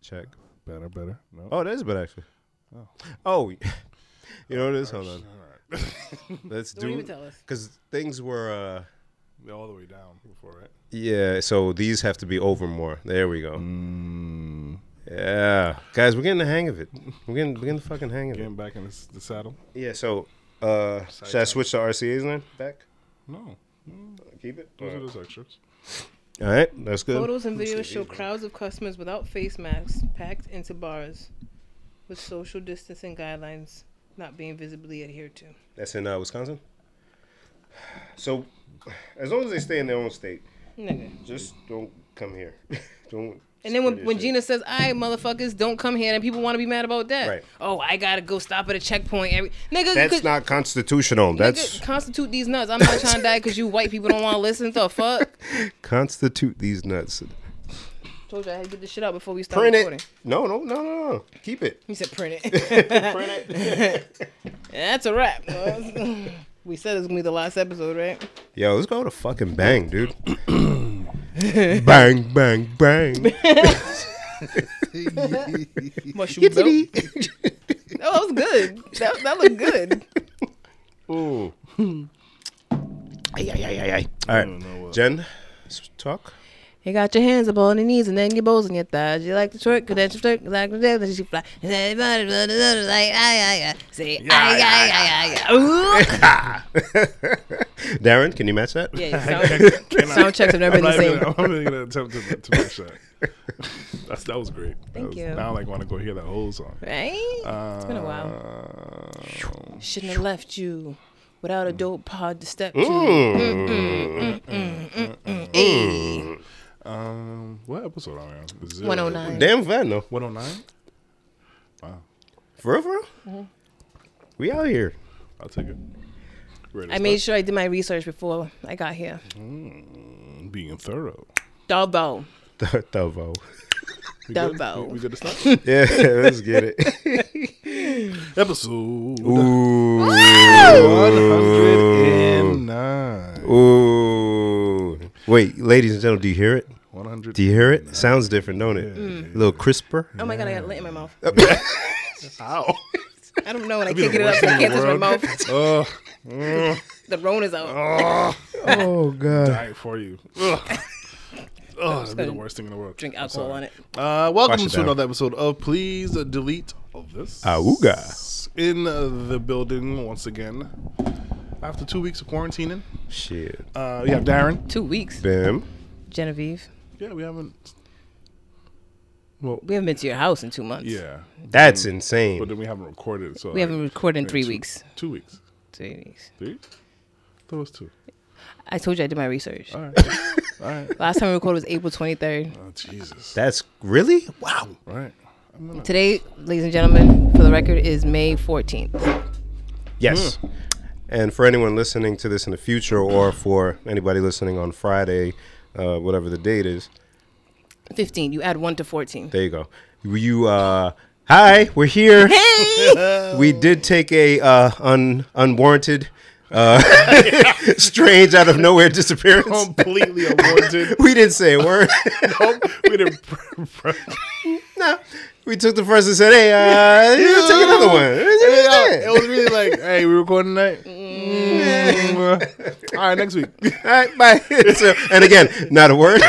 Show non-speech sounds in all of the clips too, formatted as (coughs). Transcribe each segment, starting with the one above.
Check. Better, better. No. Oh, that is bad actually. Oh. Oh, (laughs) you know what it is? Hold on. All right. (laughs) Let's Don't do even tell us. because things were. uh All the way down before, right? Yeah, so these have to be over more. There we go. Mm. Yeah, guys, we're getting the hang of it. We're getting, we're getting the fucking hang of it. Getting back in the, s- the saddle. Yeah. So, uh, Side should I track. switch to RCA's then? Back. No, Mm, Keep it. those are those extras. All right, that's good. Photos and videos Let's show see. crowds of customers without face masks packed into bars with social distancing guidelines not being visibly adhered to. That's in uh, Wisconsin. So, as long as they stay in their own state, Nigga. just don't come here. (laughs) don't. And then when, spread your when shit. Gina says, "I motherfuckers don't come here," then people want to be mad about that. Right. Oh, I gotta go stop at a checkpoint. Every nigga, you That's could, not constitutional. That's nigga constitute these nuts. I'm not trying to die because you white people don't want to listen. The fuck. (laughs) constitute these nuts. Told you I had to get this shit out before we start Print recording. it. No, no, no, no, no. Keep it. He said, "Print it." Print it. (laughs) That's a wrap. (laughs) we said it's gonna be the last episode, right? Yo, let's go to fucking bang, dude. (coughs) bang, bang, (laughs) bang. Mushroom belt. (laughs) No, Oh, that was good. That, that looked good. Ooh. Ay, ay, ay, ay, ay. All right, Jen, s- talk. (laughs) (laughs) You got your hands up on your knees and then your balls on your thighs. You like to twerk, cause that's your twerk, like the day that you fly. And then body, blah, blah, blah, like, ah, ay, ay, ay. Say, ay, ay, ay, ay, ay. Darren, can you match that? (laughs) Ooh. Yeah, your sound, sound checks have never I'm been the not even same. gonna, I'm not even gonna attempt to, to (laughs) match that. That's, that was great. That Thank was- you. Now I like want to go hear that whole song. Right? It's been a while. Shouldn't have left you without a dope pod to step Mm. Hmm. to. Um, what episode are we on? The zero. 109. Damn fan though. 109? Wow. For real, for real? We out (laughs) here. I'll take it. Ready to I made sure I did my research before I got here. start? being thorough. Double. The, the vote. We good? Dumbo. We, we good to start? (laughs) Yeah, let's get (laughs) it. episode Oh Ooh. 109. Ooh. Wait, ladies and gentlemen, do you hear it? 100. Do you hear it? Sounds different, don't it? A little crisper. Oh my god, I got lint in my mouth. Ow. (laughs) I don't know when I be can't the get it up. worst so I thing in can't the touch world. my Oh. mouth. (laughs) Ugh. The Rona's out. Oh god. Dying for you. (laughs) Ugh. Oh, that'd be the worst thing in the world. Drink I'm alcohol sorry. on it. Uh, Wash welcome it to down. another episode of Please Delete All This. Auga. In the building once again. After two weeks of quarantining, Shit. uh, we have Darren. Two weeks. Bam. Genevieve. Yeah, we haven't. Well, We haven't been to your house in two months. yeah, That's insane. but then we haven't recorded. So We haven't recorded in three weeks. Two weeks. Three weeks. Three. Those two. I told you I did my research. All (laughs) right. All right. Last time we recorded was April 23rd. Oh, Jesus. That's really wow. All right. I'm gonna. (laughs) Today, ladies and gentlemen, for the record, is May 14th. Yes. And for anyone listening to this in the future, or for anybody listening on Friday, uh, whatever the date is, 15. You add 1 to 14. there you go. You, uh, hi, we're here. (laughs) Hey! We did take a uh, un unwarranted, uh, (laughs) strange out of nowhere disappearance. Oh. Completely unwarranted. we didn't say a word. nope. (laughs) We didn't. (laughs) pre- pre- no, we took the first and said, "Hey, uh, you take another it one." was really like, hey, we recording tonight. Mm. All right, next week. All right, bye. (laughs) So- and again, not a word.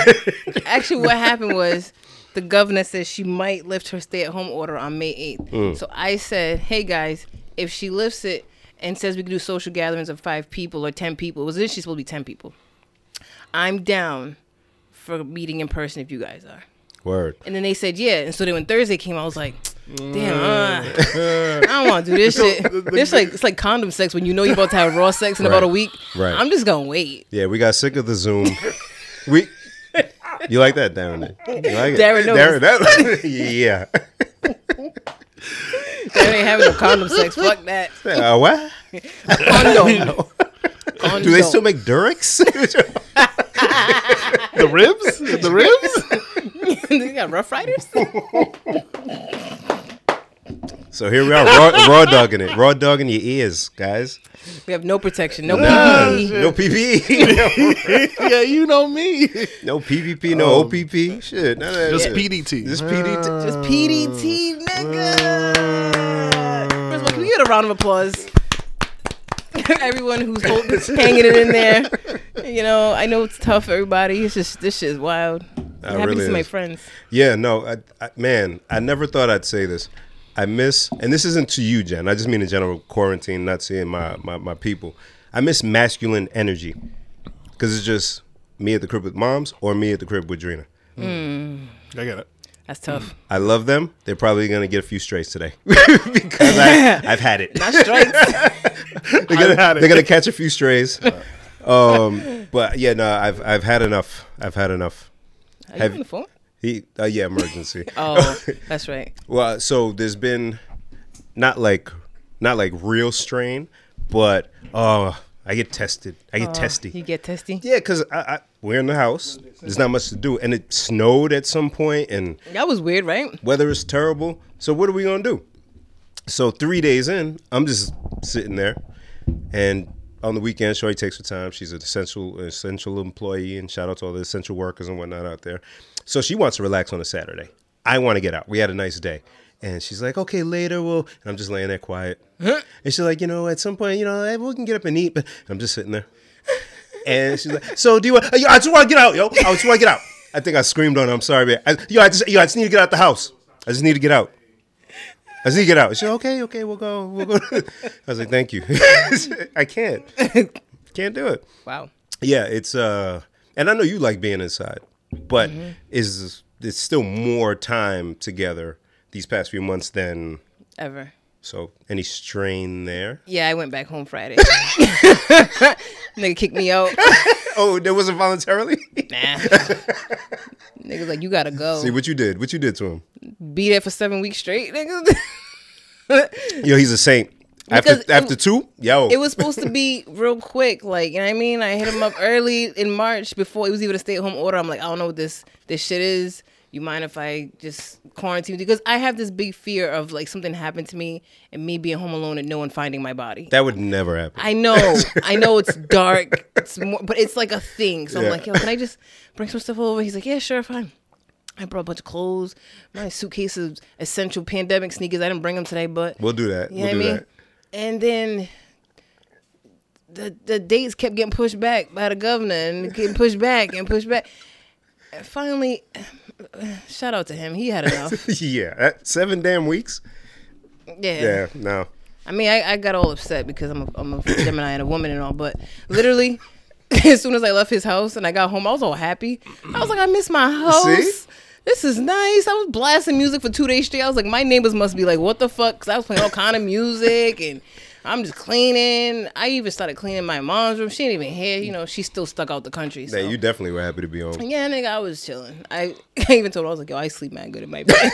Actually, what happened was the governor said she might lift her stay at home order on May 8th. Mm. So I said, hey guys, if she lifts it and says we can do social gatherings of five people or 10 people, it was initially supposed to be 10 people. I'm down for meeting in person if you guys are. (laughs) word. And then they said, yeah. And so then when Thursday came, I was like, Mm. damn, uh, (laughs) I don't want to do this shit. It's like it's like condom sex when you know you're about to have raw sex in about a Right. week. Right. I'm just gonna wait. Yeah, we got sick of the Zoom. we. You like that, Darren? You like it? Darren knows. Darren, that, (laughs) yeah. I ain't having no condom sex. Fuck (laughs) that. Uh, what? Condom. (laughs) condom. Do they still make Durex? (laughs) (laughs) The ribs? The ribs? they got Rough Riders? So here we are, raw, raw dogging it, raw dogging your ears, guys. We have no protection, no E. Nah, PPE. no PPE, (laughs) yeah, you know me. (laughs) no PVP, no OPP, shit. none of that Just shit. PDT. Oh. Just Uh, PDT. Uh, Just PDT, nigga. First of all, can we get a round of applause? (laughs) Everyone who's holding, hanging it in there. You know, I know it's tough, everybody. It's just, this shit is wild. I'm happy really to see my is. friends. Yeah, no, I, I, man, I never thought I'd say this. I miss, and this isn't to you, Jen. I just mean in general quarantine, not seeing my my, my people. I miss masculine energy because it's just me at the crib with moms or me at the crib with Drina. I get it. That's tough. I love them. They're probably gonna get a few straights (laughs) today because I, I've had it. they're gonna, I've had it. they're gonna catch a few strays. Um, but yeah, no, I've I've had enough. I've had enough. Are Have- you on the phone? He, uh, yeah, emergency. (laughs) Oh, that's right. Well, so there's been not like not like real strain, but oh, I get tested. I Uh, get testy. You get testy? yeah, cause I, I we're in the house. There's not much to do, and it snowed at some point, and That was weird, right? weather is terrible. So what are we gonna do? So three days in, I'm just sitting there, and on the weekend, Shorty takes her time. She's an essential essential employee, and shout out to all the essential workers and whatnot out there. So she wants to relax on a Saturday. I want to get out. We had a nice day, and she's like, "Okay, later." Well, and I'm just laying there quiet, and she's like, "You know, at some point, you know, eh, we can get up and eat," but and I'm just sitting there. And she's like, "So do you? Want, yo, I just want to get out, yo. I just want to get out." I think I screamed on her. I'm sorry, man. I, yo, I just, yo, I just need to get out the house. I just need to get out. I just need to get out. She's like, "Okay, okay, we'll go, we'll go." I was like, "Thank you. (laughs) I can't, can't do it." Wow. Yeah, it's uh, and I know you like being inside, but is it's still more time together these past few months than Ever. so any strain there? Yeah, I went back home (laughs) Friday. Nigga kicked me (laughs) out. Oh, there wasn't voluntarily. Nah. Nigga's like, you gotta go. See what you did, what you did to him. Be there for seven weeks straight, nigga. (laughs) Yo, he's a saint. Because it- after after two, yo, it was supposed to be real quick, like you know what I mean. I hit him up early in March before it was even a stay at home order. I'm like, I don't know what this this shit is. You mind if I just quarantine? Because I have this big fear of like something happened to me and me being home alone and no one finding my body. that would never happen. I know, I know it's dark, it's more, but it's like a thing. So Yeah. I'm like, yo, can I just bring some stuff over? He's like, yeah, sure, fine. I brought a bunch of clothes, my suitcase of essential pandemic sneakers. I didn't bring them today, but we'll do that. you we'll know do what I mean? that. And then the the dates kept getting pushed back by the governor and getting pushed back and pushed back. And finally, shout out to him. He had (laughs) enough. yeah, that, seven damn weeks. Yeah. Yeah, no. I mean, I, I got all upset because I'm a, I'm a (coughs) Gemini and a woman and all, but literally, (laughs) as soon as I left his house and I got home, I was all happy. I was like, I miss my house. See? This is nice. I was blasting music for two days straight. I was like, my neighbors must be like, what the fuck? Because I was playing all kind of music and I'm just cleaning. I even started cleaning my mom's room. She ain't even here. You know, she's still stuck out the country. So. Hey, you definitely were happy to be on. Yeah, nigga, I was chilling. I, (laughs) I even told her I was like, yo, I sleep mad good in my bed.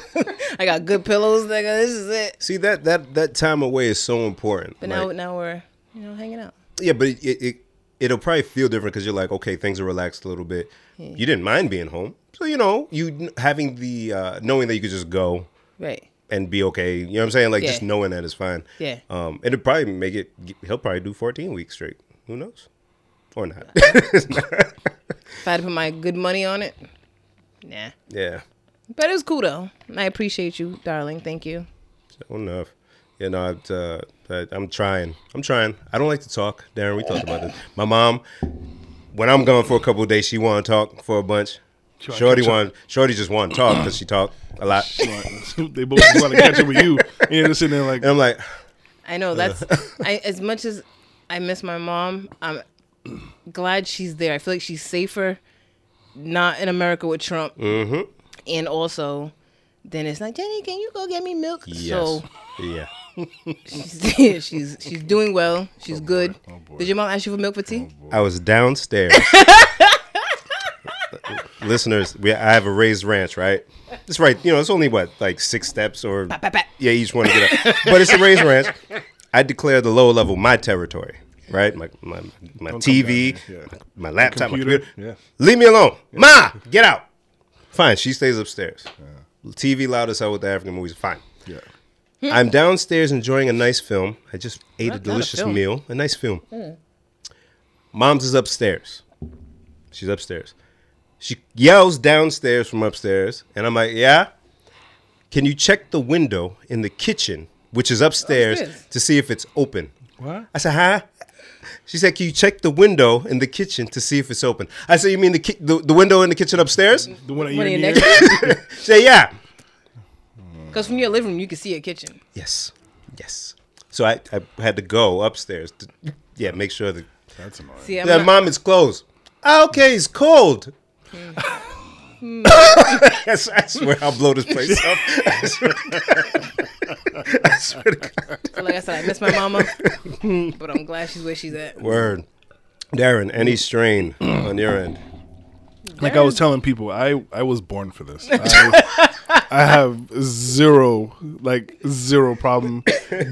(laughs) I got good pillows, nigga. This is it. See that that that time away is so important. But Like, now, now we're you know hanging out. yeah, but it, it, it it'll probably feel different because you're like, okay, things are relaxed a little bit. You didn't mind being home, so you know you kn- having the uh, knowing that you could just go Right. and be okay. You know what I'm saying? Like just Yeah. knowing that is fine. Yeah. Um, it'll probably make it. He'll probably do 14 weeks straight. Who knows? Or not. If I had to put my good money on it, nah. (laughs) yeah. But it was cool though. And I appreciate you, darling. Thank you. So enough. You know, I've, uh, I, I'm trying. I'm trying. I don't like to talk, Darren. We talked about this. My mom, when I'm gone for a couple of days, she want to talk for a bunch. Sure, I Shorty keep want. Shorty just want to talk because she talk a lot. Like, (laughs) they both want to catch up with you. And you're just sitting there like, And I'm like, (sighs) I know (laughs) that's. I as much as I miss my mom, I'm (clears throat) glad she's there. I feel like she's safer, not in America with Trump, mm-hmm. and also. Then it's like Jenny, can you go get me milk? yes, So yeah. she's (laughs) she's, she's doing well. She's good. Did your mom ask you for milk for tea? I was downstairs. Listeners, we, I have a raised ranch, right? It's right. You know, it's only what like six steps or pat. yeah, each one to get up. but it's a raised ranch. I declare the lower level my territory, right? My my, my TV, down here, yeah. my, my laptop, Computer, my computer. Leave me alone, ma. Get out. Fine. She stays upstairs. TV loud as hell with the African movies. Fine. yeah. I'm downstairs enjoying a nice film. I just ate a Not- not a delicious film. Hmm. meal, a nice film. Mom's is upstairs. She's upstairs. She yells downstairs from upstairs, and I'm like, "Yeah, can you check the window in the kitchen, which is upstairs, Upstairs. to see if it's open?" What? I said, "Huh." She said, "Can you check the window in the kitchen to see if it's open?" I said, "You mean the ki- the, the window in the kitchen upstairs?" The one that you're One of your near? next She said, "Yeah." because from your living room you can see a kitchen. Yes. Yes. So I, I had to go upstairs to yeah, make sure that That's annoying. See, I'm that not- mom is closed. Ah, okay, it's cold. Hmm. (laughs) I s- I swear I'll blow this place up. (laughs) I swear, I swear to God. so like I said, I miss my mama, but I'm glad she's where she's at. Word. Darren, any strain Hmm. on your end? Like I was telling people, I I was born for this. I, I have zero, like zero problem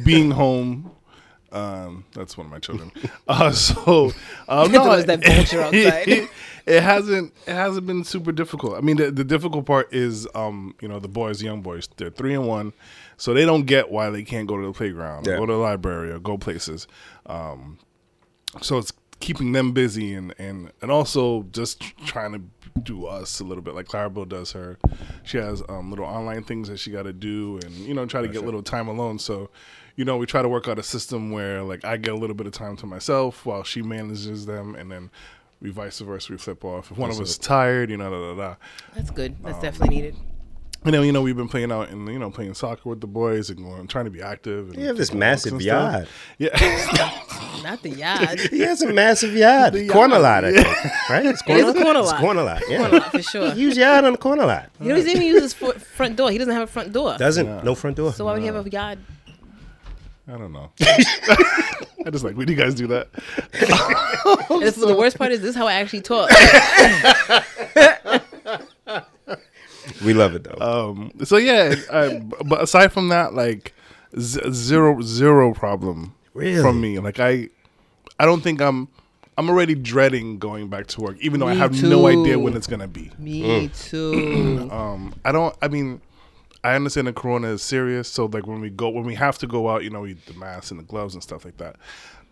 being home. Um, that's one of my children. Uh, (laughs) so um, There was that vulture outside. (laughs) it hasn't it hasn't been super difficult. I mean, the, the difficult part is um, you know the boys, young boys, they're three and one, so they don't get why they can't go to the playground, Yeah. or go to the library, or go places. Um, so it's keeping them busy and and and also just tr- trying to do us a little bit like Clarabelle does her. She has um, little online things that she got to do and you know try to get little time alone. So you know we try to work out a system where like I get a little bit of time to myself while she manages them and then. We vice versa, we flip off. If one of us is tired, you know, da da da. That's good. That's definitely needed. And then, you know, we've been playing out and, you know, playing soccer with the boys and going, trying to be active. And You have this kicking massive books and stuff. yard. Yeah. (laughs) (laughs) Not the yard. He has a massive yard. Corner lot, I think. Right? It's It is a corner lot. It's corner lot, Corner yeah. lot, for sure. You Huge yard on the corner lot. know, he doesn't even use his fo- front door. He doesn't have a front door. Doesn't. No front door. so why would he have a yard? I don't know. I just like, when do you guys do that? This, the worst part is this is how I actually talk. We love it, though. Oh. Um, so yeah, I, but aside from that, like z- zero zero problem Really? from me. Like I, I don't think I'm. I'm already dreading going back to work, even though I Me have no idea too. when it's gonna be. Me too. Um, I don't. I mean, I understand that Corona is serious, so like when we go, when we have to go out, you know, we the masks and the gloves and stuff like that.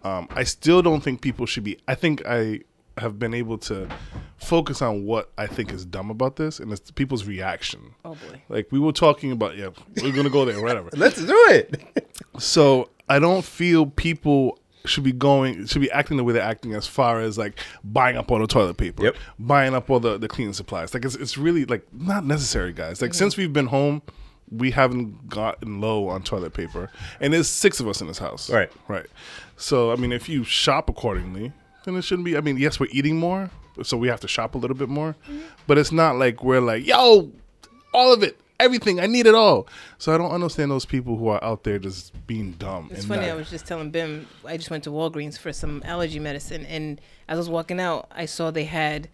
Um, I still don't think people should be. I think I have been able to focus on what I think is dumb about this, and it's people's reaction. Oh boy. Like we were talking about, yeah, we're gonna go there, whatever. Let's do it. So I don't feel people should be going should be acting the way they're acting as far as like buying up all the toilet paper, Yep. buying up all the, the cleaning supplies. Like it's it's really like not necessary, guys. Like since we've been home, we haven't gotten low on toilet paper. And there's six of us in this house. Right. Right. So I mean if you shop accordingly, then it shouldn't be I mean, yes, we're eating more, so we have to shop a little bit more. Mm-hmm. But it's not like we're like, yo, all of it. Everything I need it all, so I don't understand those people who are out there just being dumb. It's and funny. not- I was just telling Bim. I just went to Walgreens for some allergy medicine, and as I was walking out, I saw they had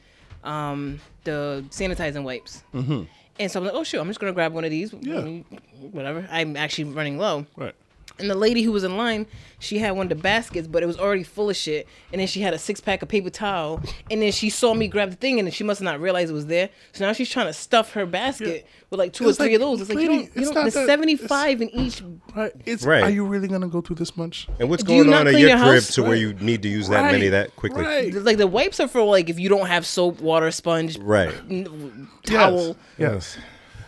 um, the sanitizing wipes. Mm-hmm. And so I'm like, oh shoot, I'm just gonna grab one of these. Mm, Yeah. Whatever. I'm actually running low. right. And the lady who was in line, she had one of the baskets, but it was already full of shit. And then she had a six pack of paper towel. And then she saw me grab the thing, and then she must have not realized it was there. So now she's trying to stuff her basket with like two It's or three like, of those. It's like lady, you don't. You it's don't. not There's that- 75 in each. Right. It's Right. are you really gonna go through this much? And what's Do you going not on at clean your, your crib house? to where you need to use that many Right. that quickly? Right. Like the wipes are for like if you don't have soap, water, sponge, Right. n- towel. Yes.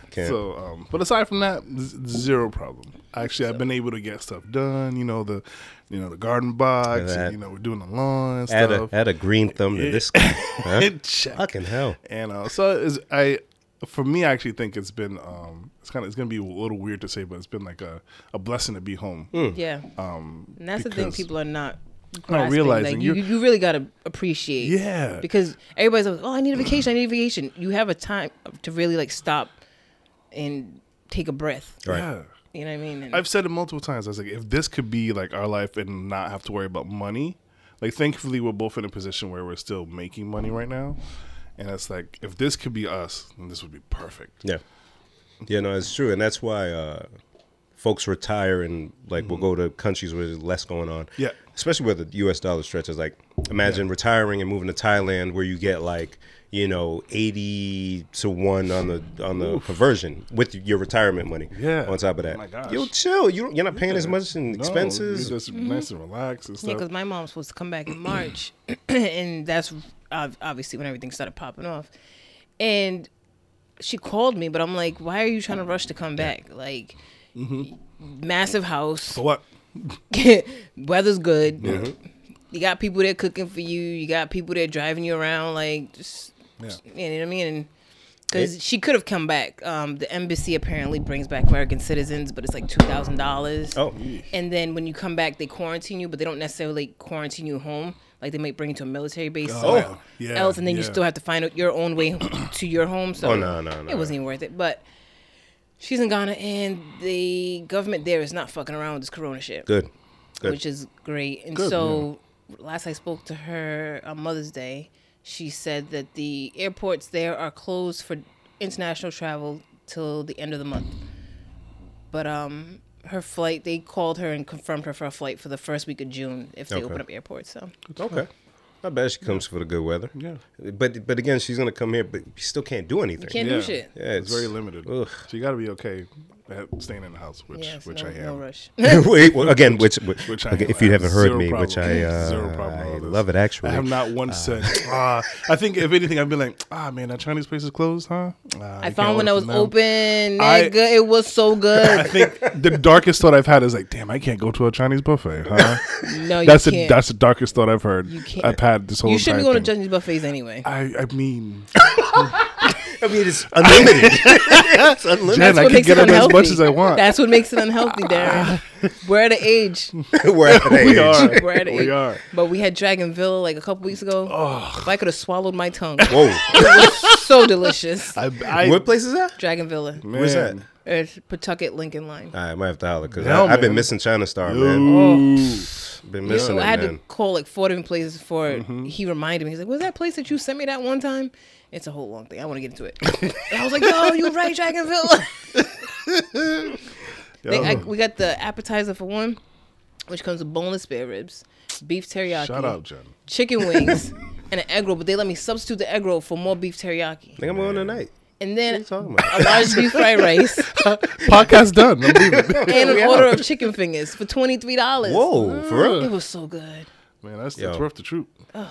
Okay. So, um, but aside from that, z- zero problem. Actually, I've been able to get stuff done. You know the, you know the garden box. that. And, you know we're doing the lawn and add a stuff. add a green thumb to this. guy, huh? (laughs) Check. Fucking hell. And uh, so is I, for me, I actually think it's been um, it's kind of it's gonna be a little weird to say, but it's been like a, a blessing to be home. Hmm. Yeah. Um, and that's the thing because- people are not. Not grasping. realizing like, you, you're- you really gotta appreciate. Yeah. Because everybody's like, "Oh, I need a vacation. I need a vacation." You have a time to really like stop and take a breath. Right. Yeah. You know what I mean? And I've said it multiple times. I was like, if this could be like our life and not have to worry about money, like thankfully we're both in a position where we're still making money right now, and it's like if this could be us, then this would be perfect. Yeah. Yeah, no, it's true, and that's why uh, folks retire and like will go to countries where there's less going on. Mm. Yeah. especially where the U.S. dollar stretches. Like, imagine retiring and moving to Thailand, where you get like you know eighty to one on the on the conversion with your retirement money. Yeah. Oh On top of that, My gosh. yo, chill. You don't, you're not paying as much in expenses. No, you just Mm-hmm. nice and relaxed and Yeah, stuff. because my mom's supposed to come back in March, (clears throat) and that's ob- obviously when everything started popping off. And she called me, but I'm like, "Why are you trying to rush to come back? Like, massive house, so Mm-hmm. what? (laughs) Mm-hmm. weather's good. You got people there cooking for you. You got people there driving you around. Like, just Yeah. you know what I mean." Because she could have come back. Um, the embassy apparently brings back American citizens, but it's like two thousand dollars. Oh, And then when you come back, they quarantine you, but they don't necessarily quarantine you home. Like they might bring you to a military base somewhere Oh, yeah, else, and then you yeah. still have to find out your own way (clears throat) to your home. So Oh, no, no, no. it wasn't even worth it. But she's in Ghana, and the government there is not fucking around with this corona shit, good, good. which is great. And Good, so last I spoke to her on Mother's Day, she said that the airports there are closed for international travel till the end of the month but um her flight they called her and confirmed her for a flight for the first week of june if they Okay. open up airports so Okay. I bet she comes for the good weather. Yeah. But but again, she's gonna come here, but she still can't do anything. can't do shit Yeah, it's, it's- very limited. ugh. So you got to be okay at staying in the house, which Yes, which no, I am. no rush (laughs) (laughs) Wait, well, again, which, which, Which I again, am. if you I have haven't heard zero me, which I problem. uh, Zero problem I with this. love it actually. I have not once said, ah. I think if anything, I'd be like, ah, man, that Chinese place is closed, huh? Ah, i you found can't when i order was from them." open I- nigga, it was so I (laughs) good think the darkest thought I've had is like, damn, I can't go to a Chinese buffet, huh? no you that's the can't that's the darkest thought I've heard. can't. I've had this whole. you should be going to entire Chinese buffets anyway thing. I I mean, I mean, (laughs) it's unlimited. it's unlimited. Jen, I what can makes get it up as unhealthy. much as I want. that's what makes it unhealthy darren (laughs) we're at an age (laughs) We're at that age. we are. we're at an We age are. but we had dragonville like a couple weeks ago if i could have swallowed my tongue Whoa. so delicious I, I, what place is that? dragonville man, Where's that? it's pawtucket lincoln line I might have to holler because Hell, I've been man. missing China Star, man. Ooh. Been missing So I had it, man. to call like four different places for Mm-hmm. he reminded me. He's like, "Was that place that you sent me that one time?" It's a whole long thing. I want to get into (laughs) it. And I was like, "Yo, you right, Dragonville." They- I- we got the appetizer for one, which comes with boneless spare ribs, beef teriyaki, Shout out, Jen. chicken (laughs) wings, and an egg roll. But they let me substitute the egg roll for more beef teriyaki, think I'm on tonight. and then What are you talking (laughs) about? a large beef (laughs) fried rice Podcast done. I'm leaving. (laughs) and an order of chicken fingers for twenty three dollars. Whoa, for real? It was so good. Man, that's, Yo. that's worth the troop. Oh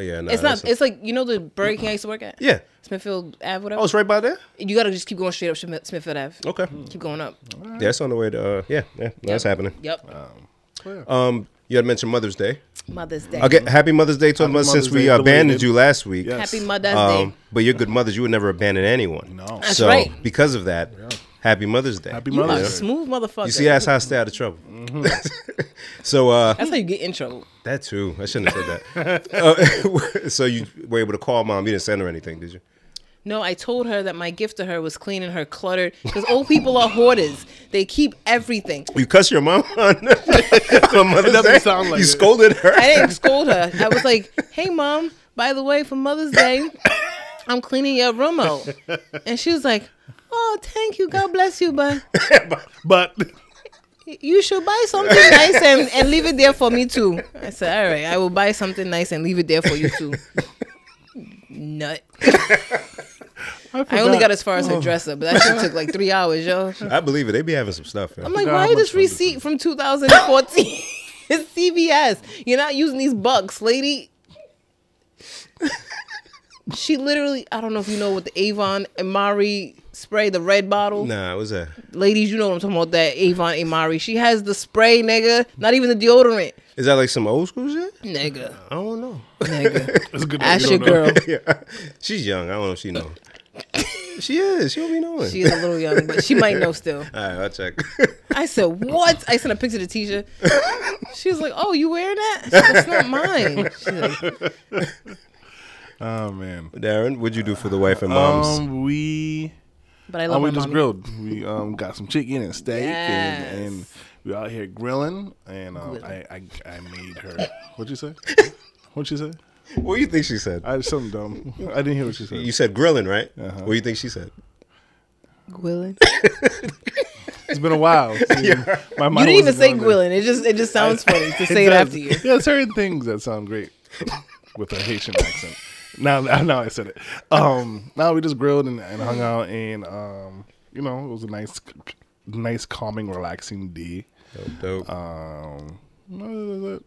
yeah, nah, It's not. that's a- It's like you know the Burger King I used to work at. yeah. Smithfield Ave, whatever. Oh, it's right by there. You gotta just keep going straight up Schmi- Smithfield Ave. Mm. Okay. Keep going up. Yeah, it's on the way to. Uh, yeah, yeah, no, that's happening. Uh, Yep. Um, you had mentioned Mother's Day. Mother's Day. Okay, happy Mother's Day to us Mother's since we Day, uh, belated. abandoned you last week. Yes. Happy Mother's Um, Day. but you're good mothers. You would never abandon anyone. No. That's so right. because of that, happy Mother's Day. Happy You are a Mother's Mm-hmm. Day. smooth motherfucker. You see, that's how I stay out of trouble. (laughs) so uh, That's how you get in trouble. that too. I shouldn't have said (laughs) that. uh, (laughs) so you were able to call mom. You didn't send her anything, did you? No, I told her that my gift to her was cleaning her cluttered because old people are hoarders. They keep everything. You cussed your mom (laughs) on, on Mother's doesn't Day. sound like you it. scolded her. I didn't scold her. I was like, "Hey, mom. By the way, for Mother's Day, I'm cleaning your room out." And she was like, "Oh, thank you. God bless you, but But you should buy something nice and, and leave it there for me too. I said, all right, I will buy something nice and leave it there for you too. Nut. I only got as far as her dresser, but that shit took like three hours, yo. I believe it. They be having some stuff. yo. I'm like, forgot why how this much fun this receipt from 2014? (laughs) it's CVS. You're not using these bucks, lady. (laughs) She literally, I don't know if you know what the Avon Amari spray, the red bottle nah, it was a. ladies, you know what I'm talking about. That Avon Amari, she has the spray, nigga. Not even the deodorant, Is that like some old school shit? nigga. I don't know. Nigga, it's good that (laughs) ask you your don't know. girl. yeah. (laughs) She's young. I don't know if she knows. she is. She don't be knowing. She is a little young, but she might know still. (laughs) All right, I'll check. (laughs) I said, "What?" I sent a picture to Tisha. She was like, "Oh, you wearing that?" I said, That's not mine. She's like, Oh man. Darren, what'd you do for the wife and moms? Um, we but I oh, love we my just mommy. grilled. We um got some chicken and steak, and, and Yes. we out here grilling. And um, I, I I made her. What'd you say? What'd you say? What do you think she said? I Uh-huh. something dumb. I didn't hear what she (laughs) said. you said grilling, right? What do you think she said? Gwilyn. It's been a while. (laughs) yeah. My You mind didn't even wasn't say going there. Gwilyn. It just it (laughs) just sounds funny to say it, does. after you. Yeah, certain things that sound great with a Haitian accent. Now, now I said it. Um, now we just grilled and, and hung out, and um, you know, it was a nice, nice, calming, relaxing day. Dope, dope. Um, other than that,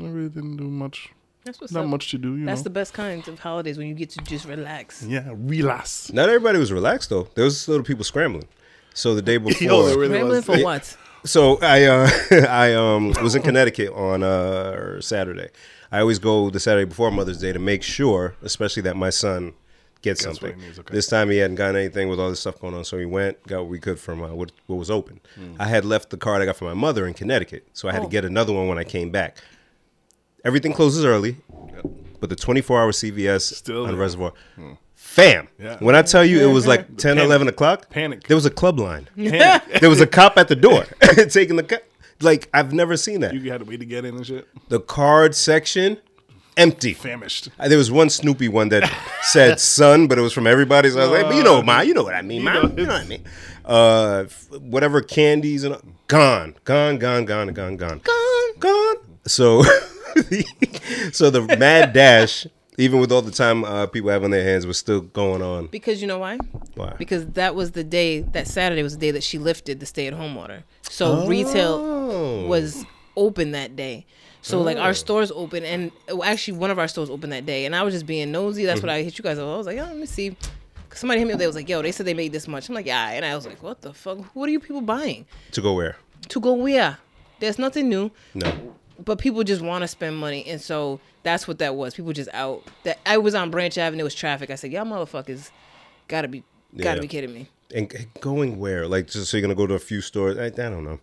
I really didn't do much. (laughs) That's what's Not up. much to do, you That's the know. best kinds of holidays when you get to just relax. yeah, (laughs) relax. Not everybody was relaxed though. There was little people scrambling. So (laughs) the day before, there were- Really Rambling was. for what? So I uh, (laughs) I um, was in Connecticut on uh, Saturday. I always go the Saturday before Mother's Day to make sure, especially that my son gets Gets what something. he needs, okay. This time he hadn't gotten anything with all this stuff going on, so he went got what we could from uh, what what was open. Hmm. I had left the card I got from my mother in Connecticut, so I had Oh. to get another one when I came back. Everything closes early, but the 24 hour CVS on Still there. Hmm. Reservoir. Fam, Yeah. when I tell you it was like 10, Panic. 11 o'clock, Panic. There was a club line Panic. there was a cop at the (laughs) door taking the cop. Like I've never seen that. you had to wait to get in and shit. The card section empty. Famished. Uh, There was one Snoopy one (laughs) that said "son," but it was from everybody. So I was like, "But you know, ma, Uh, you know what I mean, ma, you know what I mean." Uh, f- whatever candies and gone, gone, gone, gone, gone, gone, gone, gone. So, (laughs) so the mad dash, even with all the time uh, people have on their hands, was still going on. Because you know why? Why? Because that was the day that Saturday was the day that she lifted the stay at home order. So Oh. retail was open that day. So like our stores open and well, actually one of our stores opened that day and I was just being nosy. That's what I hit you guys. up. I was like, oh, let me see. 'Cause Somebody hit me up. They was like, yo, they said they made this much. I'm like, yeah. And I was like, what the fuck? What are you people buying? To go where? To go where? There's nothing new. No. but people just want to spend money, and so that's what that was. People just out. That I was on Branch Avenue, it was traffic. I said, "Y'all motherfuckers, gotta be, gotta Yeah. be kidding me." and and going where? Like, just so you're gonna go to a few stores? I, I don't know,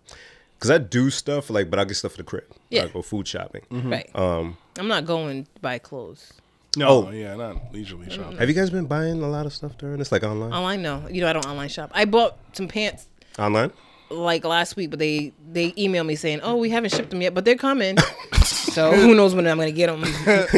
cause I do stuff like, but I get stuff for the crib. Yeah. I go food shopping. Right? Um, I'm not going to buy clothes. No, Oh. yeah, not leisurely shopping. Uh, have you guys been buying a lot of stuff during this, like online? Online, no. You know, I don't online shop. I bought some pants online? like last week, but they they emailed me saying, "Oh, we haven't shipped them yet, but they're (laughs) coming." so who knows when I'm gonna get them?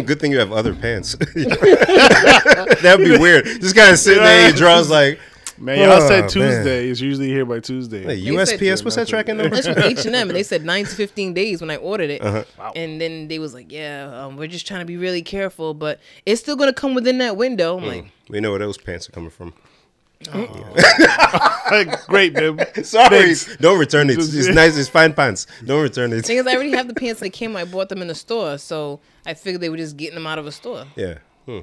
Good thing you have other (laughs) pants. (laughs) That'd be weird. This guy is sitting there, he draws like, Man, y'all Oh, said man. Tuesday. It's usually here by Tuesday. hey, He said- USPS. What's that tracking number? That's from H and M, and they said nine to fifteen days when I ordered it, Uh-huh. and then they was like, "Yeah, um, we're just trying to be really careful, but it's still gonna come within that window." Mm. I'm like. We know where those pants are coming (laughs) from. (laughs) Great, bib. (laughs) Sorry, Thanks. don't return it. It's nice. It's fine pants. Don't return it. Thing is, I already have the pants that came. I bought them in the store, so I figured they were just getting them out of a store. Yeah. Hmm.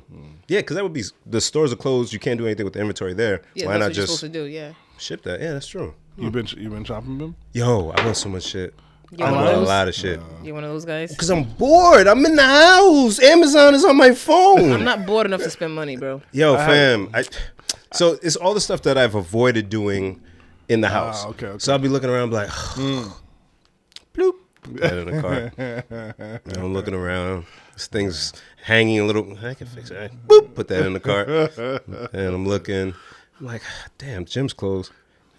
Yeah, because that would be the stores are closed. You can't do anything with the inventory there. Yeah, Why not that's what you're just supposed to do. Yeah, ship that? Yeah, that's true. You been you been shopping, bib? Yo, I want so much shit. You I one of want a those? lot of shit. you're one of those guys. Cause I'm bored. I'm in the house. Amazon is on my I'm phone. not bored enough to spend (laughs) money, bro. Yo, fam. I, so it's all the stuff that I've avoided doing in the house. Ah, okay, okay. Mm. So I'll be looking around, be like, (sighs) (laughs) bloop. Out of the car. And I'm looking around. This thing's hanging a little. I can fix it. All right. Boop. Put that in the (laughs) car. and I'm looking. I'm like, "Ah, damn, gym's closed.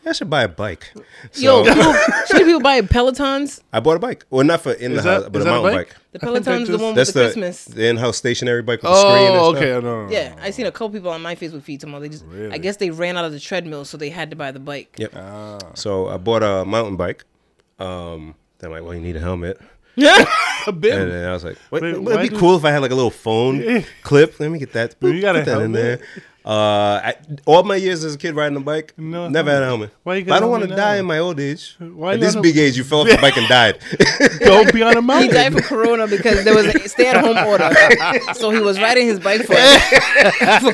I should buy a bike. Yo, So people, so many people buy Pelotons. I bought a bike. Well, not for in the Is that- house, but is a that a mountain bike? bike. The Peloton's the just- one with That's the, Christmas. the in-house stationary bike with the screen. Oh, And okay. Stuff. No, no, no. yeah, I Oh. seen a couple people on my Facebook feed tomorrow. They just, I Really? guess they ran out of the treadmill, so they had to buy the bike. Yep. Ah. So I bought a mountain bike. Um, they're like, well, you need a helmet. (laughs) A bib. And then I was like, what, Wait, why it'd be do- cool if I had like a little phone (laughs) Yeah. clip. Let me get that. you got put a that in there. helmet? Uh, I, all my years as a kid riding a bike, No, never had a helmet. Why you But I got a don't want to helmet die now? in my old age. Why At not this a- big age, you fell off the bike (laughs) and died. Don't be on a He died mountain. from corona because there was a stay-at-home (laughs) order, so he was riding his bike for (laughs) for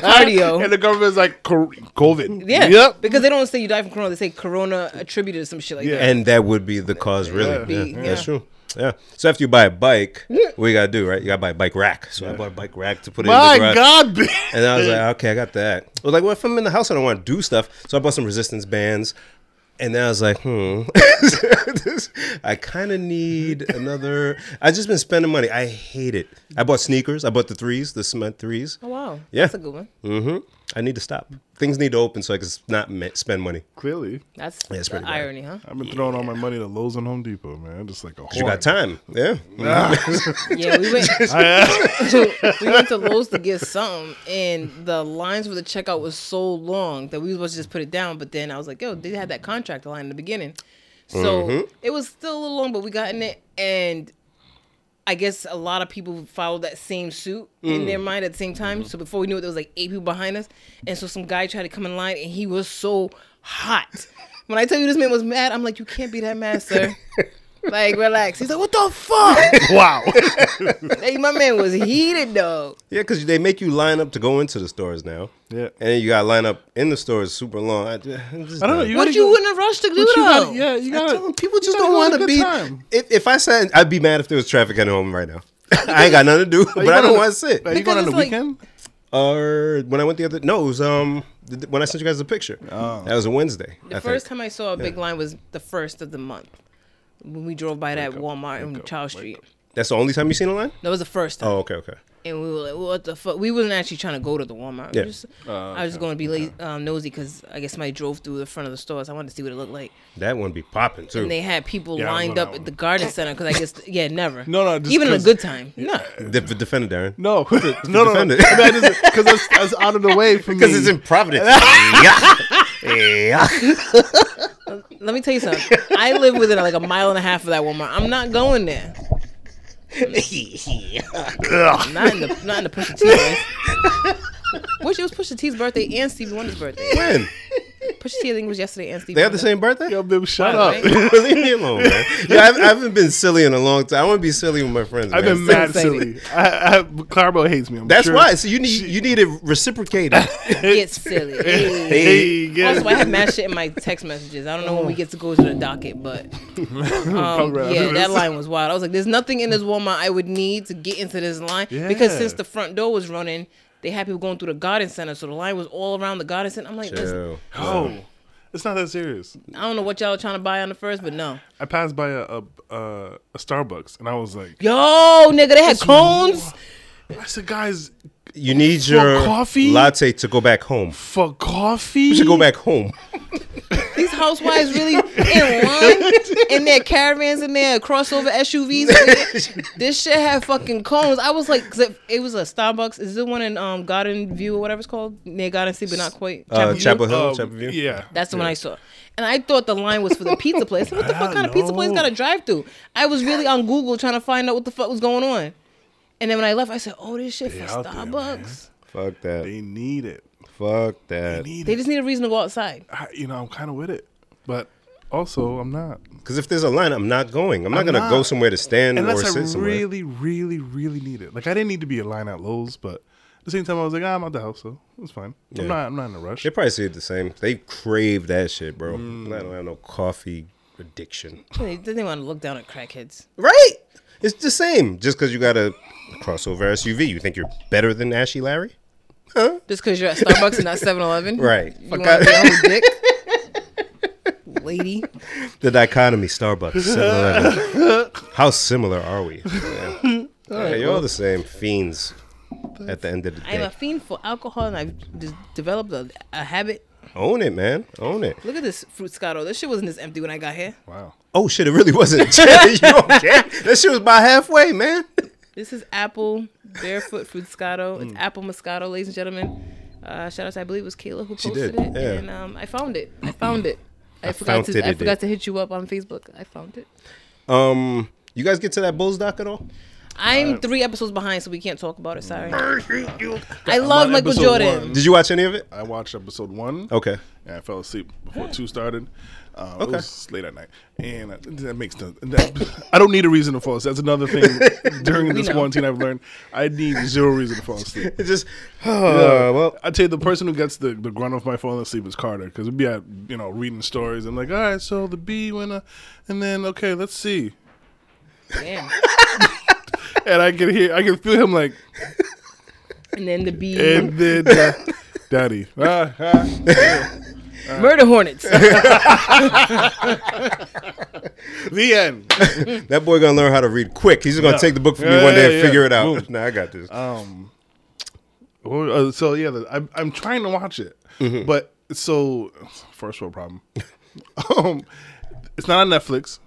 (laughs) cardio. and the government's like "Co- COVID. Yeah. Yep. Because they don't say you die from corona. They say corona attributed to some shit like Yeah. that. and that would be the cause, really. Would Yeah, be, That's yeah. true. Yeah. So after you buy a bike, what you gotta do, right? You gotta buy a bike rack. So I bought a bike rack to put it in My the garage. God, bib. (laughs) And I was like, okay, I got that. I was like, well, if I'm in the house, I don't want to do stuff. So I bought some resistance bands. And then I was like, hmm, (laughs) This- I kind of need another. I've just been spending money. I hate it. I bought sneakers. I bought the threes, the cement threes. Oh, wow. Yeah. That's a good one. Mm-hmm. I need to stop. Things need to open so I can s- not ma- spend money. Clearly, That's, it's the pretty bad. irony, huh? I've been throwing all my money to Lowe's and Home Depot, man. Just like a 'Cause You got whore. time. Yeah. Yeah, we went. (laughs) we went to Lowe's to get something, and the lines for the checkout was so long that we was supposed to just put it down. But then I was like, "Yo, they had that contract line in the beginning, so it was still a little long, but we got in it." And I guess a lot of people followed that same suit in their mind at the same time. So before we knew it, there was like eight people behind us, and so some guy tried to come in line, and he was so hot. When I tell you this man was mad, I'm like, "You can't be that mad, sir." Like relax. He's like, what the fuck? Wow. Hey, my man was heated though. Yeah, because they make you line up to go into the stores now. Yeah. And then you got to line up in the stores super long. I, I don't I don't know. You What (laughs) gotta you go- wouldn't have rushed to do But you though? gotta, yeah, you I'm gotta. telling people you just gotta don't go want have to a good be. time. If, if I sat, I'd be mad if there was traffic at home right now. (laughs) I ain't got nothing to do, but You I going don't on- want to sit. Are you Because going on the it's like- weekend? Or when I went the other, no, it was um th- th- when I sent you guys the picture. Oh. That was a Wednesday. The I first think. time I saw a big line was the first of the month when we drove by that Walmart in Charles Street. That's the only time you seen a line. That was the first time, Oh, okay, okay. and we were like, "What the fuck?" We wasn't actually trying to go to the Walmart. We Yeah. just- Oh, I was just going to be late, um, nosy because I guess somebody drove through the front of the stores. I wanted to see what it looked like, That one be popping too. and they had people Yeah, I lined remember up that at one. the garden center because I guess yeah, never. No, no, just even in a 'cause- good time. No, The the defender, Darren. (laughs) No, no, no, no, defend it. that isn't because that's, that's out of the (laughs) way for me. Because it's in Providence. (laughs) yeah. yeah. let me tell you something. I live within like a mile and a half of that Walmart. I'm not going there. Not in the not in the Pusha T. place. Which it was Pusha T's birthday and Stevie Wonder's birthday. When? Pusha T I think was yesterday and Stevie. They have the Wonder. same birthday? Yo, babe, shut Wow, up. (laughs) right? Leave me alone, man. (laughs) Yeah, I've, I haven't been silly in a long time. I want to be silly with my friends. I've man. been mad exciting. silly. I, I, Clarbo hates me. I'm That's sure. why. (laughs) So you need you need it reciprocated. Get silly. (laughs) Hey. Hey, get Also, I have mad shit in my text messages. I don't know when we get to go to the (laughs) docket, but um, right yeah, after that this. line was wild. I was like, "There's nothing in this Walmart I would need to get into this line because Yeah. since the front door was running, they had people going through the garden center, so the line was all around the garden center. I'm like, this, Yo. Oh, it's not that serious. I don't know what y'all are trying to buy on the first, but no, I passed by a a, a, a Starbucks and I was like, yo, nigga, they had cones. I said, guys, You need your coffee? latte to go back home. for coffee. To go back (laughs) home. (laughs) These housewives really in line in their caravans in their crossover SUVs. and shit. this shit had fucking cones. I was like, 'cause it, it was a Starbucks. Is it one in um Garden View or whatever it's called? Near Garden City, but not quite. Uh, View? Chapel Hill. Um, Chapel View. Yeah, That's the one I saw. And I thought the line was for the pizza place. What the Ah, fuck kind of pizza place got a drive through? I was really on Google trying to find out what the fuck was going on. And then when I left, I said, "Oh, this shit for out there, man. Starbucks. Fuck that. they need it. Fuck that. Need they it. just need a reason to go outside." I, you know, I'm kind of with it, but also I'm not. Because if there's a line, I'm not going. I'm not I'm gonna not. go somewhere to stand or Unless I sit somewhere. really, really, really need it. Like I didn't need to be a line at Lowe's, but at the same time I was like, ah, I'm out the house, so it's fine. Yeah. I'm not. I'm not in a rush. They probably see it the same. They crave that shit, Mm. bro. I don't have no coffee addiction. They didn't want to look down at crackheads. Right? It's the same. Just because you got a crossover SUV, you think you're better than Ashy Larry? Just because you're at Starbucks (laughs) and not 7-Eleven, Right. You Fuck want out. to be a whole dick, lady. (laughs) The dichotomy, Starbucks, 7-Eleven. How similar are we? Yeah. Yeah, you're all the same fiends at the end of the I'm day. a fiend for alcohol, and I've just developed a, a habit. Own it, man. Own it. Look at this fruit scotto. This shit wasn't this empty when I got here. Wow. Oh, shit, it really (laughs) wasn't. you don't care. That shit was about halfway, man. This is apple barefoot fruscato. It's apple moscato, ladies and gentlemen. Uh, shout out to I believe it was Kayla who She posted did, it, yeah. and um, I found it. I found it. I, forgot found to it, I it forgot did. to hit you up on Facebook. I found it. Um, you guys get to that Bulls doc at all? I'm three episodes behind, so we can't talk about it. Sorry. I love on Michael episode Jordan. one. Did you watch any of it? I watched episode one. Okay. and I fell asleep before two started. Um, Oh. Okay. It was late at night, and I, that makes no. That, (laughs) I don't need a reason to fall asleep. That's another thing (laughs) during this know. quarantine I've learned. I need zero reason to fall asleep. It just, Uh, oh, well, I tell you, the person who gets the, the grunt of my falling asleep is Carter because we'd be at you know reading stories. I'm like, all right, so the bee went, uh, and then okay, let's see, Damn. and I can hear, I can feel him like, And then the bee and then uh, daddy, ah, ah. murder hornets. the end. That boy gonna learn how to read quick. He's gonna take the book from me Yeah, one day yeah, and yeah. figure it out. Boom. Nah, I got this. Um, Or, uh, so yeah, the, I'm I'm trying to watch it, but so first world problem. (laughs) um, it's not on Netflix.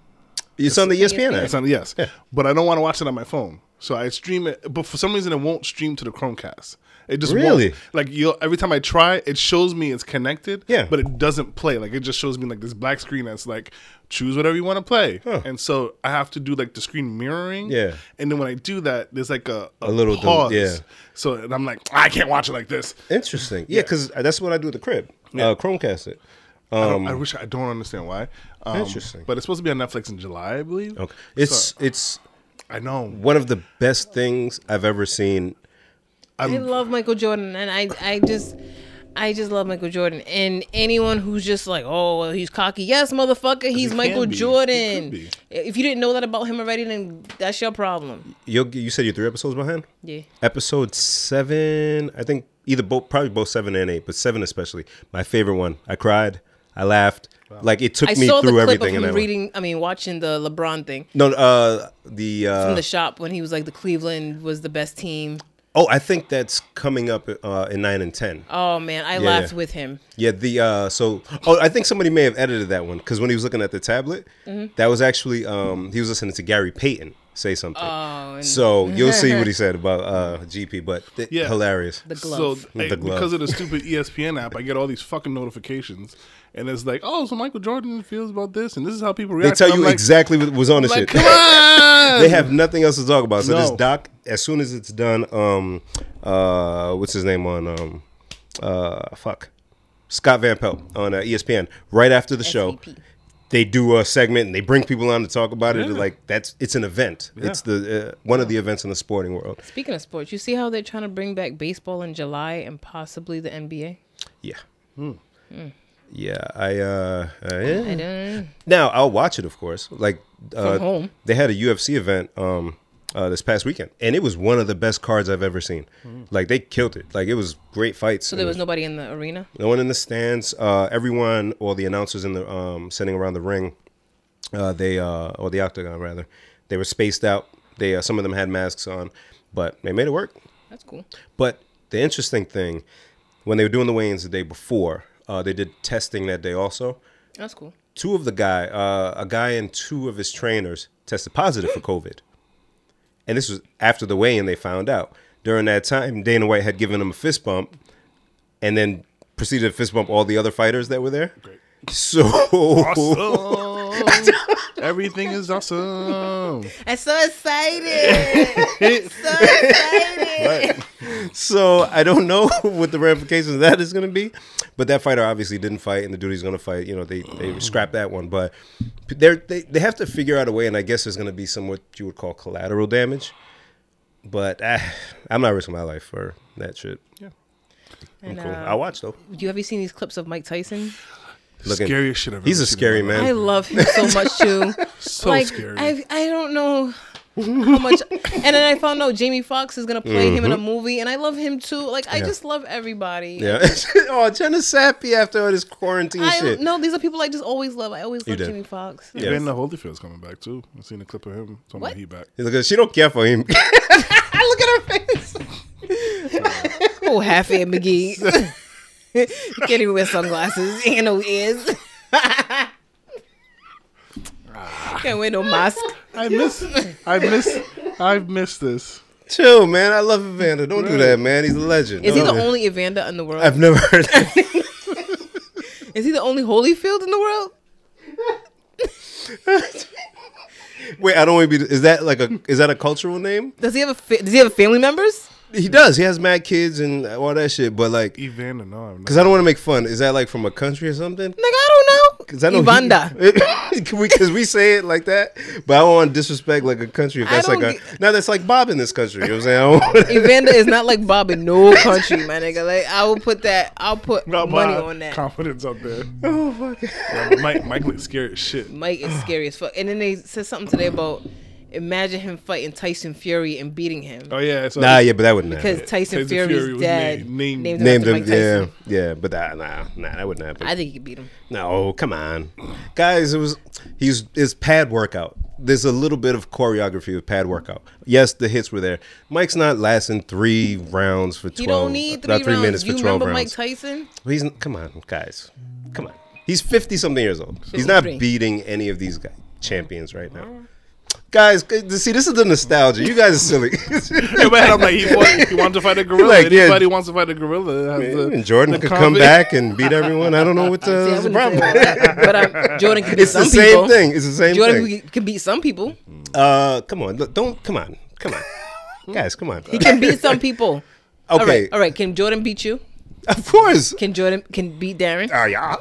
It's on the E ESPN app. It's E on yes, but I don't want to watch it on my phone. So I stream it, but for some reason it won't stream to the Chromecast. It just Really? won't. like you. Every time I try, it shows me it's connected. Yeah. but it doesn't play. Like it just shows me like this black screen that's like choose whatever you want to play. And so I have to do like the screen mirroring. Yeah. and then when I do that, there's like a a, little little dot, pause. yeah. So and I'm like, I can't watch it like this. Interesting. Yeah, because that's what I do at the crib. Uh, Chromecast it. I, don't, I wish I don't understand why. Um, Um, Interesting. But it's supposed to be on Netflix in July, I believe. Okay. It's it's I know. one of the best things I've ever seen. I Mm. love Michael Jordan, and I, I just, I just love Michael Jordan. And anyone who's just like, oh, well, he's cocky. Yes, motherfucker, he's can Michael be. He Jordan. could be. If you didn't know that about him already, then that's your problem. You you said you're three episodes behind. Yeah. Episode seven, I think either both probably both seven and eight, but seven especially my favorite one. I cried, I laughed, like it took I me saw the through clip of everything. in him that one. reading. I mean, watching the LeBron thing No, uh, the uh, from the shop when he was like, the Cleveland was the best team. oh, I think that's coming up uh, in nine and ten. Oh man, I laughed with him. Yeah, the uh so oh I think somebody may have edited that one because when he was looking at the tablet, that was actually um he was listening to Gary Payton say something. Oh, and- so you'll see what he said about uh GP, but th- Yeah. hilarious. The glove. So hey, The glove. because of the stupid E ESPN app, I get all these fucking notifications, and it's like, oh, so Michael Jordan feels about this, and this is how people They react. tell And I'm you like, exactly what was on the like, shit. come (laughs) on. they have nothing else to talk about. So this No. doc, as soon as it's done, um, uh, what's his name on um, uh, fuck, Scott Van Pelt on uh, ESPN. Right after the show, SVP. they do a segment and they bring people on to talk about it. Yeah. Like that's it's an event. It's the uh, one of the events in the sporting world. Speaking of sports, you see how they're trying to bring back baseball in July and possibly the NBA. Yeah. Yeah, I uh, uh yeah. I don't. Now I'll watch it, of course. Like uh, home. they had a UFC event um, uh, this past weekend, and it was one of the best cards I've ever seen. Like they killed it. Like it was great fights. So there was nobody in the arena. no one in the stands. Uh, everyone, all the announcers in the um, sitting around the ring, uh, they uh, or the octagon rather, they were spaced out. They uh, some of them had masks on, but they made it work. That's cool. But the interesting thing, when they were doing the weigh-ins the day before, uh, they did testing that day also That's cool. two of the guy, uh, a guy and two of his trainers tested positive for COVID. And this was after the weigh-in they found out. During that time, Dana White had given him a fist bump and then proceeded to fist bump all the other fighters that were there. Great. So (laughs) Awesome. (laughs) Everything is (laughs) awesome. I'm so excited. so excited. so I don't know (laughs) what the ramifications of that is going to be, but that fighter obviously didn't fight, and the dude's going to fight. You know, they they Mm. scrapped that one, but they're, they they have to figure out a way, and I guess there's going to be some what you would call collateral damage. But ah, I'm not risking my life for that shit. Yeah. I'm And, cool. uh, I'll watch though. You ever seen these clips of Mike Tyson? Looking- Scariest shit I've He's ever a seen scary in my life. man. I love him so much (laughs) too. So like scary. I I don't know how much. and then I found out Jamie Foxx is gonna play him in a movie, and I love him too. Like I just love everybody. Yeah. (laughs) oh, Jenna Sappy after all this quarantine I shit. no, these are people I just always love. I always love did. Jamie Fox. Yeah. Evander Holyfield's coming back too. I've seen a clip of him. Talking What? about he (laughs) back. Look, She don't care for him. (laughs) Look at her face. (laughs) oh, half Ed (laughs) McGee. you can't even wear sunglasses and no ears. Ah. can't wear no mask. I miss. I miss. I've missed this. Chill, man. I love Evander. Don't do that, man. He's a legend. Is he the Don't- only Evander in the world? I've never heard that. (laughs) Is he the only Holyfield in the world? Wait, I don't want to be. Is that like a? Is that a cultural name? Does he have a fa- Does he have family members? He does. He has mad kids and all that shit. But like, Evander, no, I've not. because I don't want to make fun. Is that like from a country or something? Nigga, I don't Because I know. know Evander. (laughs) Because we, (laughs) 'cause we say it like that, but I don't want to disrespect like a country. If I that's like don't a now that's like Bob in this country. You know what I'm saying? I don't- Evander is not like Bob in no country, my nigga. Like I will put that. I'll put Got money my on that. Confidence up there. (laughs) (laughs) Oh fuck. Mike, Mike looks scary as shit. Mike is scary as fuck. And then they said something today about imagine him fighting Tyson Fury and beating him Oh yeah. So nah, yeah, but that wouldn't because happen. Tyson, Tyson Fury's Fury was dad named- named- named, Named him him, after Mike yeah, Tyson. yeah, but that nah, nah, that wouldn't happen. I think he could beat him. No, come on, guys. It was he's his pad workout. there's a little bit of choreography with pad workout. Yes, the hits were there. Mike's not lasting three rounds for twelve. You don't need three, not three rounds. minutes you for twelve remember Mike rounds. Tyson? He's come on, guys, come on. He's fifty something years old. He's not 53. beating any of these guys, champions right now. Guys, c- see, this is the nostalgia. You guys are silly. (laughs) In my head, I'm like, he, want, he wants to fight a gorilla. Like, yeah. Anybody wants to fight a gorilla. that has the- And Jordan the could come convi- back and beat everyone. I don't know what (laughs) See, I the, the wouldn't say Uh, problem. (laughs) all that, but I'm, Jordan can beat It's some the same people. thing. It's the same Jordan thing. can beat some people. Uh, come on, look, don't come on, come (laughs) on, guys, come on. He can beat some people. All Okay. right, all right. Can Jordan beat you? (laughs) Of course. Can Jordan can beat Darren? Ah, (laughs) yeah.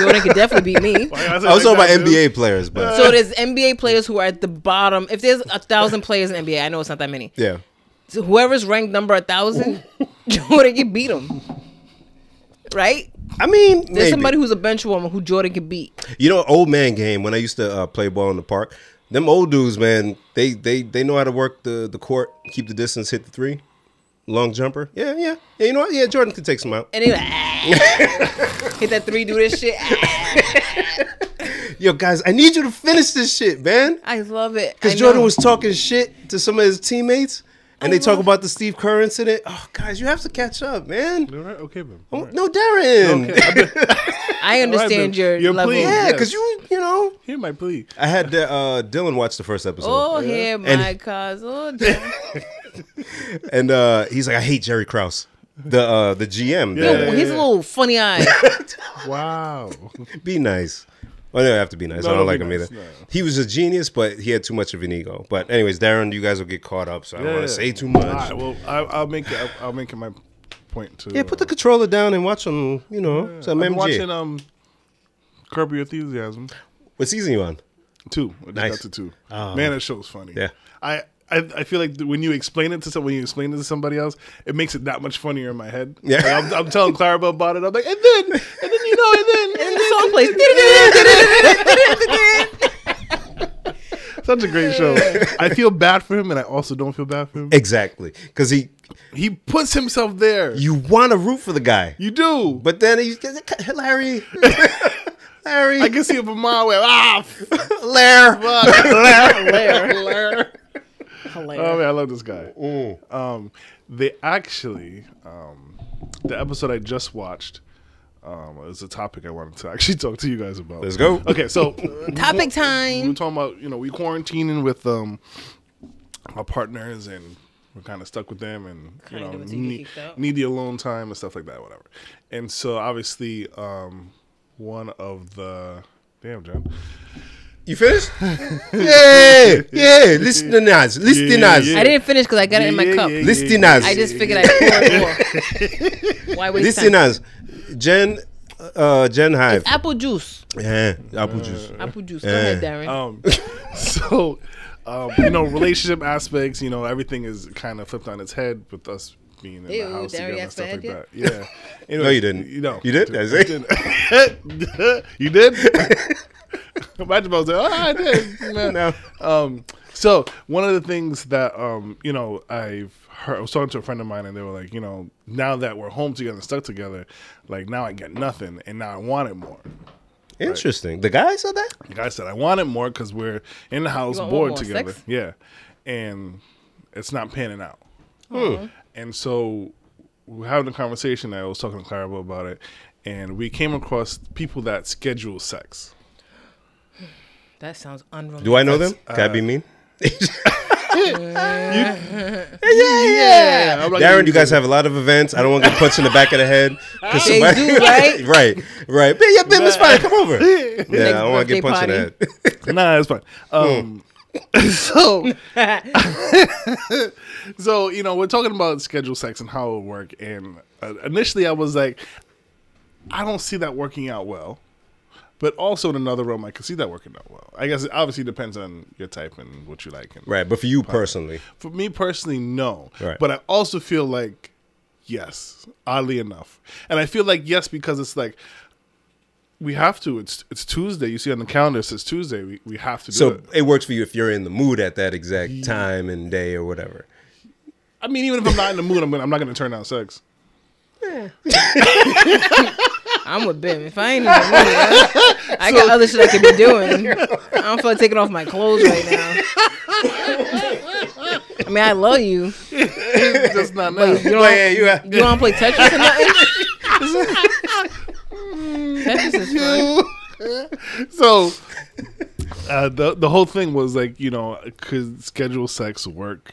Jordan can definitely (laughs) beat me. I I was talking about like that, dude. NBA players, but So there's NBA players who are at the bottom. If there's a thousand players in NBA, I know it's not that many. yeah. So whoever's ranked number a thousand, Jordan can beat him. Right? I mean, There's maybe. somebody who's a bench woman who Jordan can beat. you know, old man game. When I used to uh, play ball in the park, them old dudes, man, they they they know how to work the the court, keep the distance, hit the three, long jumper. Yeah, yeah, yeah. You know what? Yeah, Jordan could take some out. And they like, "Ah." hit that three, do this shit. Ah. Yo, guys, I need you to finish this shit, man. I love it. I Because Jordan know. was talking shit to some of his teammates, and they talk about the Steve Kerr incident. Oh, guys, you have to catch up, man. All right, okay, man. Oh, No, Darren. I understand Right, your you're level. pleased. Yeah, Yes. because you you know. Hear my plea. I had uh, Dylan watch the first episode. Oh, here, And- my cause. Oh, Jordan. and uh, he's like, I hate Jerry Krause, the uh, the GM. Yeah. that- Ooh, he's a little funny eye. (laughs) Wow. Be nice. Well, no, I have to be nice. No, I don't don't like be him nice, either. no. He was a genius, but he had too much of an ego. But anyways, Darren, you guys will get caught up, so I don't want to say too much. All right, well, I, I'll make it. I'll, I'll make it my point to. yeah, put the controller down and watch him. You know, some I'm MJ. watching um, Curb Your Enthusiasm what season you on? two. I just Nice. Um, got to two. Man, that show's funny. Yeah. I. I, I feel like when you explain it to someone, when you explain it to somebody else, it makes it that much funnier in my head. Yeah. Like, I'm, I'm telling Clarabelle about it. I'm like, and then, and then you know, and (laughs) then, and and then. the song plays. Such a great show. I feel bad for him, and I also don't feel bad for him. Exactly, because he He puts himself there. You, you want to root for the guy, do. but But then he's Larry, (laughs) Larry, I can see him a mile away. Ah, (laughs) fuck. Larry. (laughs) Blair. Oh man, I love this guy. Um, they actually, um, the episode I just watched um, is a topic I wanted to actually (laughs) talk to you guys about. Let's go. Okay, so Topic we were time. talking about you know we quarantining with um our partners and we're kind of stuck with them and you Kinda know until you get need, kicked out. need the alone time and stuff like that whatever and so obviously um one of the damn John You (laughs) finished? yeah, yeah. Listeners, listeners, yeah. I didn't finish because I got it in my Yeah, cup. yeah, yeah. listeners, I just figured I poured more. Why waste time? listeners. Jen, uh, Jen Hive. Apple juice. Yeah, apple juice. Apple juice. Go ahead, Darren. um (laughs) so um you know relationship aspects you know everything is kind of flipped on its head with us being in Ew, the house Dairy together and stuff like aspect, that yeah Anyways, No, you didn't. you know You did? I see. did. (laughs) you did? Imagine if I was like, oh, I did. No. No. Um, so one of the things that um, you know, I've heard I was talking to a friend of mine and they were like, you know, now that we're home together and stuck together, like now I get nothing and now I want it more. Interesting. The guy said that. Like I said, I want it more because we're in the house want bored more together. sex? Yeah. And it's not panning out. And so we were having a conversation. I was talking to Clara about it, and we came across people that schedule sex. That sounds unromantic. Do I know them? Can I be mean? Yeah, I'm like, Darren, you guys have a lot of events. I don't want to get punched in the back of the head. 'Cause They do, (laughs) right? right, right. But yeah, babe, it's fine. Come (laughs) over. Yeah, I don't want to birthday get punched in the head. Nah, it's fine. Um, (laughs) so, so you know, we're talking about schedule sex and how it would work. And uh, initially, I was like, I don't see that working out well. But also in another realm, I could see that working out well. I guess it obviously depends on your type and what you like. And (laughs) Right, but for you personally, For me personally, no. Right. But I also feel like yes, oddly enough, and I feel like yes because it's like we have to. It's it's Tuesday. You see on the calendar it says Tuesday. We, we have to do so it. it works for you if you're in the mood at that exact time and day or whatever. I mean, even if I'm not in the mood, I'm gonna, I'm not going to turn down sex. I'm with Bim. If I ain't in the room, (laughs) I, I got other shit I could be doing. I don't feel like taking off my clothes right now. I mean, I love you. (laughs) Just not now. You don't, But yeah, you have- you don't play Tetris (laughs) or nothing? Tetris is fun. so (laughs) uh, the the whole thing was like you know could schedule sex work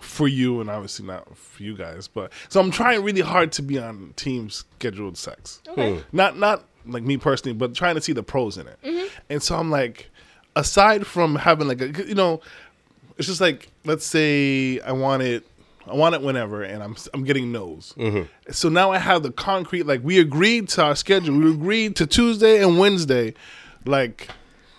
for you and obviously not for you guys but so i'm trying really hard to be on team scheduled sex not not like me personally but trying to see the pros in it and so i'm like aside from having like a you know it's just like let's say i want it i want it whenever and i'm i'm getting no's so now i have the concrete like we agreed to our schedule we agreed to tuesday and wednesday like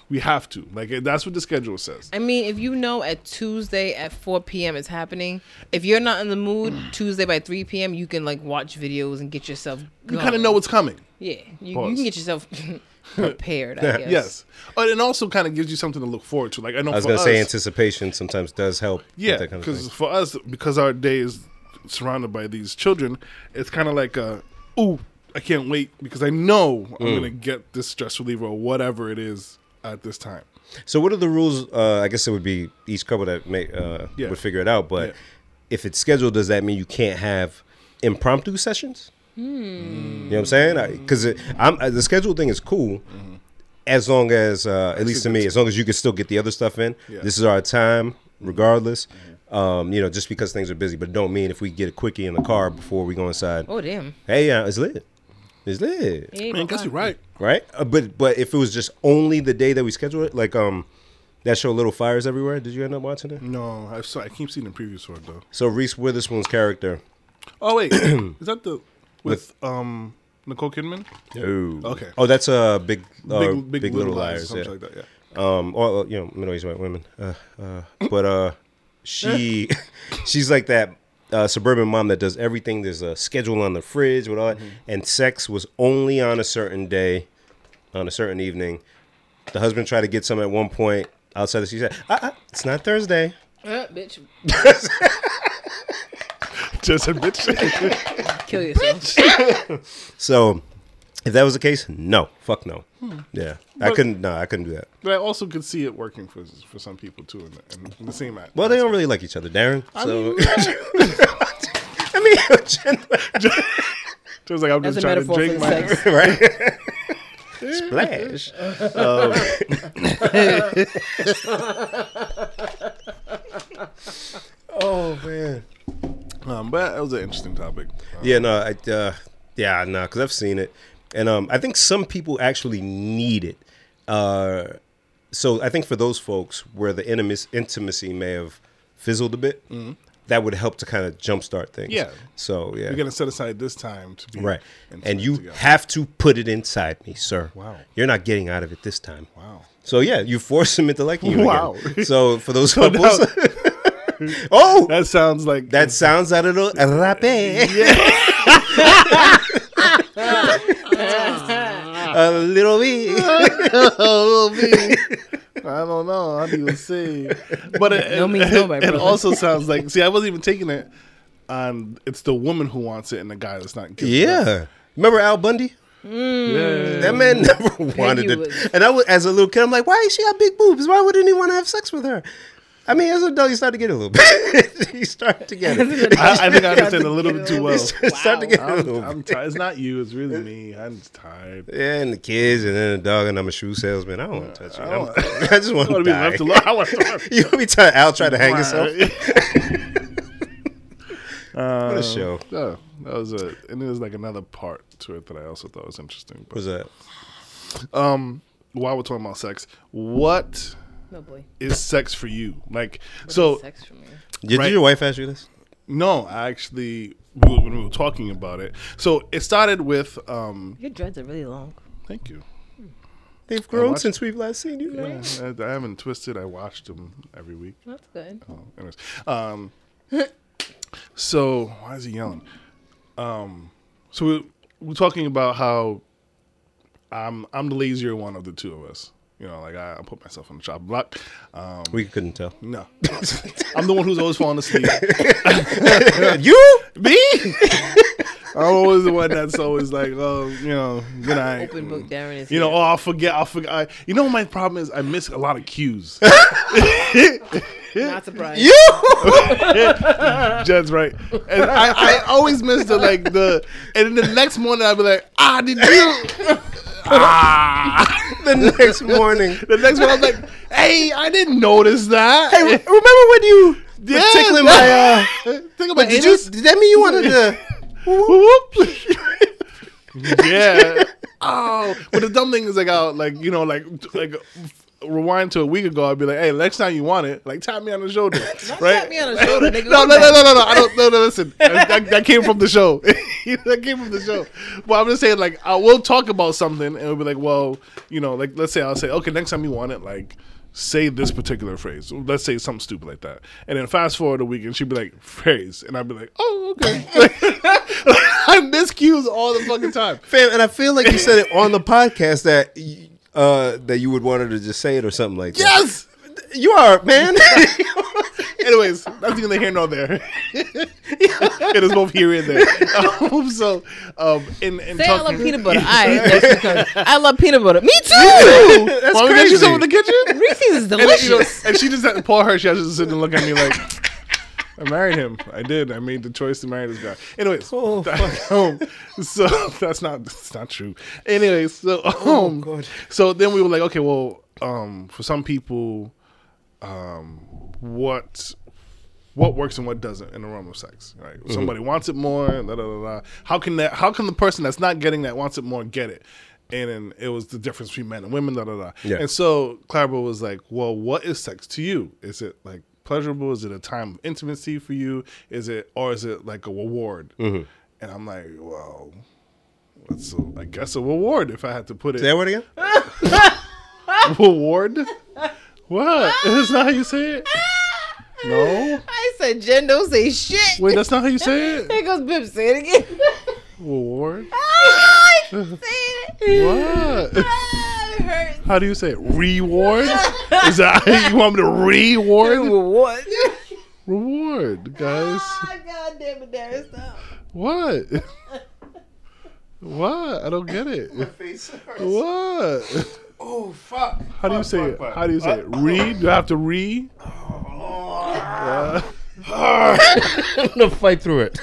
we have to like that's what the schedule says I mean, if you know at Tuesday at 4 p.m. it's happening, if you're not in the mood, Tuesday by 3 p.m. you can like watch videos and get yourself. you kind of know what's coming Yeah, you, you Pause. can get (laughs) yourself (laughs) prepared. I guess. Yes. Oh, and it also kind of gives you something to look forward to. Like I know I was for gonna us, say anticipation sometimes does help. with yeah, that kind of because thing. for us, because our day is surrounded by these children, it's kind of like a ooh, I can't wait because I know Mm. I'm gonna get this stress reliever or whatever it is at this time. So what are the rules? Uh, I guess it would be each couple that may uh, Yeah. would figure it out. But Yeah. if it's scheduled, does that mean you can't have impromptu sessions? You know what I'm saying? Because I'm uh, the schedule thing is cool. Mm-hmm. As long as, uh, at least to me, as long as you can still get the other stuff in, Yeah. Mm-hmm. this is our time, regardless. Um, you know, just because things are busy, but don't mean if we get a quickie in the car before we go inside. Oh damn. Hey, uh, it's lit. It's lit Yeah, Man, I guess you're right. right? Uh, but but if it was just only the day that we scheduled it, like um, that show Little Fires Everywhere. Did you end up watching it? No, I saw, I keep seeing the previews for it though. So Reese Witherspoon's character. Oh (coughs) wait, is that the with um Nicole Kidman? Ooh. Okay. Oh, that's a uh, big, uh, big, Little, or Liars. something yeah. like that. Yeah. um, or uh, you know, middle-aged white women. Uh, uh, but uh, (laughs) she she's like that uh, suburban mom that does everything. There's a schedule on the fridge with all that, and sex was only on a certain day, on a certain evening. The husband tried to get some at one point outside. She said, uh uh, "It's not Thursday." Uh, bitch, Just a bitch. (laughs) kill yourself. So, if that was the case, no, fuck no. Yeah, I But- couldn't. No, I couldn't do that. but I also could see it working for for some people too in the, in the same act. Well, they don't really like each other, Darren. (laughs) so, I (laughs) mean, It was like I'm That's just a trying to metaphor for drink the my. (laughs) sex. right? Splash. Um, (laughs) oh man. Um, but that was an interesting topic. Um, Yeah, no, I, uh, yeah, no, because I've seen it, and um, I think some people actually need it. Uh, so I think for those folks where the intimacy, intimacy may have fizzled a bit, that would help to kind of jumpstart things. Mm-hmm. Yeah. So yeah. You're gonna set aside this time to be Right. And intimate you together. have to put it inside me, sir. Wow. You're not getting out of it this time. Wow. So yeah, you force him into (laughs) liking you. Wow. Again. So for (laughs) those couples, (laughs) oh, That sounds like (laughs) that sounds a little rapé. (laughs) a little bit. (laughs) Oh, me. I don't know. How do you say? But it, No it- means no, my it brother. also sounds (laughs) like. See, I wasn't even taking it. On it's the woman who wants it and the guy that's not. Giving it up. Yeah. Remember Al Bundy? Mm. yeah. That man never wanted you to. was- And I was, as a little kid, I'm like, why she got big boobs? Why wouldn't he want to have sex with her? I mean, as an adult, you start to get it a little bit. (laughs) you start to get it. (laughs) I, I think (laughs) I understand a little bit too well. (laughs) You start to get it a (laughs) I'm, little I'm bit. tired. It's not you. It's really me. I'm (laughs) just tired. Yeah, and the kids, and then the dog, and I'm a shoe salesman. I don't want to touch you. I I'm- Oh. (laughs) don't- I, just want I to want to be left die. alone. I want to. (laughs) You want me to Al try to hang himself? Uh, What a show. Yeah, that was it. And there's like another part to it that I also thought was interesting. But What's that? um, while we're talking about sex, what No boy. is sex for you? Like, so sex for me. Did, Right. did your wife ask you this? no, I actually we were- when we were talking about it. So it started with um, Your dreads are really long. thank you. They've grown watched- since we've last seen you. man. I, I haven't twisted. I watched them every week. That's good. Oh, anyways. Um, so why is he yelling? Um, so we, we're talking about how I'm I'm the lazier one of the two of us. You know, like I, I put myself on the shop block. Um, We couldn't (laughs) tell. no, (laughs) (laughs) I'm the one who's always falling asleep. you? Me? I'm always the one that's always like, oh, you know, good night. Open book Darren is You know, here. oh, I'll forget. I'll forget. I, you know, my problem is I miss a lot of cues. not surprised. Jed's right, and I, I always miss the like the, and then the next morning I'll be like, ah, did you? ah. (laughs) the next morning. The next one I'm like, hey, I didn't notice that. Hey, re- (laughs) remember when you Yeah, yeah, tickling my? (laughs) that- Uh, think about but did you? Did that mean you wanted (laughs) to? yeah. Oh, but the dumb thing is like, I'll like you know, like like rewind to a week ago. I'd be like, hey, next time you want it, like tap me on the shoulder, right? Tap me on the shoulder, (laughs) nigga. No, no, no, no, no, no. I don't. No, no. Listen, (laughs) that, that came from the show. (laughs) that came from the show. But I'm just saying, like, I will talk about something, and it'll be like, well, you know, like, let's say I'll say, okay, next time you want it, like, say this particular phrase. Let's say something stupid like that, and then fast forward a week, and she'd be like, phrase, and I'd be like, oh, okay. (laughs) I miss cues all the fucking time. Fam, and I feel like you said it on the podcast that y- uh, that you would want her to just say it or something like that. Yes. you are (laughs) man. Anyways, that's neither here nor there. (laughs) it is both here and there. (laughs) Um, so, um, in in Say I love talking- (laughs) peanut butter. I that's because I love peanut butter. Me too. That's Why we got you crazy. some in the kitchen? Reese's is and, you know, delicious. and she just had to pour her. She has to sit and look at me like, (laughs) I married him. I did. I made the choice to marry this guy. Anyways, Oh, fuck. um, so (laughs) that's not that's not true. Anyways, so um, Oh, God. so then we were like, okay, well, um, for some people, um, what what works and what doesn't in the realm of sex. Right? Somebody wants it more. Da, da, da, da. How can that? How can the person that's not getting that wants it more get it? And, then it was the difference between men and women. Da, da, da. Yeah. And so Clabber was like, "Well, what is sex to you? Is it like pleasurable? Is it a time of intimacy for you? Is it or is it like a reward?" And I'm like, "Well." It's a, I guess a reward if I had to put (laughs) it. Say that word (laughs) again. (laughs) Reward? What? That's not how you say it? No? I said Jen don't say shit. Wait, that's not how you say it? There goes Bib. Say it again. (laughs) Reward? Ah, I say it. What? Ah, it hurts. How do you say it? Reward? Is that you want me to reward? What? (laughs) Reward, guys. Ah, God damn it, Darius. Stop. What? What? I don't get it. What? Oh fuck! How do you say it? How do you say it? Re? Do I have to re? I'm gonna fight through it.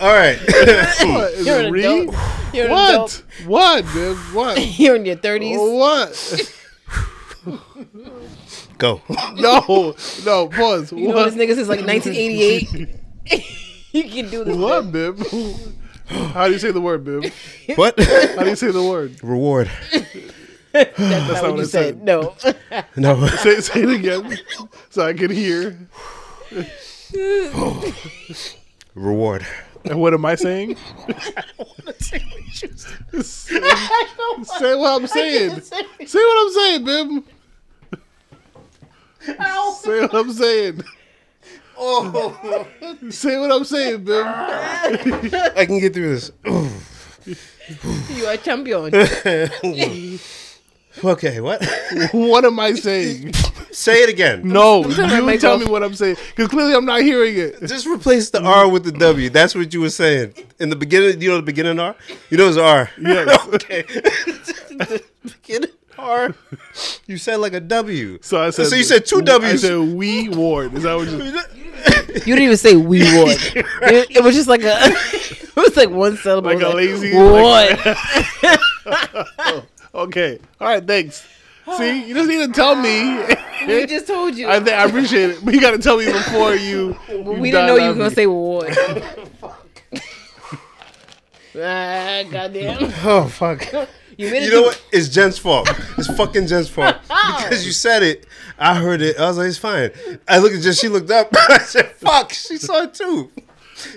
All (laughs) right. What? Is You're it an re? adult. You're an What? Oh. adult. What, man? (laughs) What? You're in your 30s. What? Go. No, no, pause. You know what? this nigga since like 1988. (laughs) (laughs) you can do this. What, Bib? How do you say the word, Bib? How (laughs) What? do you say the word? Reward. (laughs) That's What (laughs) you said? (laughs) No. No. (laughs) Say, say it again so I can hear. Reward. And what am (laughs) I saying? say say what I'm saying. Say what I'm saying, Bib. Say what I'm saying. Oh, Say what I'm saying, Bib. (laughs) I can get through this. you are (laughs) a champion. okay, what? (laughs) What am I saying? Say it again. (laughs) No, turn my you mic tell off. me what I'm saying because clearly I'm not hearing it. Just replace the R with the W. That's what you were saying in the beginning. You know the beginning R. You know it's R. (laughs) Yes. (laughs) Okay. the beginning R. You said like a W. So I said. So you said two I W's. said we ward. Is (laughs) that what (laughs) you? You didn't even say we (laughs) would. it, it was just like a. (laughs) It was like one syllable. Like It was a lazy- What? (laughs) (laughs) Okay. All right. (gasps) Thanks. See, you just need to tell me. (laughs) we just told you. I, th- I appreciate it, but you got to tell me before (laughs) you. you we die didn't know you were laughing. gonna say what. (laughs) (laughs) ah, goddamn! Oh fuck. You made it. You know through- what? It's Jen's fault. It's fucking Jen's (laughs) fault because you said it. I heard it. I was like, it's fine. I looked at Jen. She looked up. (laughs) I said, fuck. She saw it too.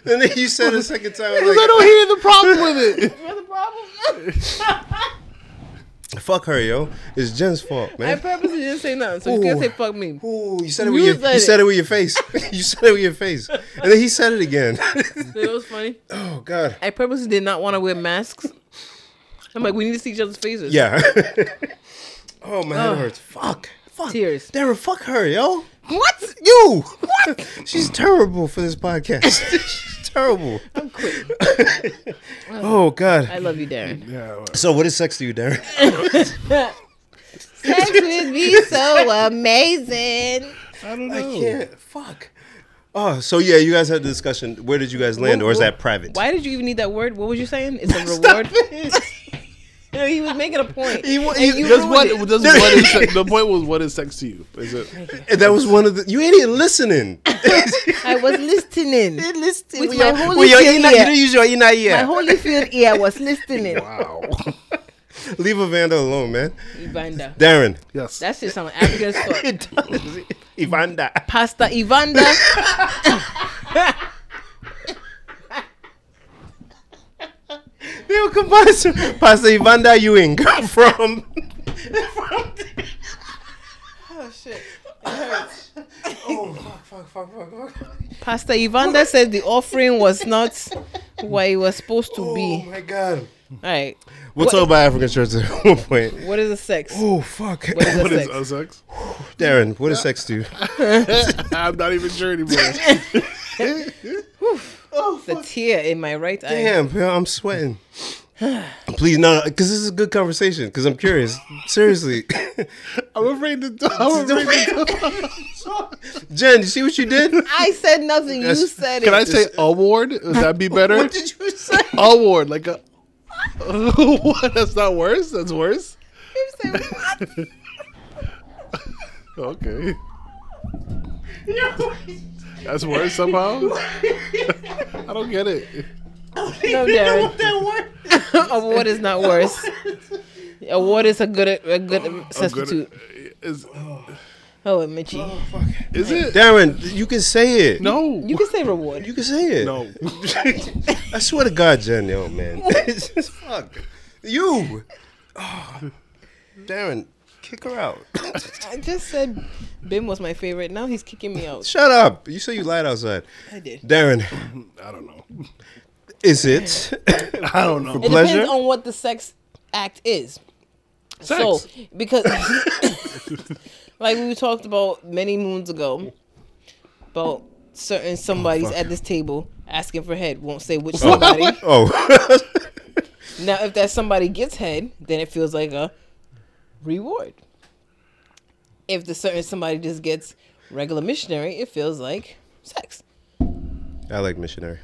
And then you said it a second time. I was I like, don't hear the problem with (laughs) it. You're the problem. fuck her, yo. It's Jen's fault, I man. purposely didn't say nothing, so you can't say fuck me. Ooh, you said it with You your said you it. said it with your face. (laughs) you said it with your face, and then he said it again. (laughs) It was funny. oh God. I purposely did not want to wear (laughs) masks. I'm like, we need to see each other's faces. Yeah. (laughs) oh my head hurts. Fuck. Fuck. Tears. Darren, fuck her, yo. What? You. What? She's terrible for this podcast. (laughs) She's terrible. I'm quick. (laughs) Oh I God. love you, Darren. Yeah, well, So what is sex to you, Darren? Sex with me so amazing. I don't know. I can't. Fuck. Oh, so yeah, you guys had the discussion. Where did you guys land, or is that private? Why did you even need that word? What was you saying? It's (laughs) a reward. No, (laughs) he was making a point. He wa- And he- you That's ruined what, it. (laughs) that's what is sex, the point was what is sex to you? Is it And that was one of the. You ain't even (laughs) listening. (laughs) I was listening. With With my your- holy with your finger. inner- you don't use your inner ear. My Holyfield ear (laughs) was listening. (laughs) wow? Leave Evander alone, man. Ivanda. Darren. yes. That shit sound like African fuck. (laughs) It does. Evander. Pasta Ivanda. They were combined to Pastor Evander Ewing from. Pastor Ivanda said the offering was not what it was supposed to Oh be. my God. All right. We'll talk about African church at (laughs) one point. What is a sex? Oh fuck, What is a What is sex? uh, sex? Darren, what is sex to you? (laughs) (laughs) I'm not even sure anymore. the tear in my right (laughs) eye. Damn, yo, I'm (sighs) sweating. Please, no, because this is a good conversation. Because I'm (laughs) curious, seriously. (laughs) I'm afraid to talk. I'm afraid to talk. (laughs) Jen, you see what you (laughs) did? I said nothing. You That's- said Can I it. say award? Would that (laughs) be better? What did you say? award, like a. (laughs) what? That's not worse. That's worse. You said what? (laughs) Okay. That's worse (laughs) somehow. I don't get it. no, Darren. (laughs) Award is not worse. Award is a good a good substitute. Is, Oh, Mitchie. is it? Darren, you can say it. No. You can say reward. you can say it. (laughs) (laughs) no. I swear to God, Jen, yo, man. (laughs) It's just Fuck you, oh. Darren. Kick her out. (coughs) I just said Bim was my favorite. Now he's kicking me out. Shut up. You say you lied outside. I did. Darren, I don't know. is (laughs) it? I don't know. It Pleasure? depends on what the sex act is. So, Sex. because (laughs) like we talked about many moons ago, about certain somebody's at this table asking for head. Won't say which somebody. (laughs) oh. now, if that somebody gets head, then it feels like a reward. If the certain somebody just gets regular missionary, it feels like sex. I like missionary.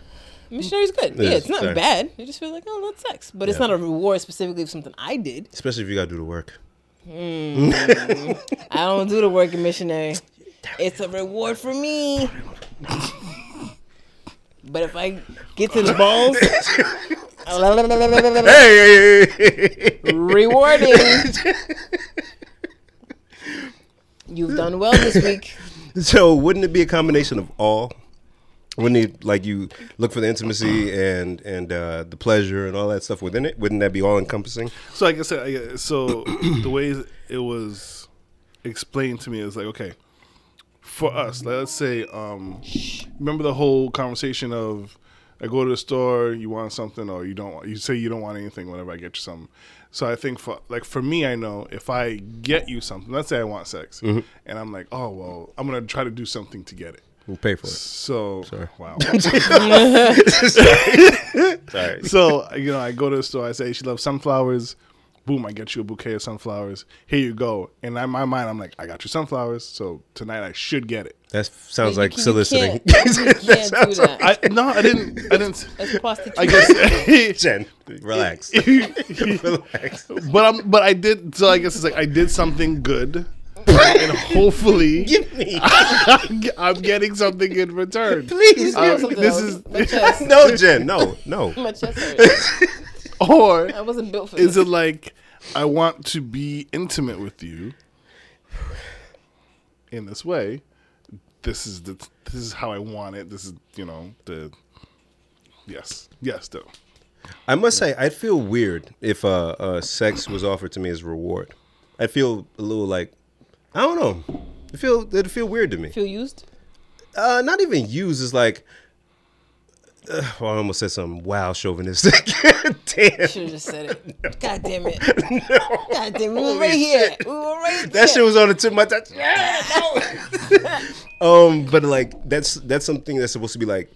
Missionary's good. It yeah, is, it's not sorry. bad. You just feel like, oh, that's sex. But it's Yeah. not a reward specifically for something I did. Especially if you gotta do the work. Hmm. I don't do the work in missionary. It's a reward for me. But if I get to the balls, la, la, la, la, la, la, la, (laughs) Hey, hey, hey. rewarding. (laughs) You've done well this week. (laughs) So wouldn't it be a combination of all? Wouldn't it like you look for the intimacy and and uh, the pleasure and all that stuff within it? Wouldn't that be all encompassing? So like I said, I, so the way it was explained to me is like, okay, for us, like, let's say, um, remember the whole conversation of I go to the store, you want something, or you don't want, you say you don't want anything whenever I get you something. So I think for like for me, I know if I get you something, let's say I want sex, and I'm like, oh well, I'm gonna try to do something to get it. We'll pay for it. So wow. Sorry. so you know, I go to the store. I say she loves sunflowers. Boom! I get you a bouquet of sunflowers. Here you go. And in my mind, I'm like, I got you sunflowers. So tonight I should get it. That sounds You like can't- soliciting. You can't, you can't do that. I no, I didn't. I didn't. That's prostitution. I guess. (laughs) (laughs) Jen, (laughs) relax. relax. but I'm. But I did. So I guess it's like I did something good, and hopefully Give me. (laughs) I'm getting something in return. Please. Uh, Something this else. is my chest. (laughs) No, Jen. No, no. My chest hurt. or I wasn't built for this. is it like I want to be intimate with you in this way? This is the this is how I want it. This is you know the yes yes though. I must say, I'd feel weird if uh, uh, sex was offered to me as reward. I'd feel a little like, I don't know. It feel it'd feel weird to me. Feel used? uh, not even used is like. Uh, well, I almost said something wow chauvinistic. (laughs) Damn, Should have just said it. God (laughs) damn it. God damn it. We were right here. We were right there. that shit was on the tip of my tongue. (laughs) Um, but like that's that's something that's supposed to be like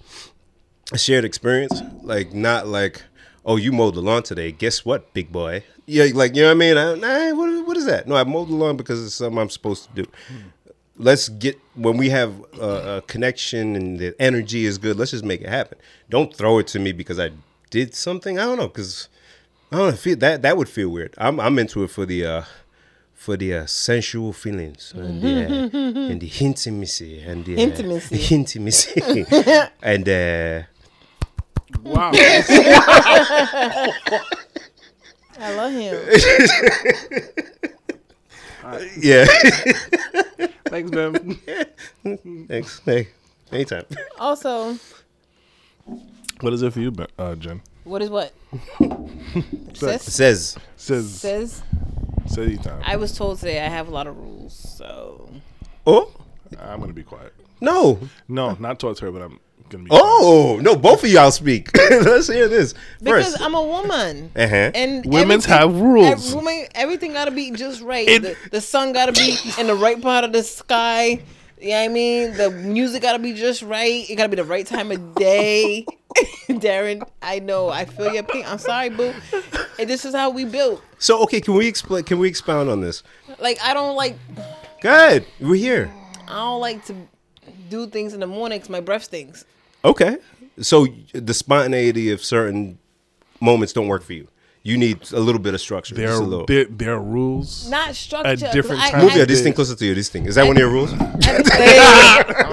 a shared experience, like not like oh you mowed the lawn today. Guess what, big boy? Yeah, like you know what I mean? I, nah, what, what is that? No, I mowed the lawn because it's something I'm supposed to do. Let's get when we have a, a connection and the energy is good. Let's just make it happen. Don't throw it to me because I did something. I don't know because I don't know, feel that that would feel weird. I'm I'm into it for the uh for the uh, sensual feelings and the, uh, (laughs) and the intimacy and the uh, Intimacy. the (laughs) (laughs) intimacy and uh, (laughs) Wow. I love him. (laughs) yeah. (laughs) Thanks, man. Thanks. Hey, anytime. Also, What is it for you, Ben- uh, Jen? what (laughs) is what? Says, Says Says says says you time. I was told today I have a lot of rules, so oh I'm gonna be quiet. no No, not towards her, but I'm gonna be. oh no both of y'all speak. (laughs) Let's hear this because first. i I'm a woman. Uh-huh. And Women's everything- have rules. ev- women, everything gotta be just right. It- the, the sun gotta be in the right part of the sky. You know what I mean? The music gotta be just right. It gotta be the right time of day. (laughs) Darren, I know. I feel your pain. I'm sorry, boo. And this is how we built. so okay, can we explain? Can we expound on this? Like I don't like Good. We're here. I don't like to do things in the morning 'cause my breath stinks. Okay. So the spontaneity of certain moments don't work for you. You need a little bit of structure. There just a are little. there, there are rules. Not structure. 'cause different I- time. Move I- your this thing closer to you. This thing is that one of your (laughs) rules?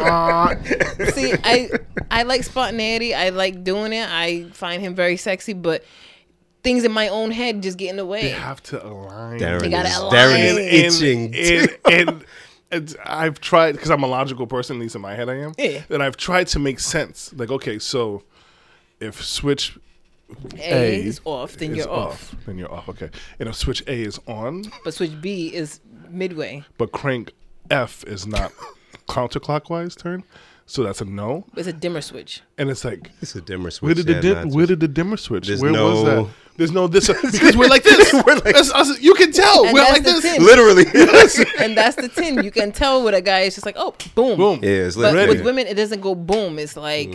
See, I I like spontaneity. I like doing it. I find him very sexy, but things in my own head just get in the They way. have to align. Darren You gotta is, align. Darren and, is itching. and, and, (laughs) and, and I've tried because I'm a logical person, at least in my head I am. Yeah. And I've tried to make sense. Like, okay, so if switch A, is off, then is you're off. Then you're off. Okay. And if switch A is on, But switch B is midway. but crank F is (laughs) not counterclockwise turn, so that's a no. It's a dimmer switch. And it's like. it's a dimmer switch. Where did the yeah, dim, not- where did the dimmer switch? There's where was no- that? There's no (laughs) this uh, because we're like this. we're like us, you can tell And we're that's like the this. (laughs) thing. Literally. And that's the tin. You can tell with a guy It's just like, oh, boom. Boom. Yeah, it's But lit. with women, it doesn't go boom. It's like,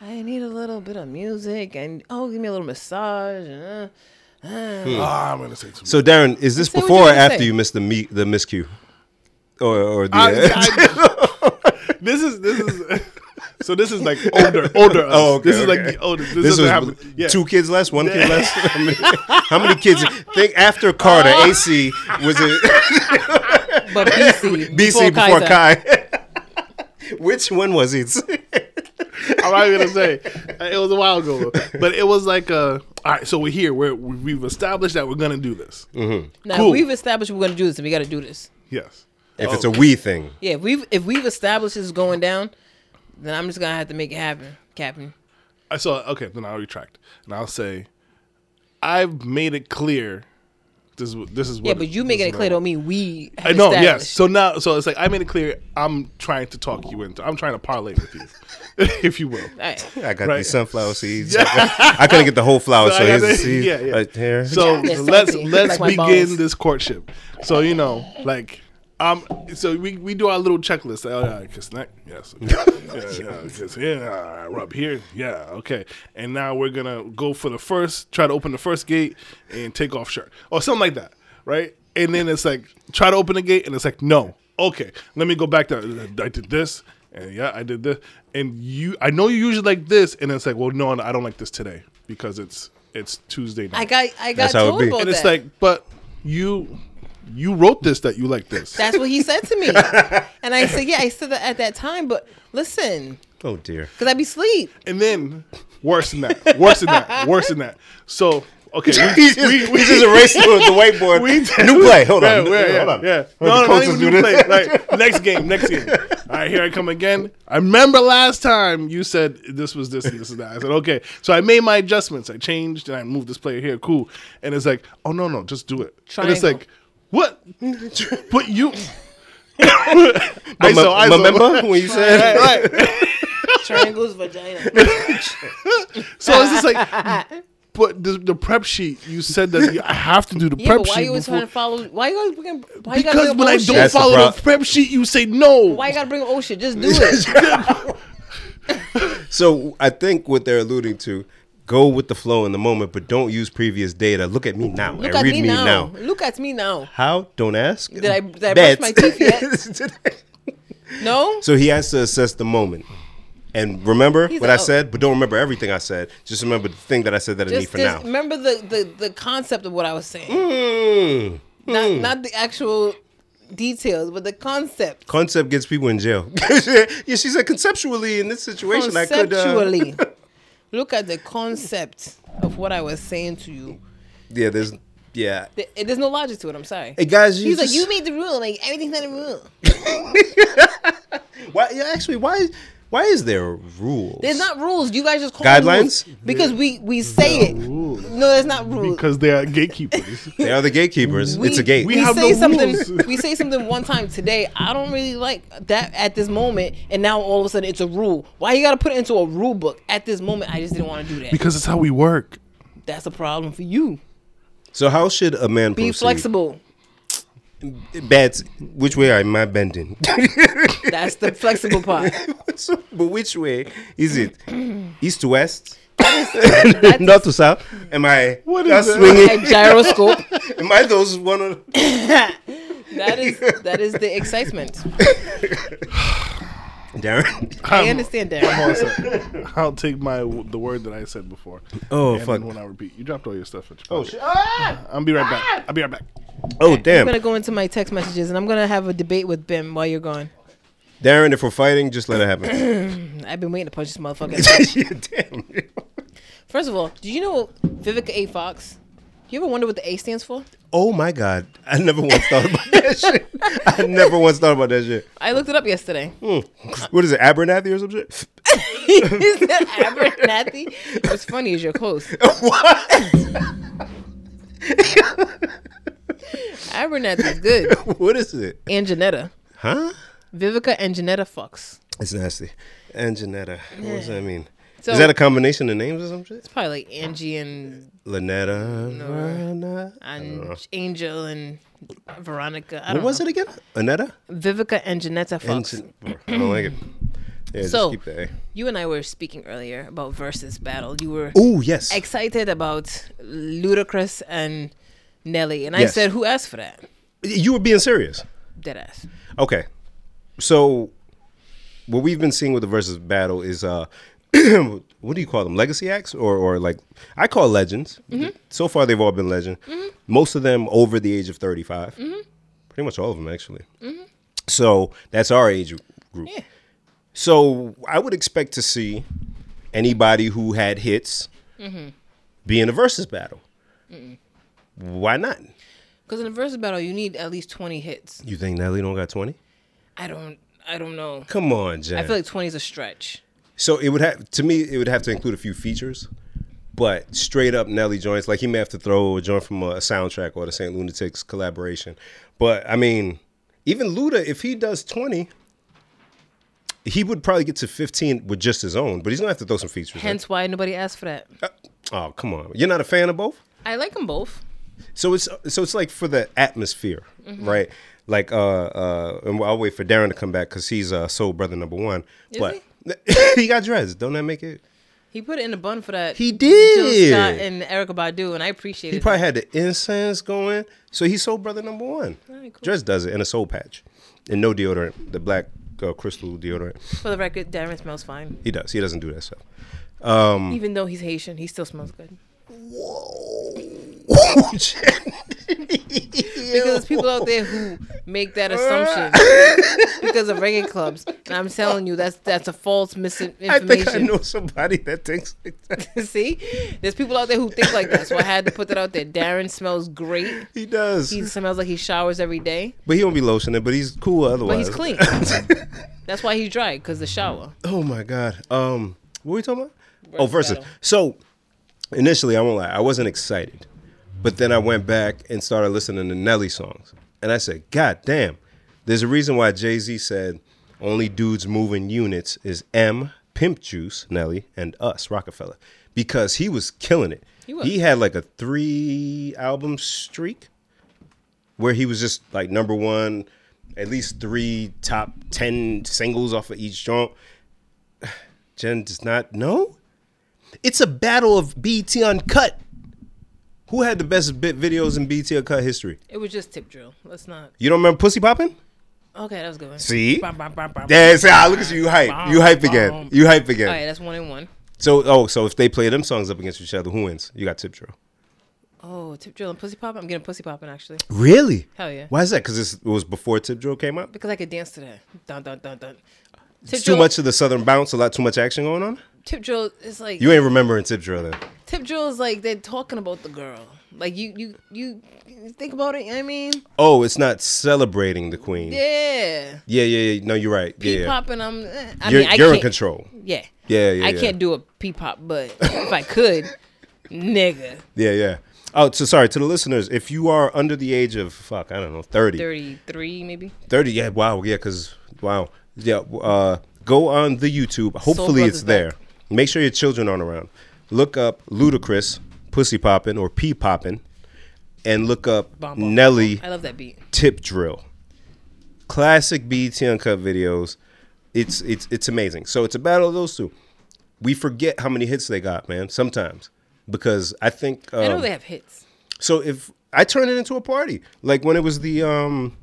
I need a little bit of music and, oh, give me a little massage. uh, Ah, I'm gonna say some. So Darren, is this Say what before you or wanna after say. you missed the me- the miscue, or or the? I- uh, I- (laughs) this is this is so this is like older older. Us. (laughs) Oh, okay, this is like okay. the older. This, This doesn't was happen. (laughs) Yeah. two kids less, one kid (laughs) less. How many, how many kids? Think after Carter, AC was it But BC, BC before Kaiser. Kai? (laughs) Which one was it? I'm not even gonna say it was a while ago, but it was like uh All right, so we're here. We're we- we've established that we're gonna do this. Mm-hmm. Now Cool. we've established we're gonna do this, and we gotta do this. Yes. If it's a we thing, Yeah, if we've if we've established this is going down, then I'm just gonna have to make it happen, Captain. I saw. Okay, then I'll retract and I'll say, I've made it clear. This is what- this is what. Yeah, but you this making is it what clear I don't mean we. I Have know, yes. established. So now, so it's like I made it clear. I'm trying to talk you into. I'm trying to parlay with you, (laughs) if you will. All right. I got Right. these sunflower seeds. (laughs) I couldn't get the whole (laughs) flower, so, I here's got the the- seed yeah, yeah. right here. So They're let's salty, let's like my begin balls. this courtship. So you know, like um, so we, we do our little checklist. Like, oh yeah, kiss neck, yes. okay. yeah, yeah, kiss here, yeah, rub here, yeah, okay. And now we're gonna go for the first. Try to open the first gate and take off shirt or something like that, right? And then it's like try to open the gate and it's like no, okay. Let me go back to I did this. And yeah, I did this, and you. I know you usually like this, and it's like, well, no, I don't like this today because it's it's Tuesday night I got I got That's how it told be. about and it's that. like, but you you wrote this that you like this. That's what he said to (laughs) me, and I said, yeah, I said that at that time, but listen, oh dear. (laughs) because I (laughs) be sleep. and then worse than that, worse than that, worse than that. So (laughs) He okay, just, he just erased the, (laughs) the whiteboard. new play. Hold yeah, on. yeah, yeah, hold on. Yeah, Hold on, no, no, the not coaches even do new this. play. Like next game, next game. All right, here I come again. I remember last time you said this was this and this is that. I said okay, so I made my adjustments. I changed and I moved this player here. Cool, and it's like, oh no, no, just do it. And it's Triangle. like, (laughs) what? But you. (coughs) But me- ISO, ISO. (laughs) Remember when you said Right. Triangles, vagina. (laughs) So it's just like, But the, the prep sheet, you said that you, I have to do the Yeah, prep but why sheet you always before- trying to follow? Why you always bring? Why you gotta because when I bring up old don't shit? That's the follow the, prob- prep sheet, you say no. Why you gotta bring up old (laughs) shit? Just do it. (laughs) So I think what they're alluding to, go with the flow in the moment, but don't use previous data. Look at me now Look and at read me now. Look at me now. How? Don't ask. Did I- did I brush my teeth yet? (laughs) No. so he has to assess the moment. And remember He's what a- I said, but don't remember everything I said. Just remember the thing that I said that I need Just, for just now. remember the, the the concept of what I was saying. Mm. Not not the actual details, but the concept. Concept gets people in jail. (laughs) yeah, she said conceptually in this situation, I could. Uh, Conceptually, look at the concept of what I was saying to you. yeah, there's. Yeah. Th- eh, There's no logic to it. I'm sorry. Hey guys, you He's like, just- you made the rule. Like everything's not a rule. Why, yeah, actually, why? Why is there rules? There's not rules. You guys just call them rules Guidelines? because we we say it. No, there's not rules. (laughs) Because they are (laughs) gatekeepers. They are the gatekeepers. it's a gate. we We have say no something. rules. we say something one time today. I don't really like that at this moment, and now all of a sudden it's a rule. Why you gotta put it into a rule book at this moment? I just didn't want to do that. because it's how we work. That's a problem for you. so how should a man Be proceed? flexible. Bats. Which way am I bending? (laughs) That's the flexible part. So, but which way is it? East to west, (laughs) That's north to south. Am I? What am I is that? swinging? a gyroscope. (laughs) Am I those one? Of, That is that is the excitement. Darren. I understand that. I'll take my the word that I said before. Oh, and fuck. When I repeat, you dropped all your stuff. At your oh shit! I'll be right Ah! back. I'll be right back. Oh I'm gonna damn, go into my text messages and I'm gonna have a debate with Ben while you're gone. Darren. If we're fighting, just let it happen. (laughs) I've been waiting to punch this motherfucker. Yeah, damn. First of all, did you know Vivica A. Fox? You ever wonder what the A stands for? Oh my god, I never once thought about that (laughs) shit. I never once thought about that shit. I looked it up yesterday. (laughs) Hmm. What is it, Abernathy or some shit? (laughs) Is that Abernathy? What's funny is you're close. what? Abernathy's good. What is it? And Janetta. Huh? Vivica and Janetta Fox. It's nasty. And Janetta. What does that mean? So- is that a combination of names or some shit? It's probably like Angie and Lynetta. Lana- and Angel and Veronica. I Uh. What don't was know. it again? Anetta? Vivica and Janetta Fox. Anson- I don't like it. Yeah, just So- keep the A. you and I were speaking earlier about versus battle. You were Oh, yes. excited about Ludacris and Nelly, and I Yes. said, "Who asked for that?" you were being serious. Dead ass. Okay. So, what we've been seeing with the versus battle is uh, (clears throat) what do you call them? Legacy acts, or or like I call legends. Mm-hmm. So far, they've all been legend. Most of them over the age of thirty Mm-hmm. Pretty much all of them, actually. So that's our age group. Yeah. So I would expect to see anybody who had hits Mm-hmm. be in a versus battle. Why not? Because in a versus battle, you need at least twenty hits. You think Nelly don't got twenty? I don't. I don't know. Come on, Jack. I feel like twenty is a stretch. So it would have to me. It would have to include a few features, but straight up Nelly joints. Like he may have to throw a joint from a, soundtrack or the Saint Lunatics collaboration. But I mean, even Luda, if he does twenty, he would probably get to fifteen with just his own. But he's gonna have to throw some features. in. Hence why nobody asked for that. oh come on, you're not a fan of both. I like them both. So it's so it's like for the atmosphere, right? Like uh uh, and I'll wait for Darren to come back because he's uh, soul brother number one. but (laughs) he? got dressed. Don't that make it? He put it in a bun for that. He Jill did. Scott and Erica Badu, and I appreciate He it. probably had the incense going. So he's soul brother number one. Alright, cool. Dress does it in a soul patch. And no deodorant. The black uh, crystal deodorant. for the record, Darren smells fine. He does. He doesn't do that stuff. Um, Even though he's Haitian, he still smells good. Because there's people out there who make (laughs) that assumption because of reggae clubs. And I'm telling you, that's that's a false (laughs) I think I misinformation. know somebody that thinks like that. (laughs) See, there's people out there who think like that. So I had to put that out there. Darren smells great. He does. He smells like he showers every day, but he won't be lotioning, but he's cool but otherwise. he's (laughs) clean. That's why he's dry because the shower. Oh my god. Um, what were we talking about? oh, versus. battle. So initially, I won't lie, I wasn't excited, but then I went back and started listening to Nelly songs, and I said, God damn, there's a reason why Jay Z said only dudes moving units is M Pimp Juice Nelly and us Rockefeller because he was killing it. He was. He had like a three album streak where he was just like number one, at least three top ten singles off of each joint. (sighs) Jen does not know. It's a battle of BT Uncut. Who had the best bit videos in BT Uncut history? It was just tip drill. Let's not. You don't remember Pussy Poppin'? Okay, that was a good. One. See? Bam, bam, bam, bam, Yeah, see, ah, look at you, you hype. You hype again. You hype All right, again. that's one and one. So, oh, so if they play them songs up against each other, who wins? You got Tip Drill. Oh, tip drill and pussy pop. I'm getting pussy popping actually Really? Hell yeah. Why is that? Because it was before Tip Drill came out? because I could dance to that. Dun dun dun dun. Tip It's too much of the Southern bounce, a lot too much action going on? Tip drill is like You ain't remembering Tip Drill then. tip drill is like they're talking about the girl. Like you you you you think about it. You know what I mean, Oh, it's not celebrating the queen. Yeah, yeah. yeah, yeah. No, you're right. P yeah. pop and I'm. eh, I You're, mean, I you're in can't- control. Yeah. Yeah, yeah, I yeah. can't do a P pop, but if I could, nigga, Yeah, yeah. Oh, so sorry to the listeners. If you are under the age of fuck, I don't know, 30, 30, thirty three maybe. yeah, wow, yeah, because wow, yeah, uh, go on the YouTube. Hopefully, it's Brothers there. back. Make sure your children aren't around. Look up Ludacris, Pussy Poppin' or P Poppin', and look up Bom, bom, bom, Nelly bom. I love that beat. Tip Drill. Classic BET Uncut videos. It's it's it's amazing. So it's a battle of those two. We forget how many hits they got, man. Sometimes because I think um, I know they have hits. so if I turn it into a party, like when it was the um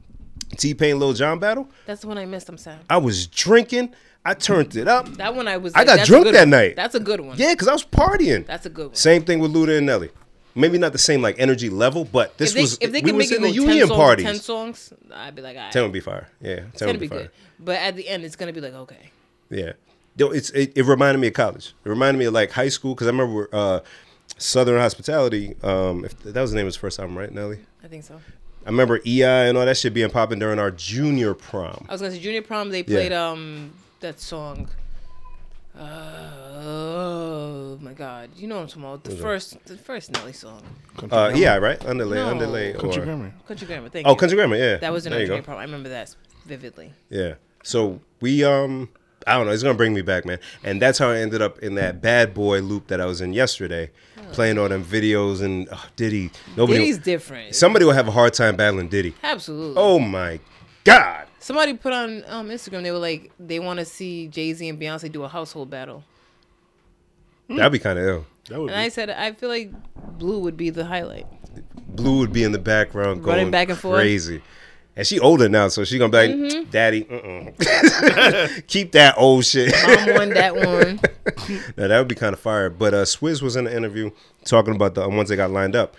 T Pain Lil John battle, That's the one I missed. I'm sad. I was drinking. I turned it up. That one I was. I like, got that's a drunk good that one. night. That's a good one. Yeah, because I was partying. That's a good one. Same thing with Luda and Nelly. Maybe not the same like energy level, but this if they, was if they we could was make it in the go 10 union songs, parties. ten songs, I'd be like, all right, Ten it's would be fire. Yeah, ten gonna would be be fire. good. But at the end, it's gonna be like, okay, Yeah, Though it's it, it reminded me of college. It reminded me of like high school because I remember uh, Southern Hospitality. Um, if that was the name of his first album, right, Nelly? I think so. I remember EI and all that shit being popping during our junior prom. I was gonna say junior prom. They played um that song. Uh, oh my God! You know what I'm talking about? The first, the first Nelly song, Country Uh, grammar. yeah, right. Underlay, No. underlay. Country or- grammar. Country Grammar. Thank Oh, you. country grammar. Yeah, That was in there our you junior go. prom. I remember that vividly. Yeah. So we um, I don't know. It's gonna bring me back, man. And that's how I ended up in that bad boy loop that I was in yesterday, playing all them videos and oh, Diddy. Nobody. Diddy's different. Somebody will have a hard time battling Diddy. Absolutely. Oh my God. Somebody put on um, Instagram. They were like, they want to see Jay Z and Beyonce do a household battle. Hmm. That'd be kind of ill. That would And I be said, I feel like Blue would be the highlight. Blue would be in the background going Running back and forth. Mm-hmm. crazy. And she older now, so she gonna be like, "Daddy, mm-mm. (laughs) keep that old shit." Mom won that one. Now that would be kind of fire. But uh, Swizz was in an interview talking about the uh, ones that got lined up.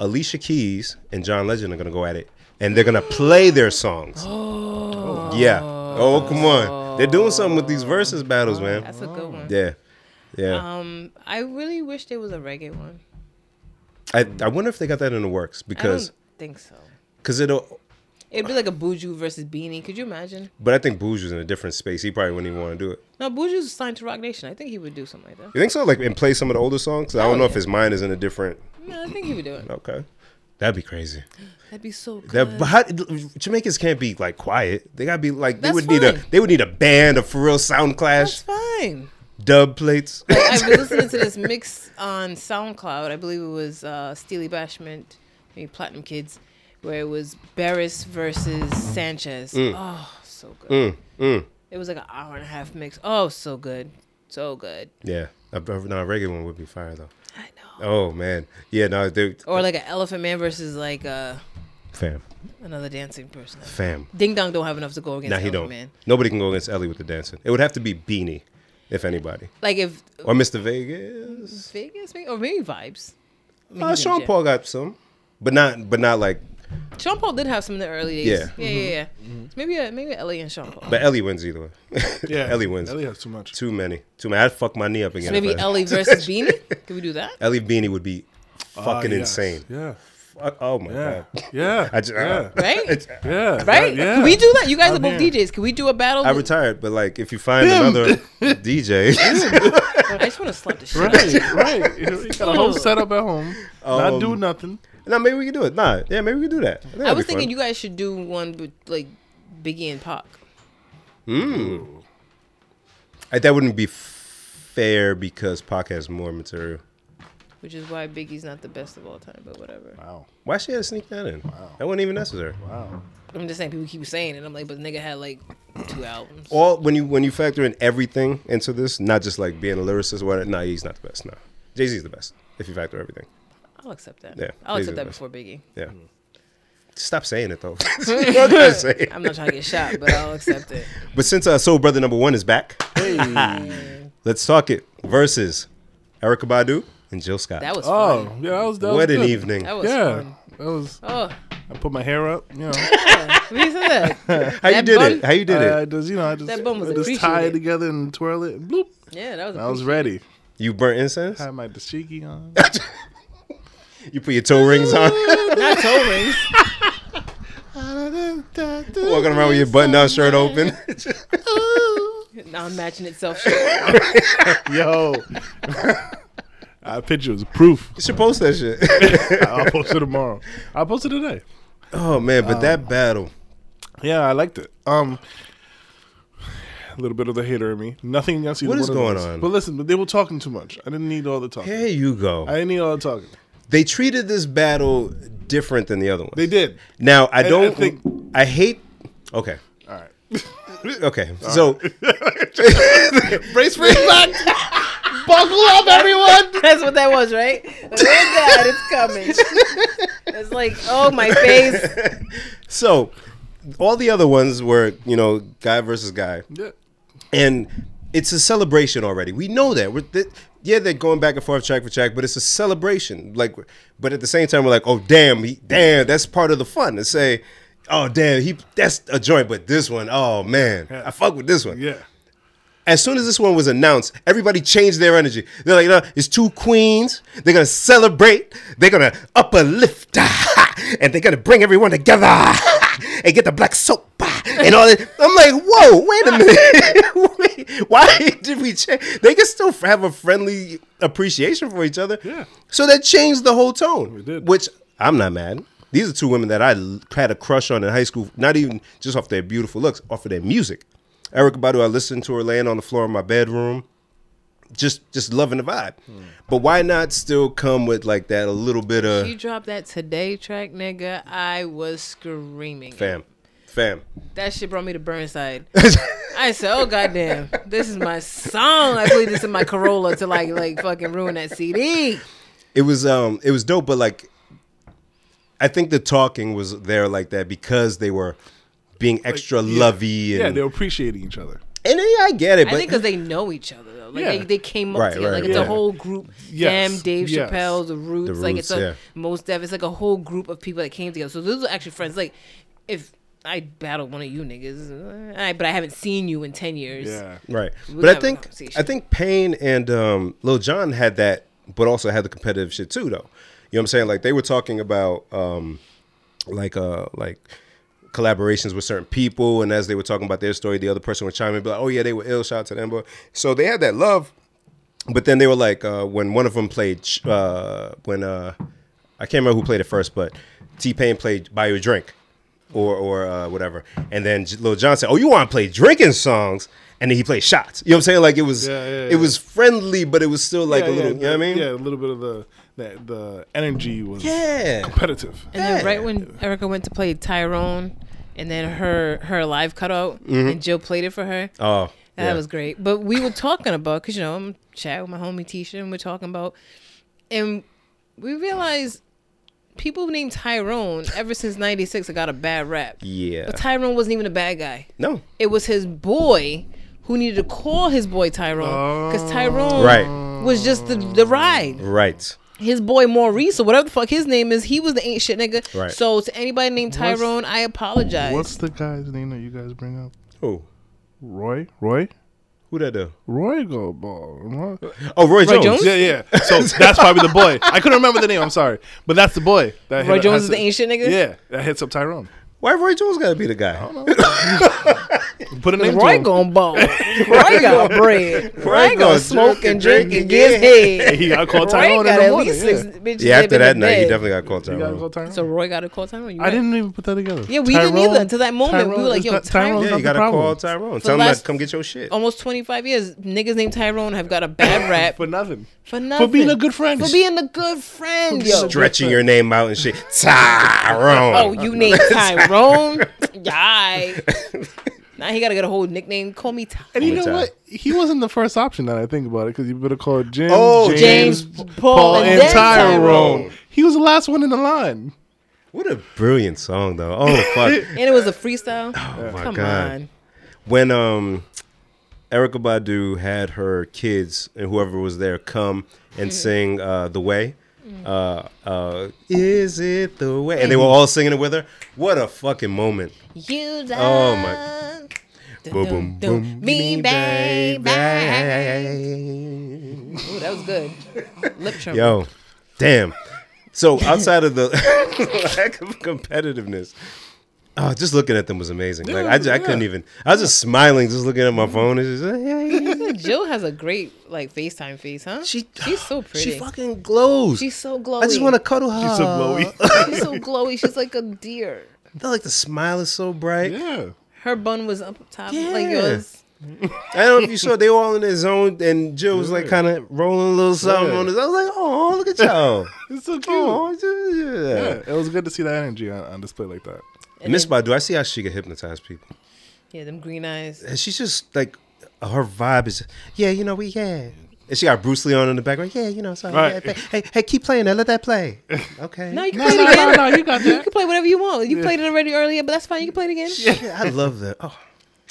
Alicia Keys and John Legend are gonna go at it, and they're gonna play their songs. Yeah. Oh come on, they're doing something with these verses battles, man. That's a Oh. good one. Yeah, yeah. Um, I really wish there was a reggae one. I, I wonder if they got that in the works I don't because think so. because it'll. It'd be like a Buju versus Beanie. Could you imagine? But I think Booj was in a different space. He probably wouldn't even want to do it. No, Buju's signed to Rock Nation. I think he would do something like that. You think so? Like and play some of the older songs. I don't Oh, know if yeah. his mind is in a different. No, I think he would do it. Okay, that'd be crazy. That'd be so good. That but how, Jamaicans can't be like quiet. They gotta be like they That's would need a fine. they would need a band of for real sound That's clash fine. dub (laughs) plates. I've been listening to this mix on SoundCloud. I believe it was uh, Steely Bashment, maybe Platinum Kids, where it was Barris versus Sanchez. Oh, so good. It was like an hour and a half mix. Oh, so good. So good. yeah, a, a, no, a regular one would be fire though. I know. Oh man, yeah, no, they Or like an Elephant Man versus like uh, fam another dancing person. fam. Ding Dong don't have enough to go against Nah, he Elephant don't. Man. Nobody can go against Ellie with the dancing. It would have to be Beanie, if anybody, Like if or Mr. Vegas. Vegas, maybe, or maybe Vibes. I mean, Uh, he's in Sean jail. Paul got some, but not but not like. Sean Paul did have some in the early days. Yeah. Mm-hmm. yeah, yeah. yeah. Mm-hmm. Maybe uh, maybe Ellie and Sean Paul. But Ellie wins either way. yeah. (laughs) Ellie wins. Ellie has too much. Too many. Too many. I'd fuck my knee up again. So if maybe I- (laughs) Ellie versus Beanie. Can we do that? Ellie Beanie would be fucking Ah, yes. insane. Yeah. Fuck- oh my Yeah. god. Yeah. (laughs) I uh, ju- yeah. (laughs) Right? Yeah. Right? Yeah. Can we do that? You guys are both in. DJs. Can we do a battle? I retired, but like if you find another (laughs) DJ, I just want to (laughs) slap the shit. out of you. Right, right. (laughs) Um, You know, you got a whole setup at home. not do nothing. no, maybe we can do it. (laughs) Nah, yeah, maybe we can do that. I, I was thinking you guys should do one with like Biggie and Pac. that wouldn't be f- fair because Pac has more material. which is why Biggie's not the best of all time. But whatever. Wow. Why she had to sneak that in? That wasn't even necessary. Wow. I'm just saying people keep saying it. I'm like, but nigga had like two albums. All when you when you factor in everything into this, not just like being a lyricist or whatever. Nah, he's not the best. Nah, Jay Z's the best if you factor everything. I'll accept that. Yeah, I'll accept Biggie's that the best. before Biggie. Yeah. Hmm. Stop saying it though. (laughs) You know what I'm saying? I'm not trying to get shot, but I'll accept it. But since uh, Soul Brother number one is back, (laughs) let's talk it versus Erica Badu and Jill Scott. That was Oh, fun. yeah, that was that was what an good. evening! That was Yeah, fun. that was. Oh, I put my hair up, (laughs) you know. we said that. How you that did bun- it? How you did I, I it? just, you know, I just, That bum was I just tie appreciated. it together and twirl it. And bloop. Yeah, that was. I was ready. You burnt incense. Had my dashiki (laughs) on. You put your toe rings (laughs) on. (laughs) not toe rings. Walking around with your button-down shirt (laughs) open. (laughs) Now I'm matching itself. Shit. (laughs) (laughs) Yo. (laughs) I picture was proof. you should post that shit. (laughs) I'll post it tomorrow. I'll post it today. oh man, but Um, that battle. Yeah, I liked it. Um, a little bit of the hater in me. Nothing against either What is one of going those. on? But listen, they were talking too much. I didn't need all the talking. Here you go. I didn't need all the talking. they treated this battle different than the other one. They did. Now I I don't. I, think- hate. Okay. (laughs) All right. Okay. so (laughs) Brace for impact. (laughs) Buckle up, everyone. That's what that was, right? Oh God, it's coming. It's like, oh my face. so all the other ones were you know guy versus guy, Yeah. and it's a celebration already. We know that. We're th- yeah, they're going back and forth track for track, but it's a celebration. Like, but at the same time, we're like, oh damn, he, damn, that's part of the fun to say. Oh damn, he that's a joint, but this one, oh man, I fuck with this one. Yeah. As soon as this one was announced, everybody changed their energy. They're like, no, it's two queens. They're gonna celebrate. They're gonna uplift, (laughs) and they're gonna bring everyone together (laughs) and get the black soap (laughs) and all that. I'm like, whoa, wait a minute. (laughs) Wait, Why did we change? They can still have a friendly appreciation for each other. Yeah. So that changed the whole tone. It did. Which I'm not mad. These are two women that I l- had a crush on in high school, not even just off their beautiful looks, off of their music. Erica Badu, I listened to her laying on the floor in my bedroom, just just loving the vibe. Hmm. But why not still come with like that a little bit of You dropped that today track, nigga. I was screaming. fam, fam? (laughs) That shit brought me to Burnside. I said, "Oh goddamn, this is my song." I played this in my Corolla to like, like fucking ruin that CD. It was um it was dope, but like I think the talking was there like that because they were being extra lovey and Yeah, they're appreciating each other. and yeah, I get it, I but think because they know each other though. Like Yeah. they, they came up Right, together. right, like it's right. a whole group. Yes, Them, Dave yes. Chappelle, the Roots. The like it's Roots, a yeah. most Def. It's like a whole group of people that came together. So those are actually friends. Like if I battled one of you niggas, all right, but I haven't seen you in ten years. Yeah. Right. We but I have a think conversation. I think Payne and um, Lil Jon had that, but also had the competitive shit too, though. You know what I'm saying? Like they were talking about um, like uh like collaborations with certain people, and as they were talking about their story, the other person would chime in, and be like, "Oh yeah, they were ill. Shout out to them." But so they had that love, but then they were like, uh, when one of them played, ch- uh, when uh, I can't remember who played it first, but T Pain played "Buy You a Drink" or or uh, whatever, and then J- Lil Jon said, "Oh, you want to play drinking songs?" And then he played shots. You know what I'm saying? Like it was, Yeah, yeah, it yeah. was friendly, but it was still like Yeah, a little. yeah, you know what I mean? Yeah, a little bit of the that the energy was Yeah. competitive. And then Yeah. right when Erica went to play Tyrone, and then her her live cutout, Mm-hmm. and Jill played it for her. Oh, That yeah. was great. But we were talking about because you know I'm chatting with my homie Tisha, and we're talking about, and we realized people named Tyrone ever since '96 got a bad rap. Yeah. but Tyrone wasn't even a bad guy. no. It was his boy who needed to call his boy Tyrone because Oh. Tyrone Right. was just the, the ride Right. his boy Maurice or whatever the fuck his name is, he was the ain't shit nigga. Right. So to anybody named What's- Tyrone, I apologize. What's the guy's name that you guys bring up? Oh, Roy? Roy? who that do? Roy go ball. Roy- Oh, Roy, Jones. Jones? Yeah, yeah. So (laughs) that's probably the boy. I couldn't remember the name. I'm sorry, but that's the boy. That Roy hit- Jones has is the to- ancient nigga? Yeah, that hits up Tyrone. Why Roy Jones gotta be the guy? Put a name to Roy him. gonna ball. Roy got bread. Roy Roy, gonna gonna smoke and drink and get get (laughs) head. He got called time Roy out in got the at morning. least yeah. six bitches. Yeah, after been that in night, he bed. definitely got called He time. got out. called time out? So Roy got a call time. I didn't even put that together. Yeah, we didn't either until that moment. We were Tyrone like, is yo, not- Tyrone's Tyrone- Yeah, not you the gotta problem. call Tyrone. Tell him to last- come get your shit. Almost 25 years, niggas named Tyrone have got a bad rap For nothing. for nothing. For being a good friend. For being a good friend, yo. Stretching your name out and (laughs) shit. Tyrone. Oh, you named Tyrone? Yai. now he got to get a whole nickname. Call me Ty. and you know Tyron. what? He wasn't the first option that I think about it because you better call James, Oh, James, Paul, and and, then Tyrone. Tyrone. He was the last one in the line. What a brilliant song though. Oh fuck. (laughs) And it was a freestyle. Oh my Come god. on. When um Erica Badu had her kids and whoever was there come Mm-hmm. and sing uh The Way. Mm. Uh, uh, is it the way? And they were Mm-hmm. all singing it with her. What a fucking moment! You Oh, my- my. Boom, boom, boom. Me, baby. baby. Ooh, that was good. Lip trim. Yo, damn. So outside of the (laughs) lack of competitiveness, oh, just looking at them was amazing. Like I, ju- I couldn't even. I was just smiling, just looking at my phone. It's just, (laughs) Jill has a great like FaceTime face, huh? (sighs) she, she's so pretty. She fucking glows. she's so glowy. I just want to cuddle her. She's so (laughs) glowy. She's so glowy. She's like a deer. I feel like the smile is so bright. yeah. Her bun was up top Yeah. like yours. I don't know if you saw they were all in their zone, and Jill was like kind of rolling a little something Yeah. on his. I was like, oh, look at y'all. It's so cute. oh, yeah. Yeah, it was good to see that energy on, on display like that. And Miss then- Badu, I see how she can hypnotize people. yeah, them green eyes. and she's just like her vibe is yeah you know we yeah and she got Bruce Lee on in the background yeah you know so Right. yeah, hey hey keep playing that let that play okay No, you can No, play no, it again. no, no, you got You that. can play whatever you want. You played it already earlier, but that's fine. You can play it again. yeah, I love that oh,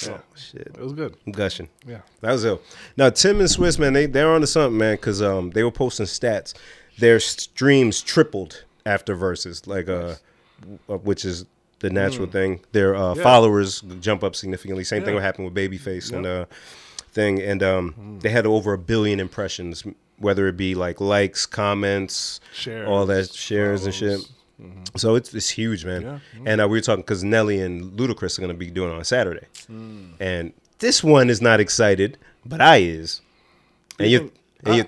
oh shit It was good. I'm gushing Yeah. that was ill now Tim and Swiss man they they're on to something man because um they were posting stats their streams tripled after verses like uh w- which is the natural thing their uh, followers jump up significantly same thing Hmm. Yeah. what happened with Babyface and uh thing and um Hmm. they had over a billion impressions whether it be like likes comments all that Shares, shares and shit follows. so it's, it's huge man Yeah. and uh, we were talking because nelly and ludacris are going to be doing it on saturday Hmm. and this one is not excited but i is and you and you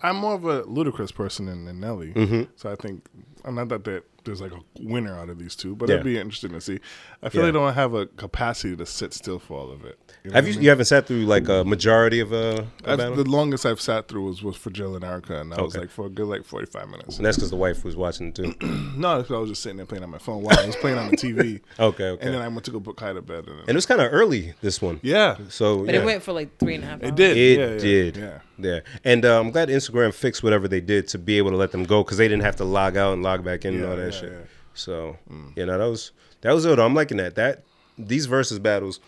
I'm more of a ludicrous person than, than Nelly, so I think I'm not that that there's like a winner out of these two, but Yeah. it'd be interesting to see. I feel Yeah. they don't have a capacity to sit still for all of it. know have what you I mean? you haven't sat through like a majority of uh, a That's battle the longest I've sat through was, was for Jill and Erica, and that was Okay. like for a good like 45 minutes. and that's because the wife was watching it too (clears throat) No, that's 'cause I was just sitting there playing on my phone while I was playing on the (laughs) TV. Okay, okay. And then I went to go put Kai to bed. And, then, and it was kind of early this one yeah, so But yeah. it went for like three and a half. it (laughs) hours. did. It yeah, yeah, did. Yeah. Yeah. And uh, I'm glad Instagram fixed whatever they did to be able to let them go because they didn't have to log out and log back in and Yeah, all that yeah, shit. yeah. So you know that was that was it. I'm liking that. That these versus battles,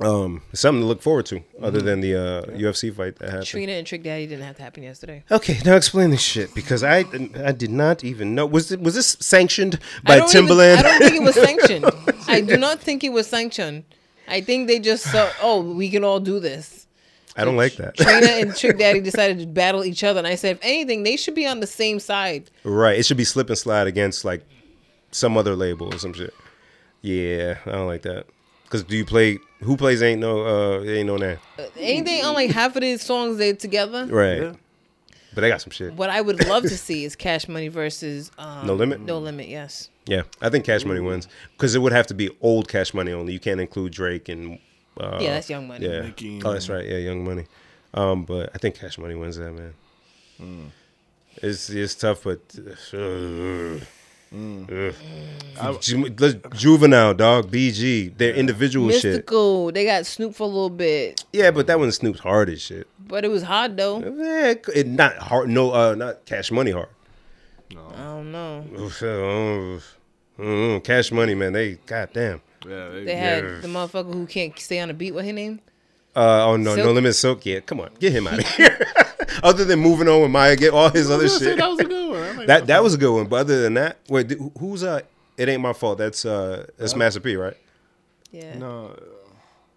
um, it's something to look forward to. Other than the uh, UFC fight that happened. Trina and Trick Daddy didn't have to happen yesterday. Okay, now explain this shit because I I did not even know was it was this sanctioned by I don't Timberland? Even, I don't think it was sanctioned. I do not think it was sanctioned. I think they just saw, oh, we can all do this. (laughs) I don't like that. Trina and Trick Daddy decided to battle each other, and I said, if anything, they should be on the same side. Right. It should be slip and slide against like some other label or some shit. Yeah, I don't like that. Cause do you play who plays ain't no uh ain't no name. Ain't they on like half of these songs they together? Right. Yeah. But they got some shit. What I would love to see is Cash Money versus um, No Limit? No Limit, yes. Yeah. I think Cash Money wins. Cause it would have to be old Cash Money only. You can't include Drake and uh yeah, that's Young Money. Yeah. Nicki Oh, that's right. Yeah, Young Money. Um, but I think Cash Money wins that, man. Hmm. It's it's tough, but Hmm. (sighs) Ugh. Ju- let's- juvenile dog, BG, their individual shit. Mystical, they got Snoop for a little bit, Yeah, but that one Snoop's hard as shit. but it was hard though. Yeah, it- it not hard. No, uh, not Cash Money hard. I don't know. Oof, uh, oof. Mm, cash Money, man. They goddamn. Yeah, they- They had Yeah. the motherfucker who can't stay on the beat. What her name? Uh, oh no, no Silk. limit silk. Yeah, come on, get him out of here. (laughs) other than moving on with Maya, get all his I other was gonna say shit. that was a good one. I like That that was a good one. But other than that, wait, th- Oh. who's uh? It ain't my fault. That's uh, that's Master P, right? Yeah. No,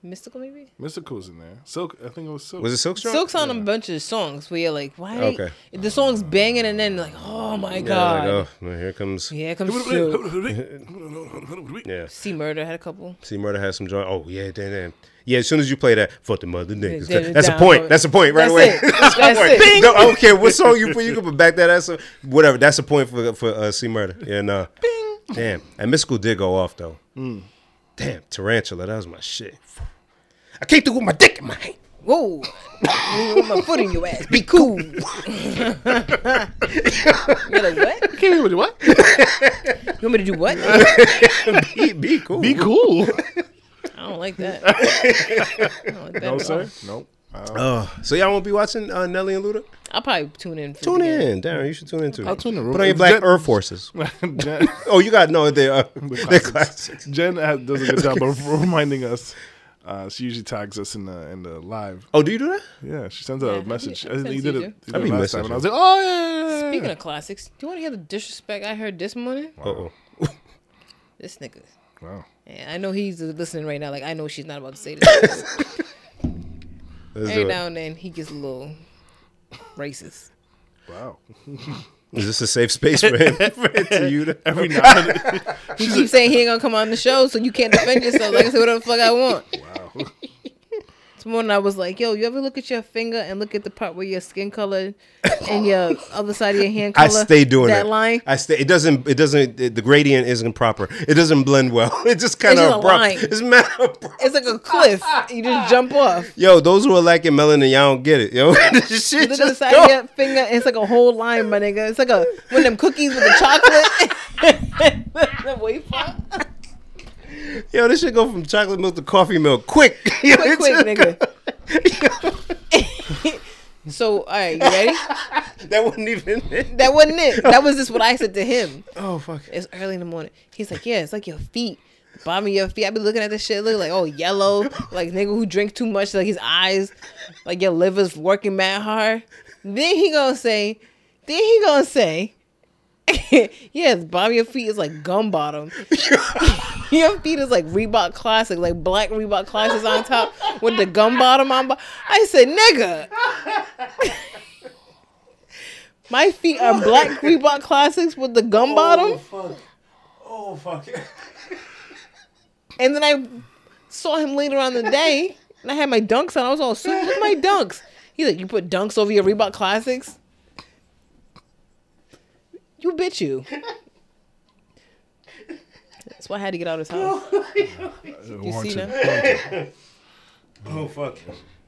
Mystical maybe. Mystical's in there. Silk, I think it was Silk. (laughs) Was it Silk Strong? Silk's on a bunch of songs where you're like, why? Okay. The song's banging and then like, oh my Yeah, like, god. oh, well, here comes. Yeah, it comes Silk. (laughs) Yeah. See Murder had a couple. See, Murder has some joint. Oh yeah, damn, damn. Yeah, as soon as you play that, fuck the mother niggas. Then it That's a down- point. (laughs) That's a point right That's away. it. That's it. Bing. No, I don't care what song you put. You can put back that ass. up. Whatever. That's a point for for uh, C Murder. Yeah, no. Bing. Damn. And Mystical did go off though. Hmm. Damn, Tarantula. That was my shit. I came through with my dick in my hand. Whoa. Put my foot in your ass. Be (laughs) cool. (laughs) you're like, what? Can't even what? (laughs) You want me to do what? I be, be cool. Be cool. don't (laughs) like that. I don't like that no at all. Oh, sir. Nope. Uh, so y'all won't be watching uh, Nelly and Luda? I'll probably tune in. For Tune the game. in, Darren. You should tune in too. I'll tune in. Put on your It's Black Jen- Earth Forces. Jen, (laughs) Oh, you got no. They are they're classics. classics. Jen has- does a good (laughs) job of reminding us. Uh, she usually tags us in the in the live. Oh, do you do that? Yeah, she sends out Yeah, a message. I I think send you did you it, to. you I did be it last time, and messaging. I was like, oh yeah, yeah, yeah, Speaking yeah. of classics, do you want to hear the disrespect I heard this morning? Uh oh. This nigga. Wow. Yeah, I know he's listening right now. Like, I know she's not about to (laughs) say this. Let's Every do now it. and then, he gets a little racist. Wow. Is this a safe space for (laughs) him? for it to you to- Every now (laughs) and then. He keeps saying he ain't gonna come on the show, so you can't defend yourself. Like I said, whatever the fuck (laughs) I want. Wow. This morning I was like, "Yo, you ever look at your finger and look at the part where your skin color (coughs) and your other side of your hand I color?" stay doing that it. line. I stay. It doesn't. It doesn't. It, the gradient isn't proper. It doesn't blend well. (laughs) It just kind just of a abrupt. line. It's mad abrupt. It's like a cliff. You (laughs) just jump off. Yo, those who are lacking melanin, y'all don't get it. Yo, (laughs) this You shit look at the just side of go. your finger. And it's like a whole line, my nigga. It's like a one of them cookies with the chocolate. (laughs) the wafer. Yo, this shit go from chocolate milk to coffee milk quick. (laughs) Yo, it Quick, quick, just- (laughs) nigga. so, all right, you ready? (laughs) That wasn't even. That wasn't it. That was just what I said to him. Oh fuck. It's early in the morning. He's like, yeah, it's like your feet. Bottom of your feet. I be looking at this shit, look like oh yellow, like nigga who drink too much, like his eyes, like your liver's working mad hard. Then he gonna say, then he gonna say, (laughs) yeah, the bottom of your feet is like gum bottom. (laughs) your feet is like Reebok classic, like black Reebok classics on top with the gum bottom on. Bo- I said, nigga. (laughs) My feet are black Reebok classics with the gum bottom. fuck. Oh fuck. (laughs) And then I saw him later on the (laughs) day, and I had my dunks on. I was all super with my dunks. He's like, "You put dunks over your Reebok Classics? You bitch, you." That's why I had to get out of his house. You see Warranted. now? Oh fuck.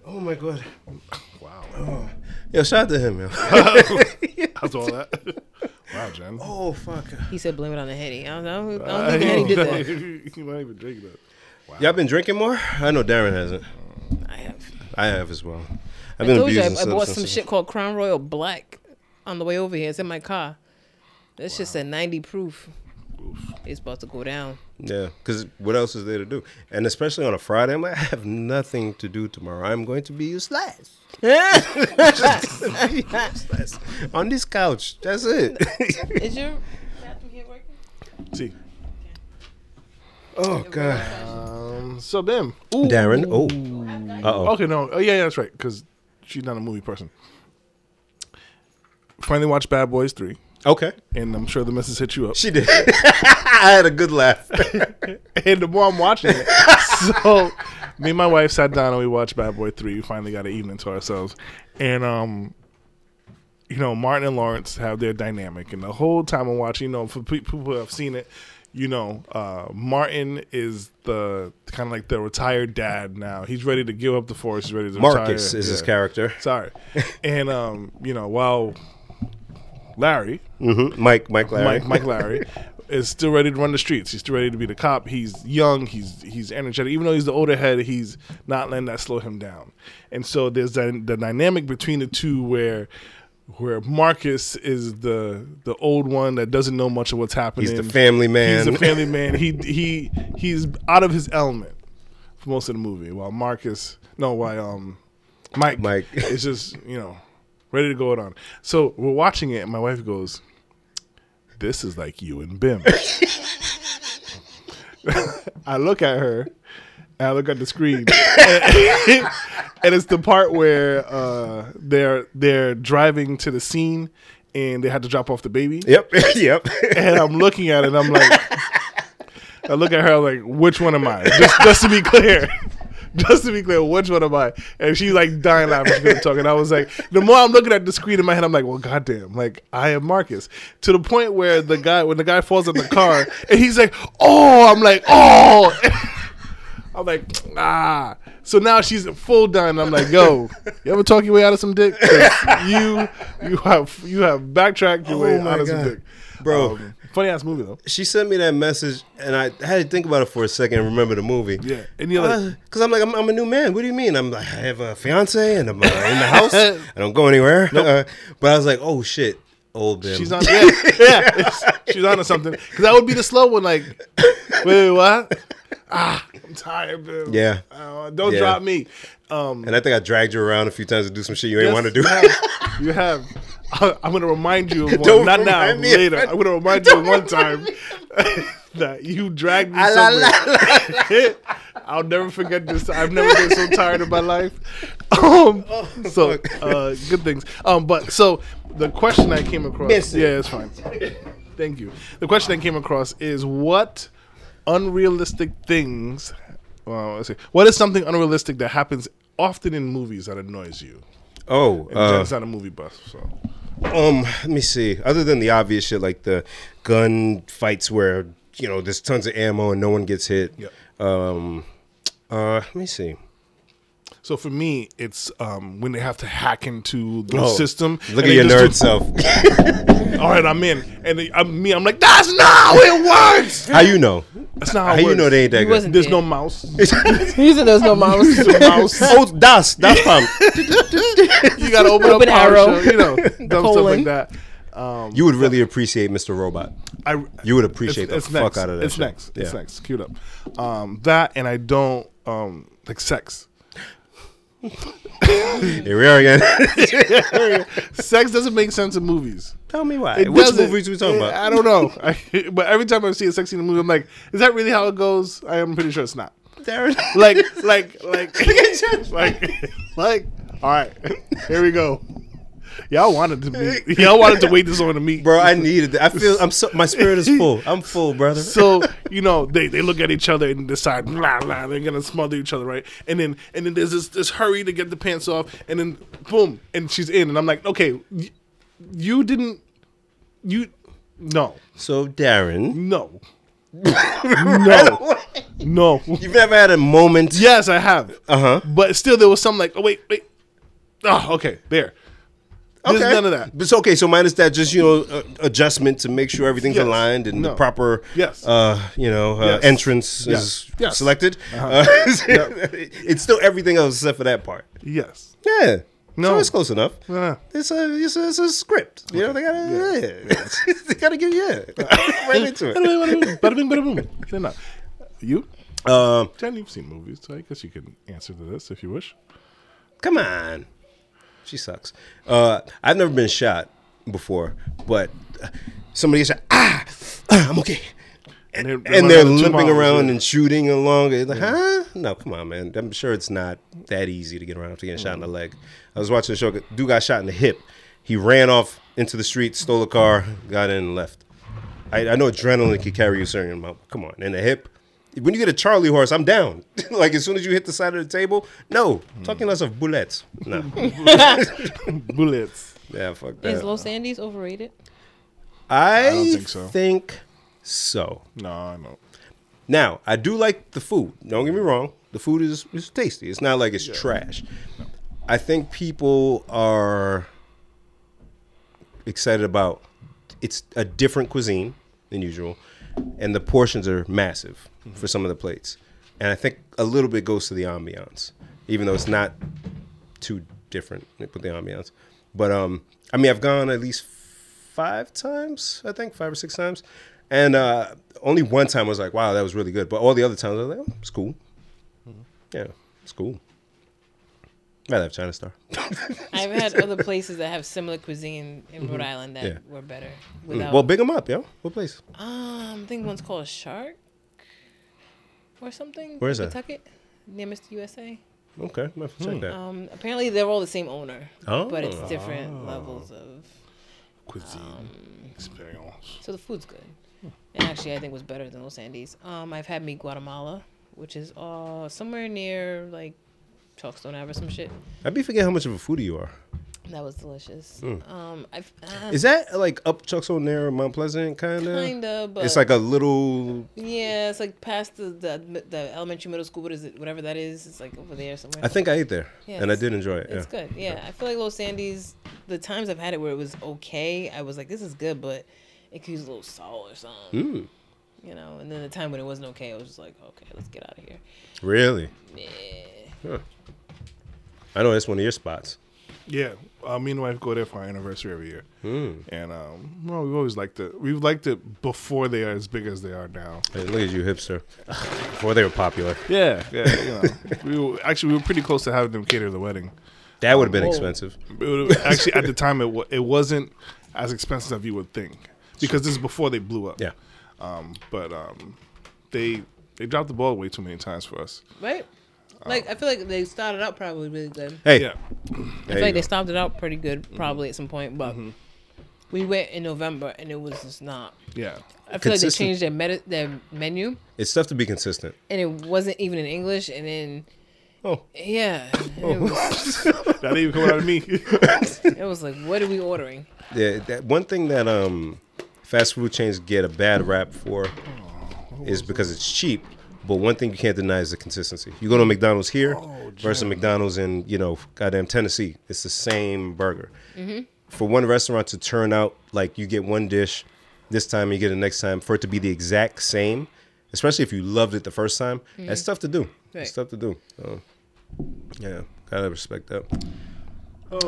Oh my god. Oh. Wow. Yo, shout out to him, yo. (laughs) That's all (laughs) that. Wow, Jen. Oh fuck. He said, "Blame it on the Hetty." I don't, I don't, Oh, I don't think the Hetty did that. (laughs) He might even drink that. Y'all been drinking more? I know Darren hasn't. I have. I have as well. I've I been told you I, abusing I bought some substances. shit called Crown Royal Black on the way over here. It's in my car. That's just a 90 proof. It's about to go down. Yeah, because what else is there to do? And especially on a Friday, I'm like, I have nothing to do tomorrow. I'm going to be useless. (laughs) Useless. on this couch. That's it. (laughs) Is your bathroom here working? See. oh god. Um, so them. Darren. Oh. Uh oh. Okay, no. Oh, yeah, yeah, that's right. Because she's not a movie person. Finally watched Bad Boys 3. Okay. And I'm sure the missus hit you up. (laughs) She did. (laughs) I had a good laugh. and the more I'm watching it, (laughs) so me and my wife sat down and we watched Bad Boy Three. We finally got an evening to ourselves, and um, you know Martin and Lawrence have their dynamic, and the whole time I'm watching, you know, for pe- people who have seen it, you know, uh, Martin is the kind of like the retired dad now. He's ready to give up the force. He's ready to Marcus retire. is his Yeah. character. Sorry, and um, you know, while Larry, Mm-hmm. Mike. Mike Larry. Mike, Mike Larry is still ready to run the streets. He's still ready to be the cop. He's young. He's he's energetic. Even though he's the older head, he's not letting that slow him down. And so there's that, the dynamic between the two where where Marcus is the the old one that doesn't know much of what's happening. He's the family man. (laughs) He's a family man. He he he's out of his element for most of the movie. While Marcus, no, why um, Mike, Mike. (laughs) is just you know ready to go it on. So we're watching it, and my wife goes, "This is (laughs) like you and Bim." I look at her, And I look at the screen, (laughs) and it's the part where uh, they're they're driving to the scene, and they had to drop off the baby. Yep, (laughs) yep. And I'm looking at it, and I'm like, I look at her like, which one am I? Just, just to be clear. Just to be clear, which one am I? And she's like dying laughing. She couldn't talk. And I was like, the more I'm looking at the screen in my head, I'm like, well, goddamn, like I am Marcus. To the point where the guy, when the guy falls in the car, and he's like, oh, I'm like, oh. (laughs) I'm like, ah. So now she's full done. I'm like, yo, you ever talk your way out of some dick? 'Cause You, you have, you have backtracked your way Oh my out of some God. dick, Bro. Oh, funny ass movie though. she sent me that message, and I had to think about it for a second and remember the movie. Yeah. And you're like- because I'm like, I'm, I'm a new man. What do you mean? I'm like, I have a fiance, and I'm uh, in the (laughs) house. I don't go anywhere. Uh, but I was like, oh shit, old man. She's on, yeah, yeah. She's on to something. Because that would be the slow one. Like, wait, wait, what? Ah, I'm tired, man. Yeah. Uh, don't Yeah. drop me. Um, and I think I dragged you around a few times to do some shit you ain't want to do. You have. You have. I, am gonna remind (laughs) you of one. Don't Not now. remind me of Later. it. I'm gonna remind you of one time (laughs) that you dragged me Ah, la, la, somewhere. (laughs) I'll never forget this. I've never been so tired in my life. (laughs) Um, Oh, so uh, good things. Um, but so the question I came across. Miss it. Yeah, it's fine. Thank you. The question I came across is what unrealistic things. Well, let's see. What is something unrealistic that happens often in movies that annoys you? (laughs) oh, uh, Jen's not a movie buff, so Um, let me see. Other than the obvious shit like the gun fights where you know there's tons of ammo and no one gets hit. Yep. Um, uh, let me see. so for me, it's um, when they have to hack into the Oh, system. Look at and they your nerd just self. (laughs) do- All right, I'm in, and they, I'm me. I'm like, that's not how it works. How you know? That's not how, How it you works. know they ain't that He good? wasn't There's there. no (laughs) mouse. He said (laughs) there's no mouse. There's no mouse. Oh, das, das Pam. You gotta open, Open up arrow. arrow. you (laughs) know, dumb stuff like Colon. that. Um, You would really appreciate Mr. Robot. I You would appreciate the fuck next. out of that. It's shit. next. It's Yeah. next. Queued up. Um, that and I don't um, like (laughs) sex. (laughs) Here we are again. (laughs) sex doesn't make sense in movies. Tell me why. It Which doesn't. movies we talking Yeah, about? I don't know. (laughs) I, but every time I see a sex scene in a movie, I'm like, is that really how it goes? I am pretty sure it's not. (laughs) Like, like, like, (laughs) like, like. All right, here we go. Y'all wanted to (laughs) be. Y'all wanted to wait this on to meet, bro, I needed that. I feel I'm so my spirit is (laughs) full. I'm full, brother. So you know they, they look at each other and decide blah blah they're gonna smother each other right and then and then there's this this hurry to get the pants off and then boom and she's in and I'm like okay y- you didn't you no So Darren, (laughs) no no no you've never had a moment. yes I have Uh-huh. but still there was some like oh wait wait oh okay there there's none of that But It's okay. So minus that, just you know, uh, adjustment to make sure everything's Yes. aligned and No. the proper, Yes. uh, you know, uh, Yes. entrance is Yes. Uh-huh. selected. Uh, (laughs) it's still everything else except for that part. yes Yeah. No. Uh-huh. So it's close enough. No. It's a it's a, it's a script. You know, they gotta yeah. (laughs) they gotta give you (laughs) yeah. right into it. (laughs) Bada bing, bada boom. Get it out. you Um, Jen you've seen movies so I guess you can answer to this if you wish. come on, she sucks. Uh, I've never been shot before, but somebody gets shot. Ah, ah, I'm okay. and they're, they and they're run out of two limping miles, around yeah. and shooting along. It's like, huh? No, come on, man. I'm sure it's not that easy to get around after getting shot in the leg. I was watching a show. Dude got shot in the hip. He ran off into the street, stole a car, got in, and left. I, I know adrenaline can carry you a certain amount. But come on, in the hip. When you get a Charlie horse, I'm down. (laughs) like as soon as you hit the side of the table, no. Talking less of bullets. No. (laughs) bullets. yeah, fuck Is that. Los Andes overrated? I, don't think think so. Think so. No, I know. Now, I do like the food. Don't get me wrong. The food is, is tasty. It's not like it's trash. I think people are excited about it's a different cuisine than usual, and the portions are massive for some of the plates. And I think a little bit goes to the ambiance, even though it's not too different with the ambiance. But um, I mean, I've gone at least five times, I think, five or six times. And uh, only one time I was like, wow, that was really good. But all the other times I was like, oh, it's cool. Yeah, it's cool. Rather have China (laughs) Star. (laughs) I've had other places that have similar cuisine in Rhode Island that Mm-hmm. Yeah. Mm. were better. Without, well, big them up, yo. What place? um, I think one's called Shark or something. Where is that? Pawtucket? near Mr. USA. Okay, I have to check that. Um, apparently they're all the same owner, oh, Uh, but it's different levels of. Cuisine Um, experience. So the food's good, and actually I think it was better than Los Andes. Um, I've had me Guatemala, which is uh somewhere near like Chalkstone Ave or some shit. Oh. I be forgetting how much of a foodie you are. That was delicious. Um, I've uh, Mm. Is that like up Chuckson there, Mount Pleasant, kind of? kind of, but It's like a little. yeah, it's like past the the, the elementary middle school. What is it? Whatever that is, it's like over there somewhere. I think I ate there, Yeah, and I it's- did enjoy it. Yeah. It's good. Yeah, I feel like Los Andes. The times I've had it where it was okay, I was like, this is good, but it could use a little salt or something. Mm, You know, and then the time when it wasn't okay, I was just like, okay, let's get out of here. really? Yeah. I know that's one of your spots. Yeah, uh, me and my wife go there for our anniversary every year, Hmm. and um, well, we've always liked it. We've liked it before they are as big as they are now. Hey, look at you, hipster. Before they were popular, Yeah, yeah. You know, we were, actually we were pretty close to having them cater the wedding. that would have been Whoa. expensive. It would- actually, at the time, it wa- it wasn't as expensive as you would think because this is before they blew up. Yeah. Um, but um, they they dropped the ball way too many times for us. Right? Like I feel like they started out probably really good. Oh. Hey, Mm-hmm. there Yeah. I feel you like go. they stopped it out pretty good probably at some point, but Mm-hmm. we went in November and it was just not. Yeah. I feel like they Consistent. changed their meta, their menu it's tough to be consistent. and it wasn't even in English and then Oh, yeah, (laughs) it, was, That didn't even come out of me. (laughs) it was like what are we ordering? yeah. That one thing that um, fast food chains get a bad rap for is because it's cheap. But one thing you can't deny is the consistency. You go to McDonald's here versus McDonald's in you know goddamn Tennessee. It's the same burger. For one restaurant to turn out like you get one dish this time, you get it next time. For it to be the exact same, especially if you loved it the first time, that's tough to do. Right. That's tough to do. So, yeah, gotta respect that. oh.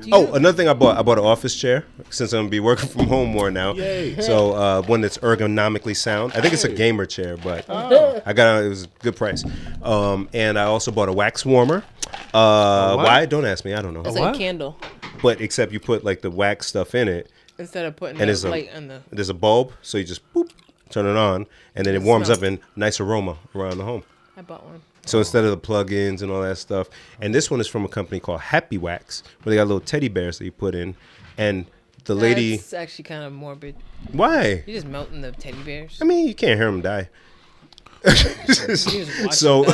Do Oh, another thing I bought. I bought an office chair since I'm gonna be working from home more now. Yay. So uh, one that's ergonomically sound. I think it's a gamer chair, but Oh. I got a, it was a good price. Um, and I also bought a wax warmer. Uh, what? why? Don't ask me. I don't know. It's what? like candle But except you put like the wax stuff in it. instead of putting And the it's a- light on the. There's a bulb, so you just boop, turn it on, and then it warms smells- up in nice aroma around the home. I bought one. So instead of the plugins and all that stuff, and this one is from a company called Happy Wax, where they got little teddy bears that you put in, and the lady, It's actually kind of morbid. why? You're just melting the teddy bears. I mean, you can't hear them die. (laughs) watch so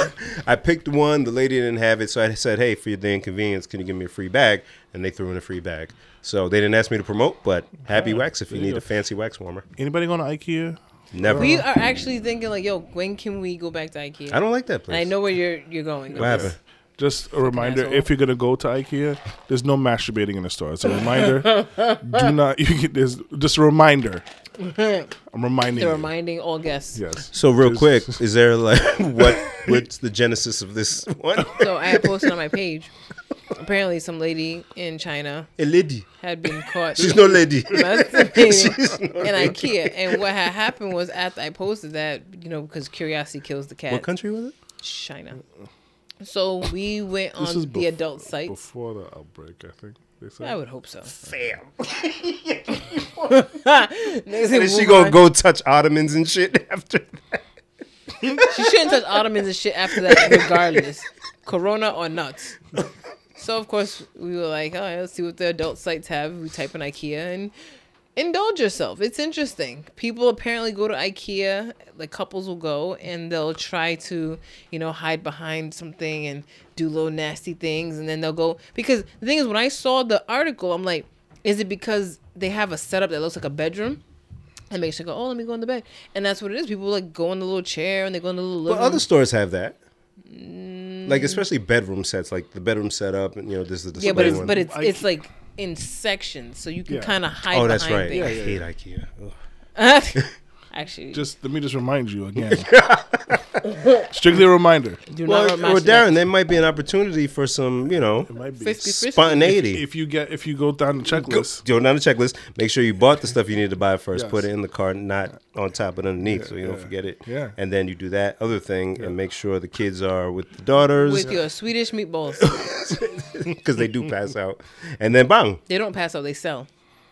I picked one. The lady didn't have it, so I said, "Hey, for the inconvenience, can you give me a free bag?" And they threw in a free bag. So they didn't ask me to promote, but Happy Wax if you need a fancy wax warmer. Anybody going to IKEA? Never. We are actually thinking like, yo, when can we go back to IKEA? I don't like that And place. I know where you're you're going. with What this. happened? Just a reminder: asshole. if you're gonna go to IKEA, there's no masturbating in the store. It's a reminder. do not. (laughs) You get there's just a reminder. I'm reminding They're you. reminding all guests. yes. So real There's- quick, is there like (laughs) what? What's the genesis of this (laughs) one? So I had posted on my page. Apparently, some lady in China a lady. had (laughs) been caught She's no lady. masturbating in IKEA, and what had happened was after I posted that, you know, because curiosity kills the cat. What country was it? China. So we went on This the is bef- adult sites. Before the outbreak, I think they said. I would (laughs) hope so. Fail. Next And she gonna go touch ottomans and shit (laughs) after that. She shouldn't touch ottomans and shit after that, (laughs) regardless, corona or not. So of course we were like, all right, let's see what the adult sites have. We type in IKEA and indulge yourself. It's interesting. People apparently go to IKEA. Like couples will go and they'll try to, you know, hide behind something and do little nasty things, and then they'll go because the thing is, when I saw the article, I'm like, is it because they have a setup that looks like a bedroom? And makes you go, oh, let me go in the bed, and that's what it is. People like go in the little chair and they go in the little. But Living other stores have that. Like especially bedroom sets, like the bedroom setup, and you know this is the display Yeah, but it's one. but it's I- it's like in sections, so you can Yeah. kind of hide. oh, that's right. behind I Things. hate IKEA. Ugh. (laughs) Actually, Just let me just remind you again. (laughs) Strictly a reminder. do Well, not remind or me that. Darren, there might be an opportunity for some, you know, It might be. Frisky, frisky. spontaneity. If you get if you go down the Go, checklist, go down the checklist. Make sure you bought the stuff you needed to buy first. Yes. Put it in the cart, not on top but underneath, so you don't yeah, forget it. yeah. And then you do that other thing and make sure the kids are with the daughters with your Swedish (laughs) meatballs, because they do pass out. And then bang! they don't pass out; they sell.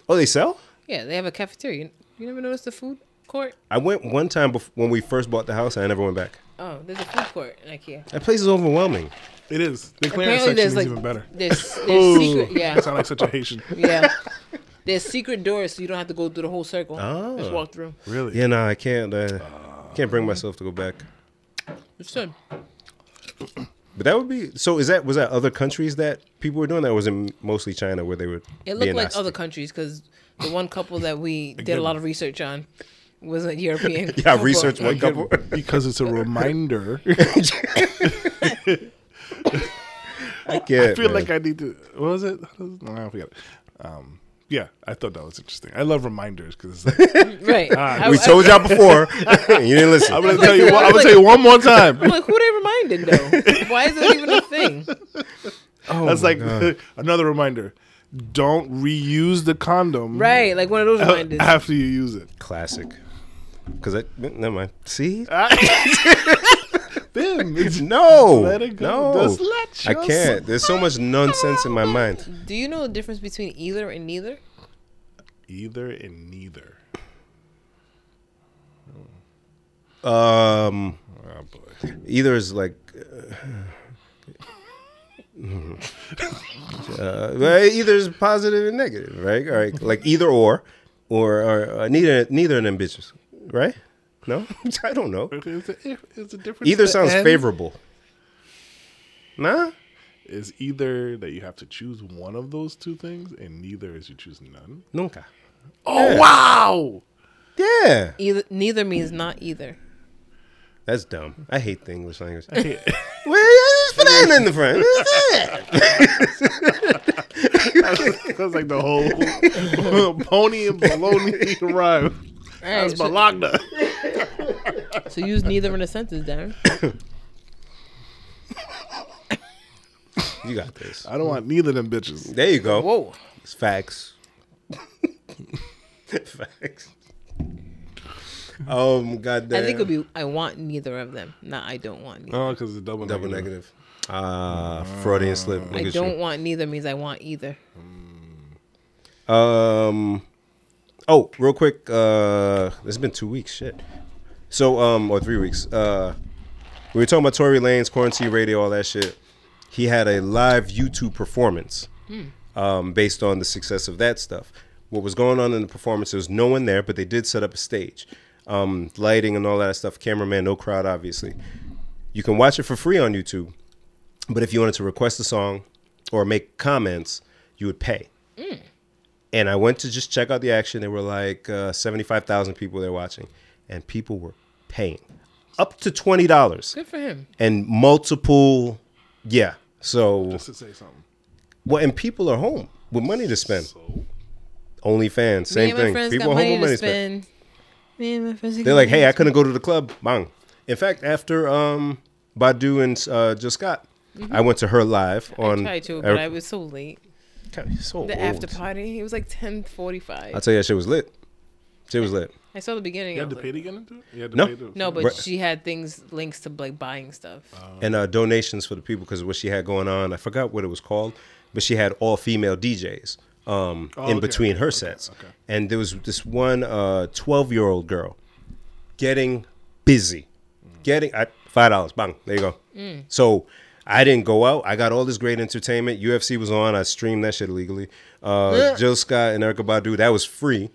Oh, they sell. Yeah, they have a cafeteria. You, you never noticed the food court? I went one time bef- when we first bought the house, and I never went back. Oh, there's a food court in IKEA. That place is overwhelming. It is. The clearance section is even better. There's, there's Ooh, secret, yeah, I sound like such a Haitian. yeah. There's secret doors, so you don't have to go through the whole circle. Oh. Just walk through. Really? Ah. Yeah, no, I can't. Uh, can't bring myself to go back. It's good. But that would be so. Is that was that other countries that people were doing that? Or was it mostly China where they were? It looked being like nasty? other countries because the one couple that (laughs) we did Again. a lot of research on was a European. Yeah, I couple. researched one couple. Because it's a (laughs) reminder. I can't. I feel like I need to. What was it? No, I forget. Um, yeah, I thought that was interesting. I love reminders because like, Right. I, we I- told y'all (laughs) before, (laughs) and you didn't listen. I'm gonna tell you. One, I'm gonna tell you one more time. I'm like, who they reminded though? Why is it even a thing? Oh That's my like God. (laughs) another reminder. Don't reuse the condom (laughs) Right, like one of those reminders. after you use it. classic. Because I never mind. See, Ah, (laughs) Bim, it's- no, let it go. no, Just let I can't. yourself- There's (laughs) so much nonsense in my mind. Do you know the difference between either and neither? Either and neither. Um, Oh boy. either is like. Uh, (laughs) uh, well, either is positive and negative, right? All right, like either or, or, or uh, neither neither of them bitches, right? No, (laughs) I don't know. Is it, is the difference Either the sounds end? favorable. Nah, Is either that you have to choose one of those two things, and neither is you choose none. nunca. Oh (laughs) wow! Yeah, Either neither means not either. that's dumb. I hate the English language. well, yeah, just put that in the front. (laughs) That's like the whole (laughs) pony and baloney rhyme. All That's right, so, (laughs) Bologna. so use neither in a sentence, Darren. You got this. I don't want neither of them bitches. There you go. Whoa. It's facts. (laughs) facts. Um, goddamn. I think it'll be I want neither of them. Not I don't want neither. Oh, because it's double double negative. Ah, Freudian slip. Look I at don't want neither means I want either. you. Um. Oh, real quick. Uh, it's been two weeks. Shit. So, um, or three weeks. Uh, we were talking about Tory Lanez, quarantine radio, all that shit. He had a live YouTube performance. um, based on the success of that stuff. What was going on in the performance, there was no one there, but they did set up a stage, um, lighting and all that stuff, cameraman, no crowd, obviously. You can watch it for free on YouTube, but if you wanted to request a song or make comments, you would pay. And I went to just check out the action. There were like uh, 75,000 people there watching, and people were paying up to $20 Good for him. and multiple, yeah. So To say something. well, and people are home with money to spend. So OnlyFans, Me same and my thing. friends People got are home with money money to to spend. spend. Me and my friends. They're like, hey, I couldn't go to the club. Bang. In fact, after um, Badu and uh, Just Scott, I went to her live on. Mm-hmm. tried to, but I was so late. God, you're so The old. after party, it was like ten forty I'll five. tell you, that shit was lit. Shit was lit. I saw the beginning. you I had was to like- pay to get into it. You had to No. pay to- No, but Right. she had things links to like buying stuff. and uh, donations for the people because what she had going on, I forgot what it was called, but she had all female DJs um, Oh, in okay, between okay, her okay, sets. okay. And there was this one 12 year old girl getting busy, getting I, $5, bang, there you go. So I didn't go out. I got all this great entertainment. UFC was on. I streamed that shit illegally. Uh, Jill Scott and Erica Badu, that was free.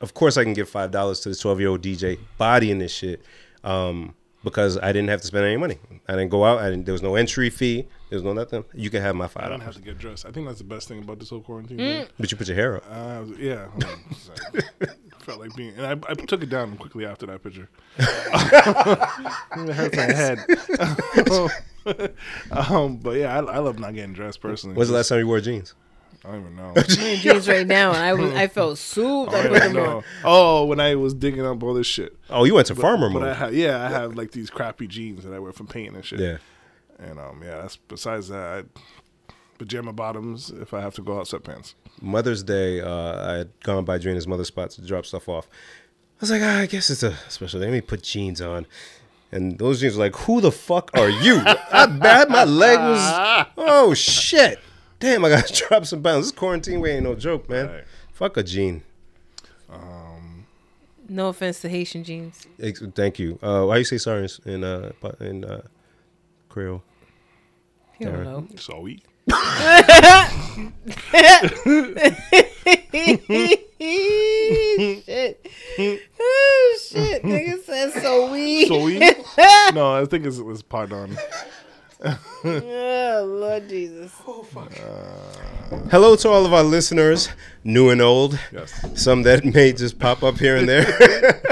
Of course, I can give five dollars to this twelve-year-old DJ bodying this shit um, because I didn't have to spend any money. I didn't go out. I didn't, there was no entry fee. There was no nothing. You can have my I five don't have dollars, to get dressed. I think that's the best thing about this whole quarantine. Mm. thing. but you put your hair up. Uh, yeah, hold on. Sorry. felt like (laughs) being, and I, I took it down quickly after that picture. it hurts my (laughs) head. um, but yeah, I, I love not getting dressed personally. When's the last time you wore jeans? I don't even (laughs) know. I'm in jeans right now, and I was, I felt soup. I I don't put even them on. know. Oh, when I was digging up all this shit. Oh, you went to farmer But I mode. have, yeah, I have like these crappy jeans that I wear from painting and shit. Yeah, And um, yeah, that's besides that, I, pajama bottoms if I have to go out, sweatpants. Mother's Day. Uh, I had gone by Drina's mother's spot to drop stuff off. I was like, ah, I guess it's a special day. Let me put jeans on. And those jeans were like, who the fuck are you? I bad my leg was. Oh shit! Damn, I gotta (laughs) drop some pounds. This quarantine way ain't no joke, man. Right. Fuck a jean. No offense to Haitian jeans. Ex- Thank you. Uh, why you say sorry in in, uh, pa- in uh, Creole? You don't Alright. know. (laughs) Zoe. shit. Oh, shit. Nigga said so weak. Zoe. no, I think it's, it's pardon. oh, Lord Jesus. Hello to all of our listeners, new and old. Yes. Some that (laughs) may just pop up here and there.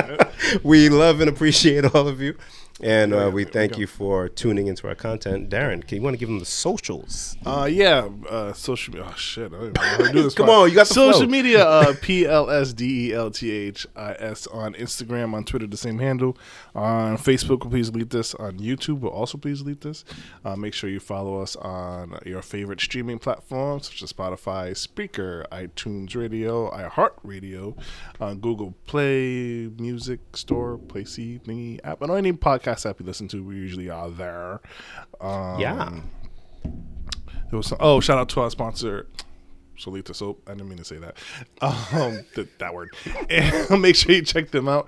(laughs) we love and appreciate all of you. And uh, we thank you for tuning into our content. Darren, can you want to give them the socials? Uh, yeah, uh, social media. Oh shit! I didn't know how (laughs) to do this Come part. on, you got the social flow. media. Uh, (laughs) P L S D E L T H I S on Instagram, on Twitter, the same handle. On Facebook, we'll please delete this. On YouTube, we'll also please delete this. Uh, make sure you follow us on your favorite streaming platforms such as Spotify, Speaker, iTunes Radio, iHeartRadio, uh, Google Play Music Store, Play C thingy app, and any podcast app you listen to, we usually are there. Um, yeah. there was some, oh, shout out to our sponsor, Solita Soap. I didn't mean to say that. Um, th- that word. And (laughs) make sure you check them out.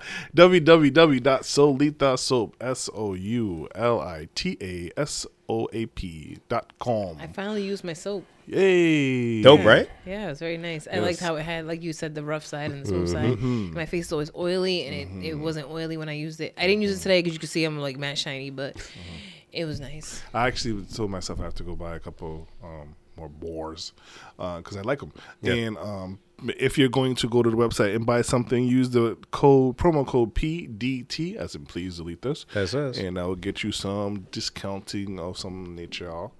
www.solitasoap, S O U L I T A S O A P dot com. I finally used my soap. Yay. Dope, right? Yeah, it was very nice. I liked how it had, like you said, the rough side and the smooth side. My face is always oily, and it, it wasn't oily when I used it. I didn't use it today because you could see I'm like matte shiny, but it was nice. I actually told myself I have to go buy a couple um, more boars because I like them. And um, if you're going to go to the website and buy something, use the code promo code PDT, as in please delete this. That's us. And I will get you some discounting of some nature. y'all.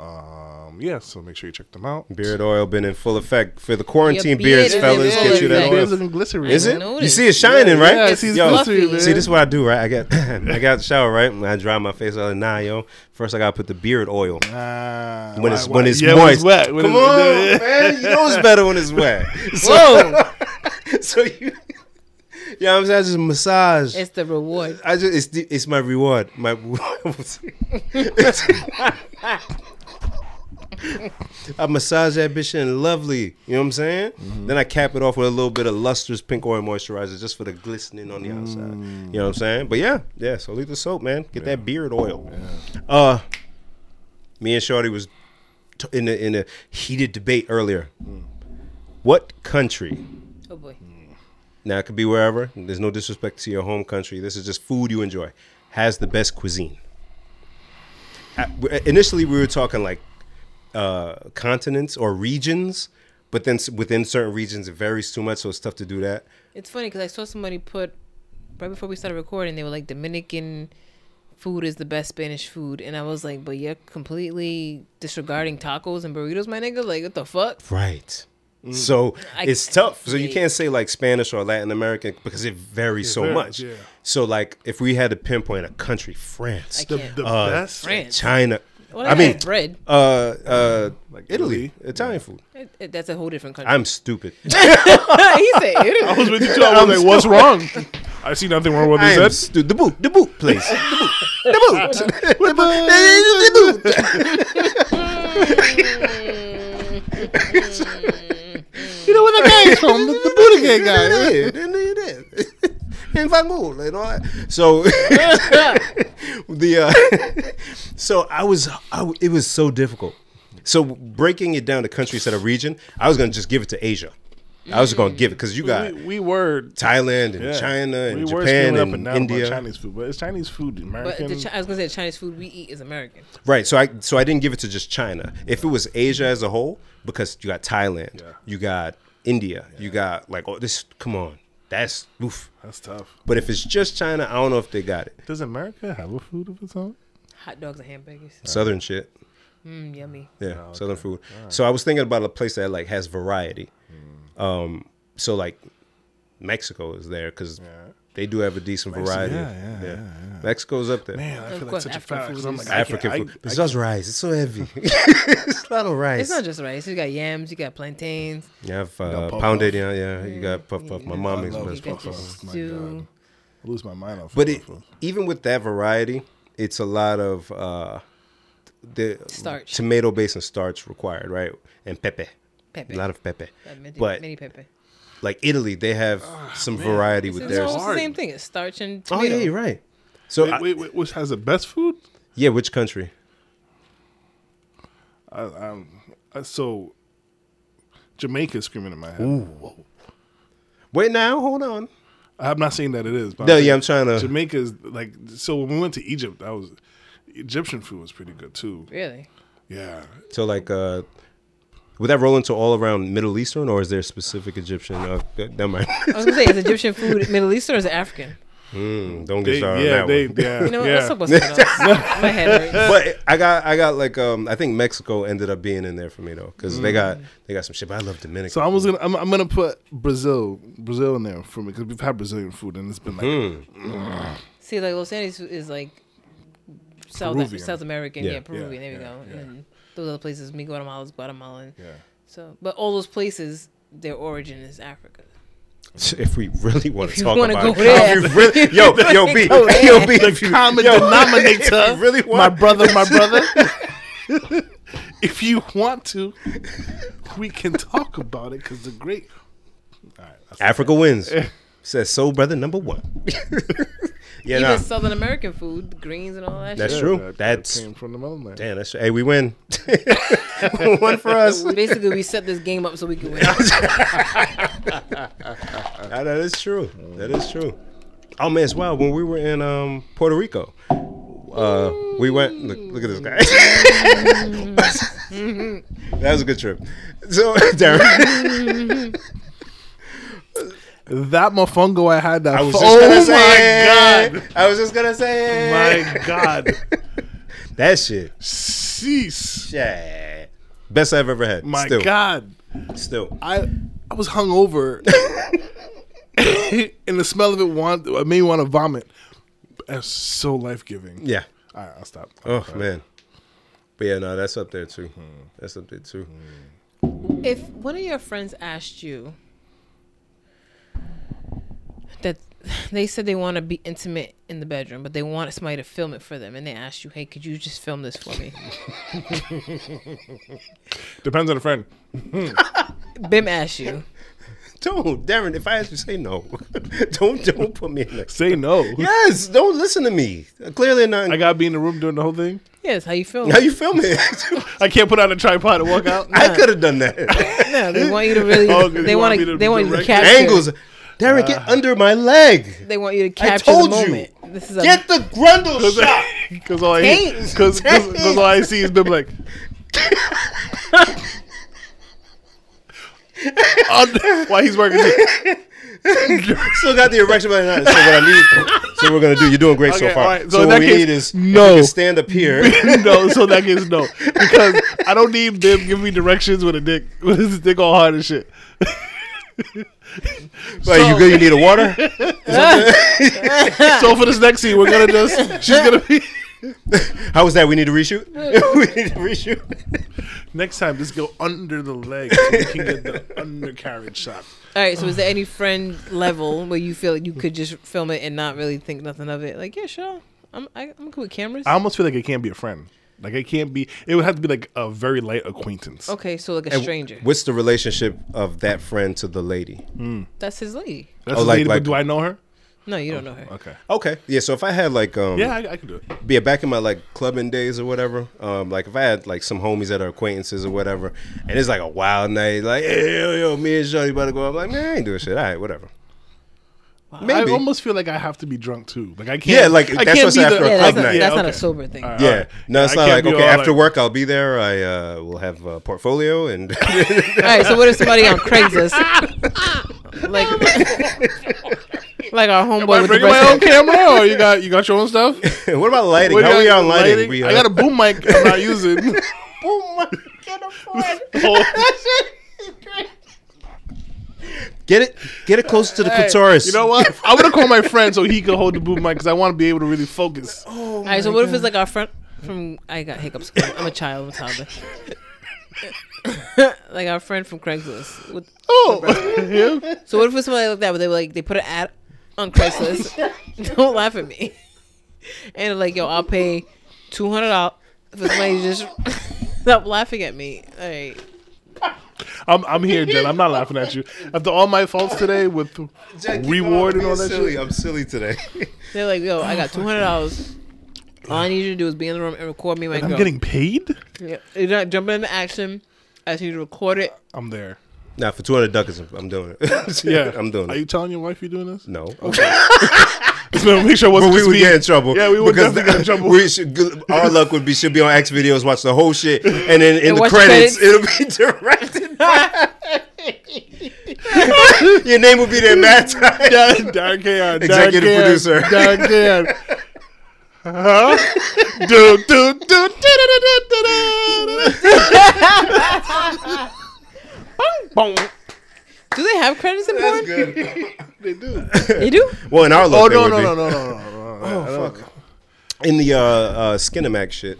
Um, yeah, so make sure you check them out. Beard oil been in full effect for the quarantine Your beard beers, is in fellas. full Get you that effect. Beard's oil. looking glycerin. Is it? You noticed. see it shining, right? Yeah, I It's see Yo, glycerin, fluffy. man. See, this is what I do, right? I got (laughs) I got the shower, right? And I dry my face. I like, nah, yo. First, I gotta put the beard oil Ah, when it's why- when why- it's yeah, moist. When it's wet. When Come it's- on, man. You know it's better when (laughs) it's wet. (laughs) Whoa! so you, yeah, I'm saying I just massage. it's the reward. I just it's the, it's my reward. (laughs) My I massage that bitch in lovely. You know what I'm saying? Then I cap it off with a little bit of lustrous pink oil moisturizer just for the glistening on the outside. You know what I'm saying? But yeah, yeah. So leave the soap, man. Get that beard oil. Uh, me and Shorty was t- in a, in a heated debate earlier. What country? Oh boy. Now it could be wherever. There's no disrespect to your home country. This is just food you enjoy. Has the best cuisine. At- w- initially, we were talking like uh, continents or regions, but then s- within certain regions, it varies too much, so it's tough to do that. It's funny because I saw somebody put right before we started recording, they were like Dominican food is the best Spanish food, and I was like, but you're completely disregarding tacos and burritos, my nigga. Like what the fuck? Right. Mm. So I it's can't tough. So you see. can't say like Spanish or Latin American because it varies so varies, much. yeah. So like if we had to pinpoint a country, France, The, can't. the uh, best. France. China, Well, I mean, had bread. uh, uh, Like Italy, Italy. Italian food. It- it- that's a whole different country. I'm stupid. (laughs) he said, (laughs) I was with you too. I was like, what's wrong? I see nothing wrong with what I he am said. stu- the boot, the boot, please. (laughs) The boot, the boot, the boot, (laughs) (laughs) the (laughs) You know where (laughs) that came from? The, the Buddha boot gang guy. (laughs) In Vangul and all that. (laughs) So the uh, (laughs) so I was I, w- it was so difficult. So breaking it down to countries that a region, I was gonna just give it to Asia. I was gonna give it because you got We, we were Thailand and Mm. yeah. China and we were Japan screwing and, up and down India. about Chinese food, but it's Chinese food, But American. the, Chi- I was gonna say the Chinese food we eat is American. Right. So I so I didn't give it to just China. If it was Asia as a whole, because you got Thailand, Yeah. you got India, you got like oh this come on. That's oof. That's tough. But if it's just China, I don't know if they got it. Does America have a food of its own? Hot dogs and hamburgers. Southern shit. Mm, yummy. Yeah. Ah, Southern food. So I was thinking about a place that like has variety. Hmm. Um so like Mexico is there because they do have a decent variety. yeah, yeah, yeah, Mexico's up there. Man, I Of feel like course, such African a fat food because I'm is- like I can't- African I- food. It's just rice. It's so heavy. (laughs) it's a lot of rice. It's not just rice. You got yams. You got plantains. You have uh, puff pounded, yeah, yeah. You got Mm. puff puff. My mom makes the love best puff puff got your puff. puff. Oh My stew. God. I lose my mind off. But of it, food. even with that variety, it's a lot of uh, the Starch. tomato base and starch required, right? And pepe, Pepe. a lot of pepe. Uh, many- Ah, but many pepe. like Italy, they have some variety with It's theirs. almost the hard. same thing. It's starch and Oh tomato. yeah, you're right. So Wait, I- wait, wait, which has the best food? yeah, which country? I, I'm, I, Uh, so Jamaica's screaming in my head. Wait now, hold on. I'm not saying that it is. But No, saying yeah, I'm trying to- Jamaica's like so. When we went to Egypt, that was Egyptian food was pretty good too. Really? Yeah, So like, uh, would that roll into all around Middle Eastern, or is there a specific Egyptian? Uh, never mind. (laughs) I was gonna say, is Egyptian food Middle Eastern or is it African? Hmm, Don't get they, started yeah, on that they, one. yeah, You know, what? yeah. let's talk about something else. (laughs) My head hurts. But I got, I got like, um, I think Mexico ended up being in there for me though, because they Mm. got, they got some shit. But I love Dominican. So I was gonna, I'm, I'm gonna put Brazil, Brazil in there for me because we've had Brazilian food and it's been like, Hmm. See, like Los Angeles is like South Peruvian. South American, Yeah, yeah, Peruvian. there we yeah, go. yeah. And those other places, me Guatemala's Guatemalan. yeah, So, but all those places, their origin is Africa. (laughs) if we really want If to you talk wanna about go it, there. If we (laughs) really, yo, (laughs) yo, B, Go there. yo, B, if you, common yo, (laughs) denominator. if you really (laughs) my want, brother, my brother. (laughs) if you want to, we can talk about it because the great. All right, that's- Africa (laughs) wins. Says soul brother number one. (laughs) yeah, Even nah, Southern American food, the greens and all that. that's shit. true. that- that that's came from the motherland. damn. That's hey, we (laughs) win. (laughs) one for us. Basically, we set this game up so we can (laughs) win. Nah, that is true. That is true. Oh man, it's wild. When we were in um, Puerto Rico, uh, we went. Look, look at this guy. (laughs) that was a good trip. So, (laughs) Darren, That mofongo I had that. I was fo- just oh gonna my say. it. god! Oh I was just gonna say. it. My god! (laughs) That shit. Cease! Yeah. Best I've ever had. My still, god! Still. I I was hungover, and the smell of it want it made me want to vomit. That's so life giving. Yeah. All right, I'll stop. Oh man. But yeah, no, that's up there too. That's up there too. if one of your friends asked you that they said they want to be intimate in the bedroom, but they want somebody to film it for them, and they asked you, "Hey, could you just film this for (laughs) me?" Depends on the friend. Bim asked you. Don't, Darren. If I ask you, say no. (laughs) don't, don't put me in (laughs) there. Say no. Yes, don't listen to me. Clearly not. I gotta be in the room doing the whole thing. Yes, how you (laughs) film? How you film (laughs) it? I can't put on a tripod and walk out. I could have done that. No, they want you to really. Oh, 'cause you they want want me to to. They want you to direct (laughs) capture. Angles. Darren, get under my leg. They want you to I capture told the you. moment. This is a Get the grundle (laughs) (laughs) shot. Because all I Tanks. because all I see is Bib like. (laughs) On- While he's working, okay, Still got the erection, but not. So what I need. So we're gonna do. You're doing great so all far. right, So, in what that we case, need is if you no. can stand up here. (laughs) (laughs) no, so that gets no because I don't need Bib giving me directions with a dick (laughs) with his dick all hard and shit. Like you good? You need a water? (laughs) So for this next scene, we're gonna just she's (laughs) gonna be How was that? We need to reshoot. (laughs) (laughs) we need to reshoot. next time. Just go under the leg so we can (laughs) get the undercarriage shot. All right. So, is there any friend level where you feel like you could just film it and not really think nothing of it? Like, yeah, sure. I'm. I, I'm cool with cameras. I almost feel like it can't be a friend. Like it can't be. It would have to be like a very light acquaintance. okay, so like a stranger. What's the relationship of that friend to the lady? That's his lady. That's Oh, the like- lady, like- but do I know her? No, you don't know her. Okay. Okay. Yeah. So if I had like um Yeah, I, I can do it. yeah, back in my like clubbing days or whatever, um, like if I had like some homies that are acquaintances or whatever, and it's like a wild night, like hey, yo, yo, me and Johnny about to go, I'm like, man, I ain't doing shit. All right, whatever. Maybe. I almost feel like I have to be drunk too. Like I can't. Yeah, like, I that's what's after a club Yeah, like, that's, not, night. that's not a okay. sober thing. All right, all Yeah. right. No, it's I not can't like be okay, all after like- work I'll be there. I uh, will have a portfolio and (laughs) All right. So, what if (laughs) somebody on Craigslist, like, like our homeboy Am I with the bringing my own breast? camera, or you got you got your own stuff? (laughs) what about lighting? What do How you we got- on lighting? We, I uh, got a boom mic I'm (laughs) not using. (laughs) Oh, get it get it close to the clitoris. you know what? I'm gonna call my friend so he can hold the boom mic because I want to be able to (laughs) really focus. Oh, All right. So, what if it's like our friend from? I got hiccups. I'm a child. I'm a toddler. like our friend from Craigslist with Oh, him? So what if it's somebody like that? Where they like they put an ad on Craigslist. (laughs) Don't laugh at me. And like, yo, I'll pay (laughs) two hundred dollars for somebody to just stop laughing at me. All right. (laughs) I'm I'm here, Jen. I'm not laughing at you. After all my faults today with reward and all that silly. shit. I'm silly today. They're like, yo, I got two hundred dollars. All I need you to do is be in the room and record me when I I'm go. getting paid. Yeah. You're not jumping into action. I just need you to record it. I'm there. nah, for 200 ducats, I'm- I'm doing it. Yeah, I'm doing Are you it. telling your wife you're (laughs) doing this? No. Just wanna make sure But it (laughs) wasn't we just would me. get in trouble. Yeah, we would Because definitely get in trouble. We should, good- our luck would be should be on X videos, watch the whole shit, and then in And the watch the credits, credits. it'll be (laughs) directed. by- (laughs) Your name will be there, Matt. (laughs) Darren Darren Cahan. Executive Darren Cahan, producer. Darren Cahan. Huh? do, do, do, do, do, do, do, do, do, do. Do they have credits in porn? They do. They do. Well, in our luck, Oh, they no, would no, be. no, no, no, no, no. Oh, fuck. In the uh, uh, Skinemax shit,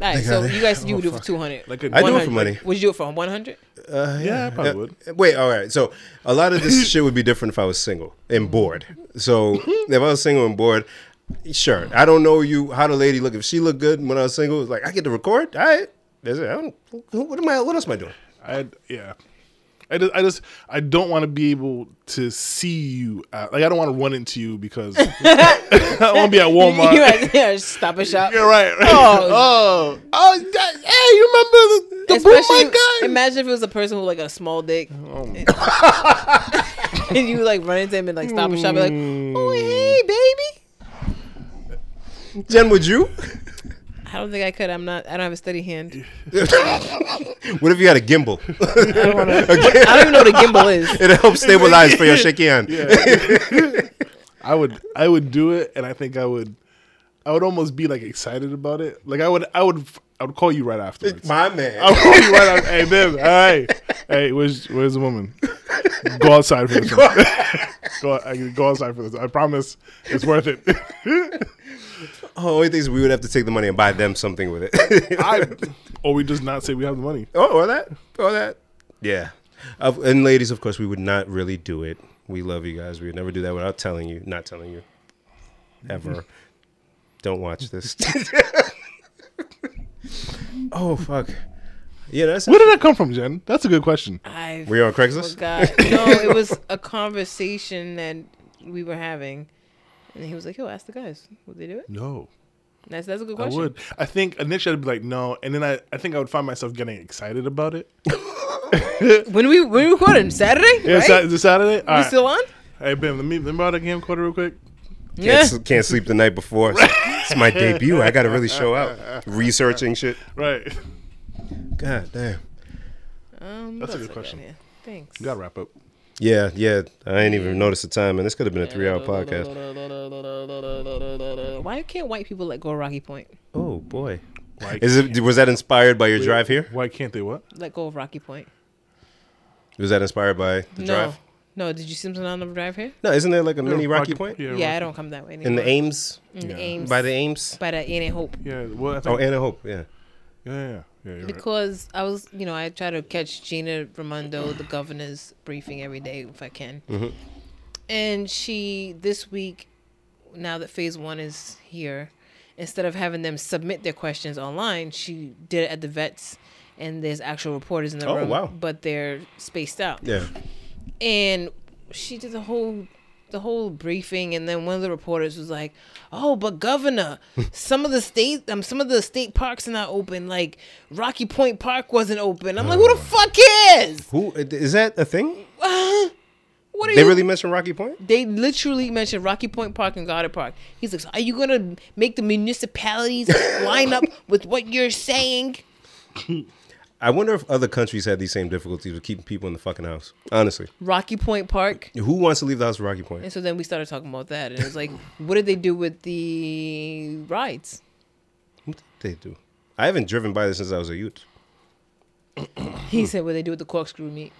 All right, so you guys, (laughs) you would do it for two hundred. Like a- uh, I do it for money. Would you do it for one hundred? Uh, Yeah, I probably would. Uh, Wait, all right. So a lot of (laughs) this shit would be different if I was single and bored. So if I was single and bored, sure. I don't know you how the lady look. If she looked good when I was single, it's like I get to record. All right, that's it. I don't, who- what am I? What else am I doing? I yeah. I just, I just I don't want to be able to see you at, like I don't want to run into you (laughs) because I want to be at Oh Walmart. (laughs) you at yeah, (laughs) stop and (laughs) shop. (laughs) You're right. right. oh, Oh. oh, that- hey, you remember the, the Oh, boom Especially, guy? imagine if it was a person with like a small dick, (laughs) and you like run into him and like stop and shop, be like, Mm. "Oh hey, baby." Jen, would you? (laughs) I don't think I could. I'm not. I don't have a steady hand. What if you had a (laughs) gimbal? (laughs) I don't even know what a gimbal is. It'll help stabilize for your shaky (laughs) hand. I would I would do it, and I think I would I would almost be like excited about it. Like I would I would I would call you right afterwards. My man. I would call you right after. Hey, babe. All right. Hey, where's where's the woman? Go outside for this. (laughs) one. go, I, go outside for this. I promise it's worth it. Oh, only thing is we would have to take the money and buy them something with it. (laughs) I, (laughs) or we just not say we have the money. Oh, or that, or that. Yeah. Of and ladies, of course, we would not really do it. We love you guys. We would never do that without telling you, not telling you, ever. Don't watch (laughs) this. oh fuck. Yeah, that's Where did that come from, Jen? That's a good question. I Were you on Craigslist? forgot. No, (laughs) it was a conversation that we were having, and he was like, "Yo, ask the guys. Would they do it?" No. That's that's a good I question. would. I think initially I'd be like, no, and then I, I think I would find myself getting excited about it. When we when we recording Saturday, Yeah, right? Sa- is it Saturday? All we right. still on? Hey, Ben, let me let me borrow that game quarter real quick. Can't, Yeah. s- can't sleep the night before. (laughs) It's, it's my debut. I got to really show out. Researching shit. (laughs) Right. God damn. Um, That's a good what else I got question. here? Thanks. You gotta wrap up. Yeah, yeah. I ain't even noticed the time, and this could have been a three-hour podcast. (laughs) Why can't white people let go of Rocky Point? Oh boy. Why Is it? Was that inspired by your drive here? (laughs) Why can't they what? Let go of Rocky Point. Was that inspired by the no. drive? No, did you see something on the drive here? No, isn't there like a mini Rocky, Point Yeah. Yeah, I Rocky- don't come that way anymore. in the Ames? In the Yeah. Ames. By the Ames? by the Ain't It Hope. Yeah. Well, I Oh, think, Anna Hope, yeah. yeah, yeah, yeah. You're right. Because I was, you know, I try to catch Gina Raimondo, the governor's briefing every day if I can. Mm-hmm. And she, this week, now that phase one is here, instead of having them submit their questions online, she did it at the vets. And there's actual reporters in the Oh, room, wow. but they're spaced out. Yeah. and she did the whole the whole briefing and then one of the reporters was like oh but (laughs) governor some of the state um some of the state parks are not open like rocky point park wasn't open i'm like Oh. who the fuck is Who is that a thing? what are They you really mentioned Rocky Point? they literally mentioned Rocky Point Park and Goddard Park. He's like, so are you gonna make (laughs) the municipalities line up with what you're saying? I wonder if other countries had these same difficulties with keeping people in the fucking house. Honestly. Rocky Point Park. Who wants to leave the house with Rocky Point? And so then we started talking about that, and it was like, what did they do with the rides? What did they do? I haven't driven by this since I was a youth. He said, "What they do with the corkscrew meat?"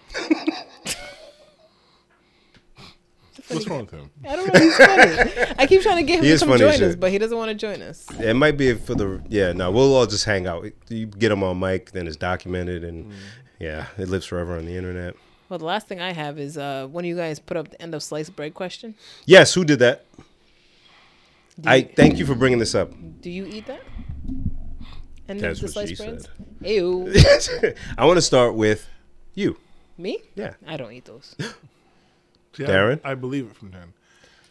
What's wrong with him? I don't know. He's funny. I keep trying to get (laughs) him He to is come funny as join us, shit. but he doesn't want to join us. It might be for the yeah, no, we'll all just hang out. You get them on mic, then it's documented Mm. and yeah, it lives forever on the internet. Well, the last thing I have is uh, one of you guys put up the end of sliced bread question. Yes, who did that? I thank you for bringing this up. (laughs) Do you eat that? End That's of the what she (laughs) sliced breads. Ew. I want to start with You. Me? Yeah. I don't (gasps) eat those. See, I- Darren? I, believe it from Darren.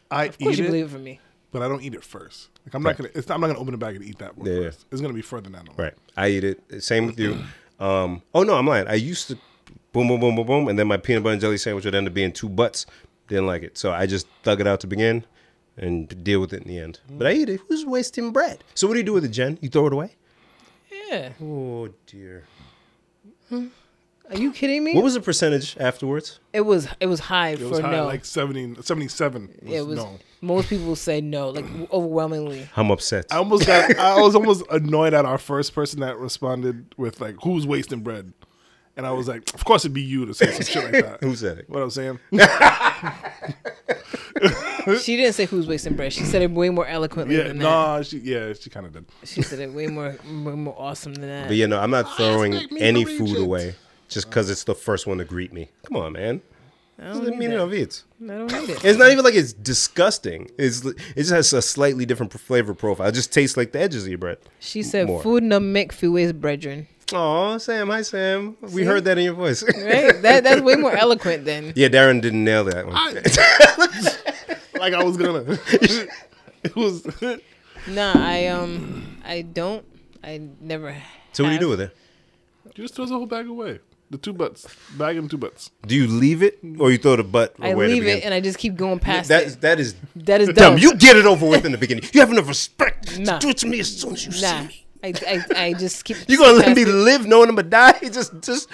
I Of course eat you it, believe it for me. but I don't eat it first. Like I'm Right. not gonna. It's not, I'm not gonna open the bag and eat that one Yeah, yeah. first. It's gonna be further down the line. Right. I eat it. Same with you. Um, oh no, I'm lying. I used to boom, boom, boom, boom, boom, and then my peanut butter and jelly sandwich would end up being two butts. Didn't like it, so I just thug it out to begin and deal with it in the end. But I eat it. Who's wasting bread? So what do you do with it, Jen? You throw it away? Yeah. Oh dear. Are you kidding me? What was the percentage afterwards? it was it was high It for was high, no. like 70, 77 was, it was no. most people said no, like overwhelmingly. I'm upset. I almost (laughs) got. I was almost annoyed at our first person that responded with like, "Who's wasting bread?" And I was like, "Of course it'd be you to say some (laughs) shit like that." Who said it? What I'm saying? She didn't say who's wasting bread. She said it way more (laughs) eloquently Yeah, (laughs) than nah. She, yeah, she kind of did. that. She said it way more way more awesome than that. But yeah, no, I'm not throwing make me any the food regent. away just because it's the first one to greet me. Come on, man. What's the need meaning that. of it? I don't need it. It's not even like it's disgusting. It's it just has a slightly different flavor profile. It just tastes like the edges of your bread. She said more. food no make few ways brethren. Oh, Sam, hi Sam. We See? heard that in your voice. (laughs) Right? that that's way more eloquent than yeah, Darren didn't nail that one. (laughs) Like I was gonna. it was. Nah, I um I don't I never so what do you have- do with it? She just throws the whole bag away. The two butts, bag and two butts. Do you leave it or you throw the butt away? I to leave begin? it and I just keep going past that it. is- that is That is dumb. dumb. You get it over with in the beginning. You have enough respect Nah. to do it to me as soon as you see nah. me. I, I, I just keep You gonna let past me it. live knowing I'm gonna die? (laughs) Just just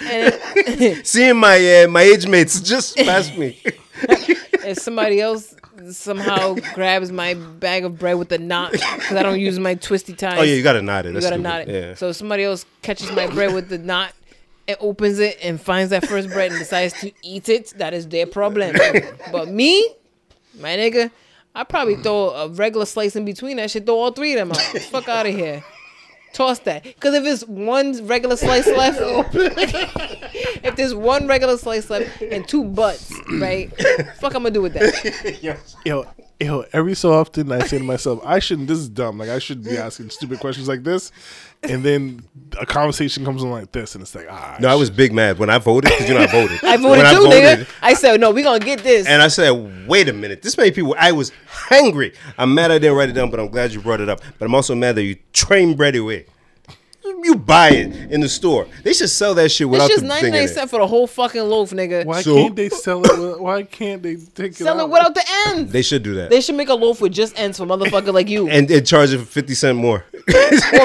(laughs) And- seeing my uh, my age mates (laughs) just pass me. if somebody else somehow grabs my bag of bread with a knot because I don't use my twisty ties. oh yeah, you gotta knot it. you That's gotta stupid. knot it. Yeah. So if somebody else catches my bread with the knot and opens it and finds that first bread and decides to eat it, that is their problem. but me, my nigga, I probably throw a regular slice in between that shit, throw all three of them out. Fuck out of here. Toss that. Because if it's one regular slice left, (laughs) if there's one regular slice left and two butts, right? Fuck, I'm gonna do (laughs) with that. Yo, yo, every so often I say to myself, I shouldn't, this is dumb. Like, I shouldn't (laughs) be asking stupid questions like this. And then a conversation comes on like this, and it's like, ah. No, I was big mad when I voted because you know I voted. (laughs) I voted when too, nigga. I said, no, we gonna get this. And I said, wait a minute, this many people. I was hungry. I'm mad I didn't write it down, but I'm glad you brought it up. But I'm also mad that you train bread away. You buy it in the store. They should sell that shit without It's the just thing in 99 it. cents for the whole fucking loaf, nigga. Why So- can't they sell it? with- Why can't they take it Sell it out? without the ends. They should do that. They should make a loaf with just ends for motherfucker like you. and, and charge it for 50 cent more. or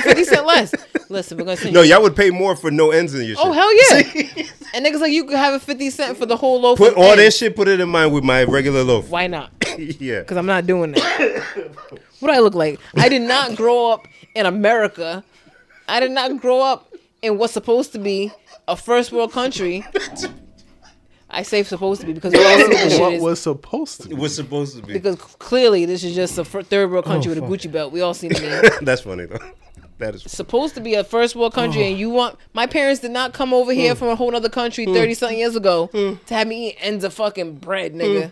50 cent less. Listen, we're gonna send no, you. y'all would pay more for no ends in your shit. Oh, hell yeah. and niggas like you could have a 50 cent for the whole loaf. Put with all that ends. shit, put it in mine with my regular loaf. Why not? (laughs) yeah. Because I'm not doing that. what do I look like? I did not grow up in America. I did not grow up in what's supposed to be a first world country. I say supposed to be because we all see what this shit What (laughs) is. was supposed to It be? was supposed to be. because clearly this is just a fir- third world country with a Gucci belt. We all seem to (laughs) be That's funny, though. (laughs) That is. supposed to be a first world country, Oh. and you want my parents did not come over Hmm. here from a whole other country thirty something years ago to have me eat ends of fucking bread, nigga.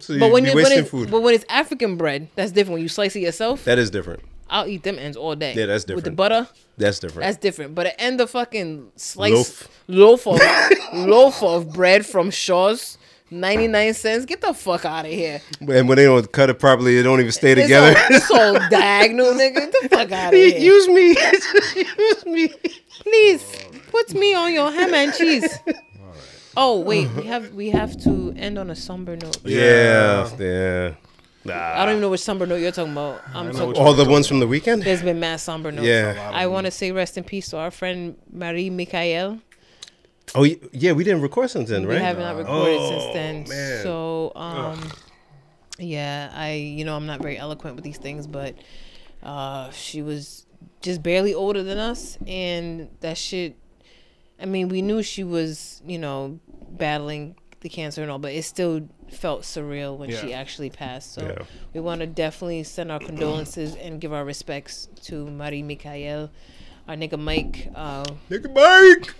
So you, But when you're you when Hmm. wasting it's, food. but when it's African bread, that's different. When you slice it yourself, that is different. I'll eat them ends all day. Yeah, that's With the different. butter, That's different. that's different. But an end of fucking slice Loaf. loaf, of (laughs) loaf of bread from Shaw's. 99 cents. Get the fuck out of here. and when they don't cut it properly, they don't even stay (laughs) It's together. all, it's all diagonal, nigga. Get (laughs) the fuck out of here. Use me. Use me. please put me on your ham and cheese. Oh wait, we have we have to end on a somber note. Yeah. Yeah. Nah. I don't even know which somber note you're talking about. I'm talking. All the ones from the weekend? There's been mass somber notes. Yeah. I want to say rest in peace to our friend Marie Michael. Oh, y- yeah, we didn't record since then, We right? have not recorded since Oh, then. man. So um, yeah, I you know I'm not very eloquent with these things, but uh, she was just barely older than us, and that shit. I mean, we knew she was you know battling the cancer and all, but it still felt surreal when she Yeah. actually passed. So Yeah. we want to definitely send our condolences and give our respects to Marie Michael, our nigga Mike. Uh, Nigga Mike.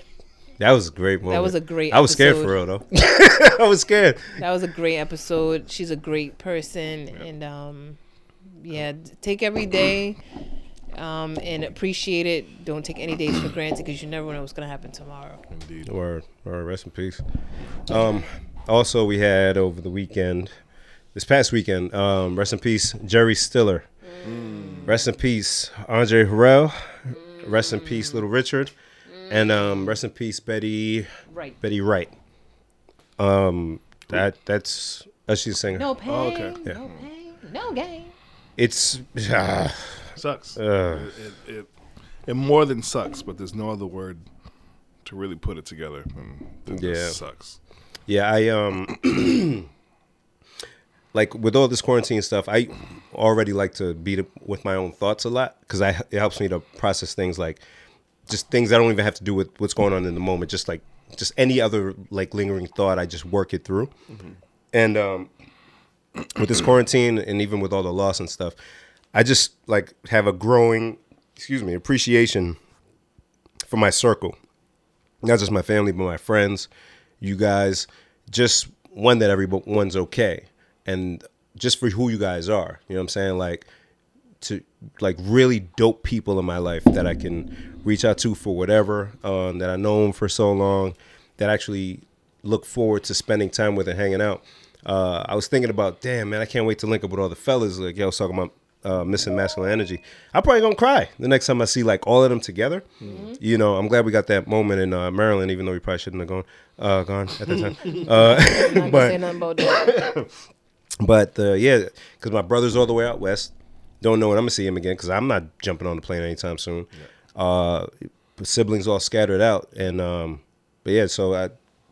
That was a great moment. was a great I was scared episode. for real, though. (laughs) I was scared. that was a great episode. She's a great person, and um, yeah, d- take every day. um, and appreciate it. Don't take any days for granted because you never know what's going to happen tomorrow. Indeed. Or, or rest in peace. Um, also, we had over the weekend, this past weekend, um, rest in peace, Jerry Stiller. Rest in peace, Andre Harrell. Rest in peace, Little Richard. And um, rest in peace, Betty Right. Betty Wright. Um, that that's that's she's a singer. No pain. Oh, okay. Yeah. No pain. No gain. It's ah, Sucks. it, it, it, it more than sucks, but there's no other word to really put it together than, than Yeah. just sucks. yeah. I um (clears throat) like with all this quarantine stuff, I already like to beat up with my own thoughts a lot because I it helps me to process things like just things I don't even have to do with what's going on in the moment. Just like just any other like lingering thought, I just work it through. And um, (clears throat) with this quarantine and even with all the loss and stuff, I just like have a growing, excuse me, appreciation for my circle, not just my family, but my friends, you guys. Just one that everyone's okay, and just for who you guys are. You know what I'm saying? Like to like really dope people in my life that I can reach out to for whatever um, that I know them for so long that I actually look forward to spending time with and hanging out. Uh, I was thinking about, damn man, I can't wait to link up with all the fellas. Like yo, I was talking about uh, missing masculine energy. I'm probably gonna cry the next time I see like all of them together. You know, I'm glad we got that moment in uh, Maryland, even though we probably shouldn't have gone uh, gone at the time. I'm But- not going to say nothing about that. But uh, yeah, because my brother's all the way out west. Don't know when I'm gonna see him again because I'm not jumping on the plane anytime soon. Uh, siblings all scattered out, and um, but yeah, so I,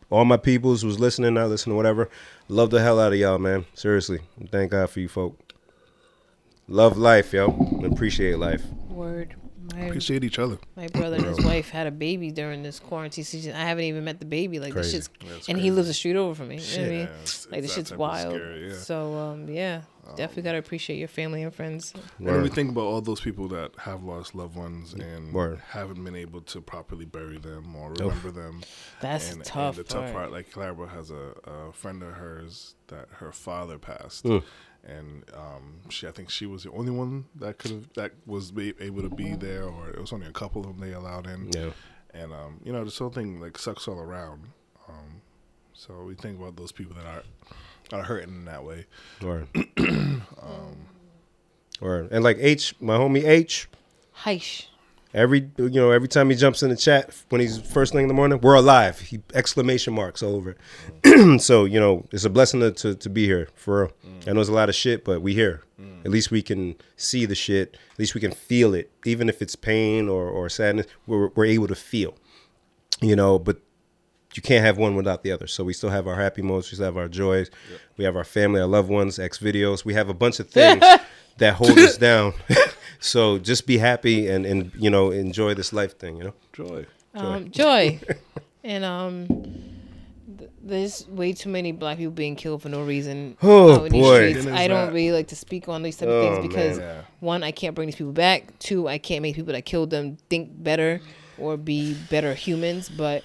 all my peoples was listening, not listening, whatever. Love the hell out of y'all, man. Seriously, thank God for you folk. Love life, yo. Appreciate life. Word. My, Appreciate each other. my brother and his wife had a baby during this quarantine season. I haven't even met the baby. Like Crazy. this shit's, and he lives a street over from me. You know what I mean? Yeah, it's- like it's this that shit's type of wild. scary, yeah. So um, yeah, definitely gotta appreciate your family and friends. And then we Word. think about all those people that have lost loved ones and Word. haven't been able to properly bury them or remember them. That's and, tough. And the tough part, like Clara has a, a friend of hers that her father passed, and um, she I think she was the only one that could have that was be able to be there, or it was only a couple of them they allowed in. Yeah. And um, you know this whole thing like sucks all around. Um, so we think about those people that are are hurting in that way. Word. um, Word. And like H, my homie H. Heish. Every you know, every time he jumps in the chat when he's first thing in the morning, we're alive. He exclamation marks all over it. (clears throat) so you know, it's a blessing to, to, to be here for real. I know it's a lot of shit, but we here. At least we can see the shit. At least we can feel it, even if it's pain or or sadness. We're we're able to feel, you know. But you can't have one without the other. So we still have our happy moments, we still have our joys, we have our family, our loved ones, X videos. We have a bunch of things that hold us down. (laughs) so just be happy and, and you know enjoy this life thing. You know, Joy. Um, (laughs) Joy. and um, th- there's way too many black people being killed for no reason. Oh, out in these boy. streets. Then I is don't that- really like to speak on these type of Oh, things because man. Yeah. one, I can't bring these people back. Two, I can't make people that killed them think better or be better humans. But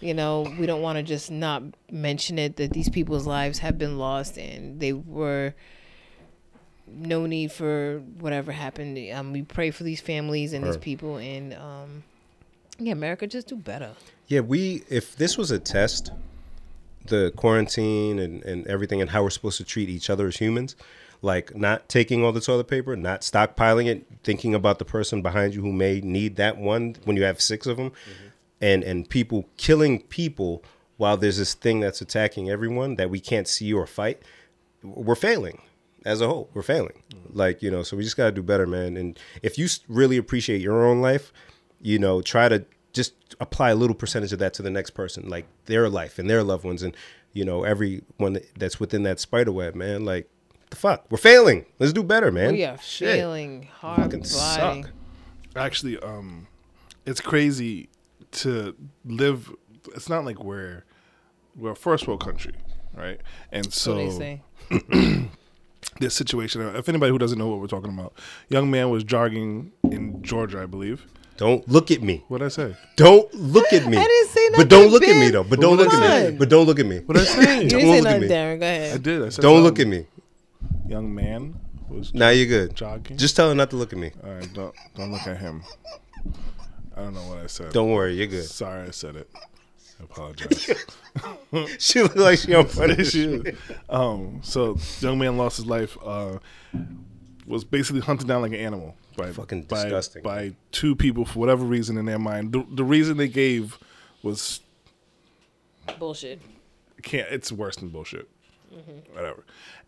you know, we don't want to just not mention it that these people's lives have been lost and they were no need for whatever happened. Um, we pray for these families and these Right. people and um, yeah, America just do better. yeah. We if this was a test, the quarantine and and everything and how we're supposed to treat each other as humans. Like not taking all the toilet paper, not stockpiling it, thinking about the person behind you who may need that one when you have six of them, and and people killing people while there's this thing that's attacking everyone that we can't see or fight we're failing as a whole we're failing like you know so we just got to do better man and if you s- really appreciate your own life you know try to just apply a little percentage of that to the next person like their life and their loved ones and you know everyone that's within that spider web man like the fuck we're failing let's do better man We are Shit. failing hard fucking body. suck actually um it's crazy to live it's not like we're we're a first world country right and So so they say. this situation if anybody who doesn't know what we're talking about young man was jogging in georgia i believe don't look at me what'd i say don't look at me I didn't say but nothing, don't look at me Ben. though but But don't what look I at me said. but don't look at me what'd i You (laughs) Don't say didn't say look at nothing, me. Darren. Go i ahead. did i said don't look at me young man was Now you're good. jogging. Just tell her not to look at me. All right, don't don't look at him. I don't know what I said. Don't worry, you're good. Sorry, I said it. I apologize. (laughs) She looked like she on (laughs) punishment. Issue. um, so young man lost his life. Uh, was basically hunted down like an animal by Fucking by, disgusting. by two people for whatever reason in their mind. The, the reason they gave was Bullshit. can't. It's worse than bullshit. Whatever.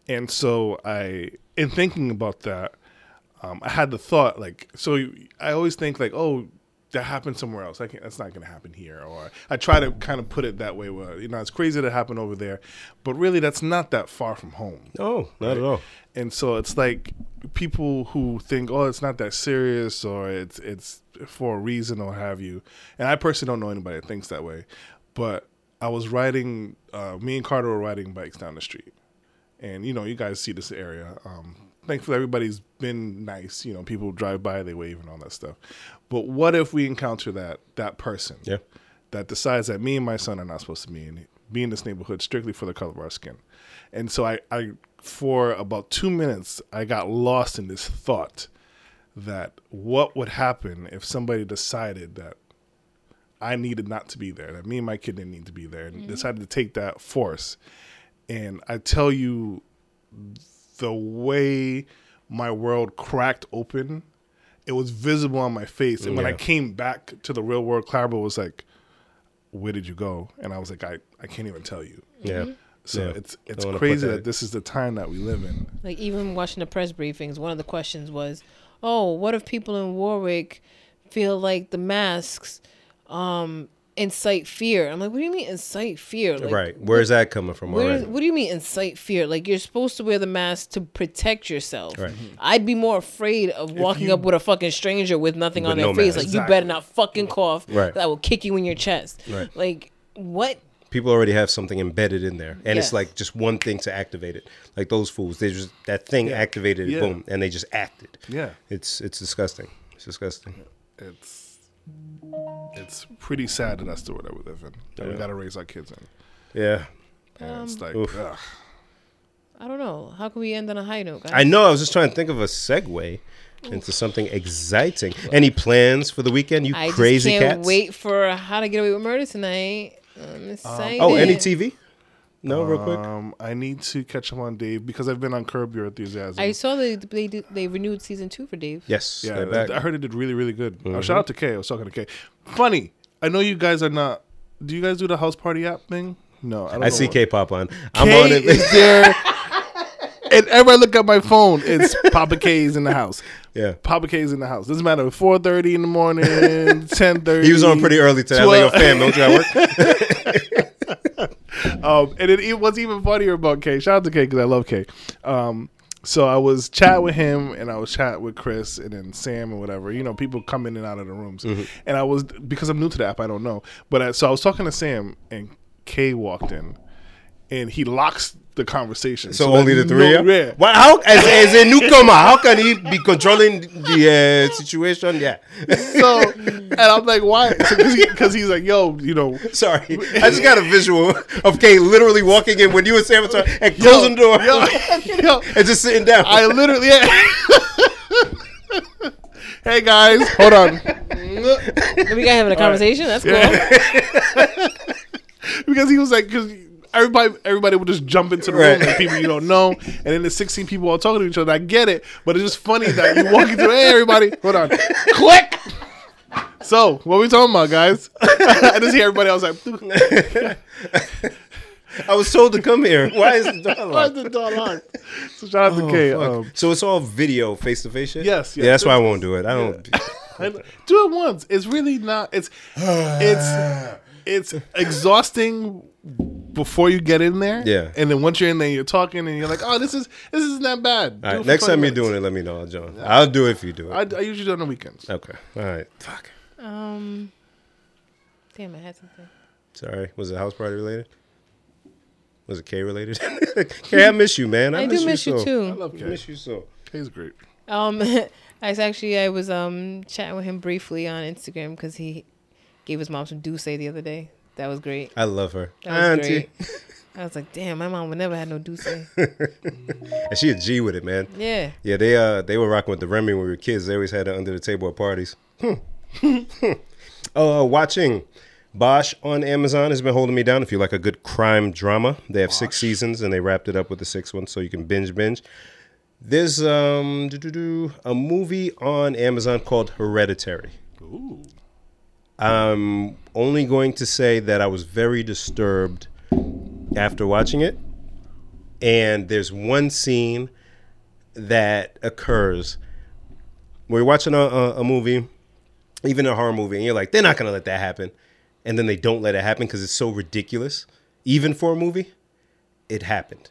And so I, in thinking about that, um, I had the thought like, so you- I always think like, oh, that happened somewhere else. I can't, that's not going to happen here. Or I try to kind of put it that way. Where you know, it's crazy that it happened over there, but really, that's not that far from home. No, Oh, not at all. And so it's like people who think, oh, it's not that serious or it's it's for a reason or have you. And I personally don't know anybody that thinks that way. But I was riding, uh, me and Carter were riding bikes down the street. And, you know, you guys see this area. Um, thankfully, everybody's been nice. You know, people drive by, they wave and all that stuff. But what if we encounter that that person? Yeah. that decides that me and my son are not supposed to be in be in this neighborhood strictly for the color of our skin. And so I, I for about two minutes I got lost in this thought that what would happen if somebody decided that I needed not to be there, that me and my kid didn't need to be there, and decided to take that force. And I tell you, the way my world cracked open, it was visible on my face. And when I Yeah. came back to the real world, Clarabel was like, "Where did you go?" And I was like, "I, I can't even tell you." Yeah. So Mm-hmm. Yeah. it's it's Don't wanna put crazy that- that this is the time that we live in. Like even watching the press briefings, one of the questions was, "Oh, what if people in Warwick feel like the masks um, incite fear?" I'm like, "What do you mean incite fear?" Like, right. Where's that coming from Where, already? what do you mean incite fear? Like you're supposed to wear the mask to protect yourself. Right. Mhm. I'd be more afraid of walking you- up with a fucking stranger with nothing on With no their face. mask. Like you better not fucking cough. Right. I will kick you in your chest. Right. Like what? People already have something embedded in there, and it's Yes. like just one thing to activate it. Like those fools, they just that thing activated, it, Yeah. boom, and they just acted. Yeah. It's it's disgusting. It's disgusting. It's it's pretty sad that that's the world that we live in. That we Yeah. got to raise our kids in. Yeah. And it's like, Oof. ugh. I don't know. How can we end on a high note? guys? I know. I was just trying to think of a segue into something exciting. Any plans for the weekend? You I crazy just can't cats. wait for How to Get Away with Murder tonight. I'm excited. Oh, any TV? No, real quick. Um, I need to catch up on Dave because I've been on Curb Your Enthusiasm. I saw they they do, they renewed season two for Dave. Yes. yeah, they're th- back. Mm-hmm. I heard it did really, really good. Oh, shout out to Kay. I was talking to Kay. Funny, I know you guys are not. Do you guys do the house party app thing? No, I don't I see Kay. K-pop on. I'm Kay on it. is there. and every I look at my phone, it's Papa K's in the house. (laughs) Yeah. Papa K's in the house. Doesn't matter. Four thirty in (laughs) the morning, ten thirty. He was on pretty early today. I was like, yo, fam, don't you at work? Um, and it, it was even funnier about K. Shout out to K because I love K. Um, so I was chat with him and I was chat with Chris and then Sam and whatever. You know, people come in and out of the rooms. Mm-hmm. And I was because I'm new to the app, I don't know. But I, so I was talking to Sam and K walked in, and he locks the conversation. (laughs) So only the that three? no- of you? yeah. Why- how, as, as a newcomer, how can he be controlling the uh, situation? Yeah. (laughs) So and I'm like, why? Because he's like, yo, (laughs) you know, Sorry. I just got a visual of K literally walking in when you were saying what's wrong and closing the door yo, (laughs) yo, (laughs) and just sitting down. I literally. (laughs) hey guys, hold on. Then (laughs) we got having a conversation. That's cool. (laughs) because he was like, because everybody everybody would just jump into the Right. room, like people you don't know, and then the sixteen people all talking to each other. I get it, but it's just funny that you walk into hey everybody, hold on, click. So what we talking about, guys? (laughs) I just hear everybody else like, (laughs) I was told to come here. Why is the door "Why is locked? the door locked?" So shout out Oh, to K. Um, so it's all video, face to face shit. Yes, Yeah, yes. that's why I won't do it. I don't. (laughs) And do it once. It's really not. It's it's it's exhausting before you get in there. Yeah. And then once you're in there, you're talking and you're like, oh, this is this isn't that bad. Do All it right, for next 20 time you're minutes. doing it, let me know, I'll join. I'll do it if you do it. I, I usually do it on the weekends. okay. All right. Fuck. Um, damn, I had something. Sorry. Was it house party related? Was it K related? (laughs) K, I miss you, man. I, I, miss do miss you, so. I too. love I Kay. miss you so. Kay's great. Um, (laughs) I was actually I was um chatting with him briefly on Instagram because he gave his mom some say the other day. That was great. I love her. That was Auntie. great. I was like, damn, my mom would never had no do say. (laughs) And she a G with it, man. Yeah. Yeah, they uh they were rocking with the Remy when we were kids. They always had it under the table at parties. Hmm. (laughs) uh, watching Bosch on Amazon has been holding me down. If you like a good crime drama, they have six seasons and they wrapped it up with the sixth one, so you can binge binge. There's um doo-doo-doo, a movie on Amazon called Hereditary. Ooh. I'm only going to say that I was very disturbed after watching it. And there's one scene that occurs. We're watching a, a, a movie, even a horror movie, and you're like, they're not going to let that happen. And then they don't let it happen because it's so ridiculous. Even for a movie, it happened.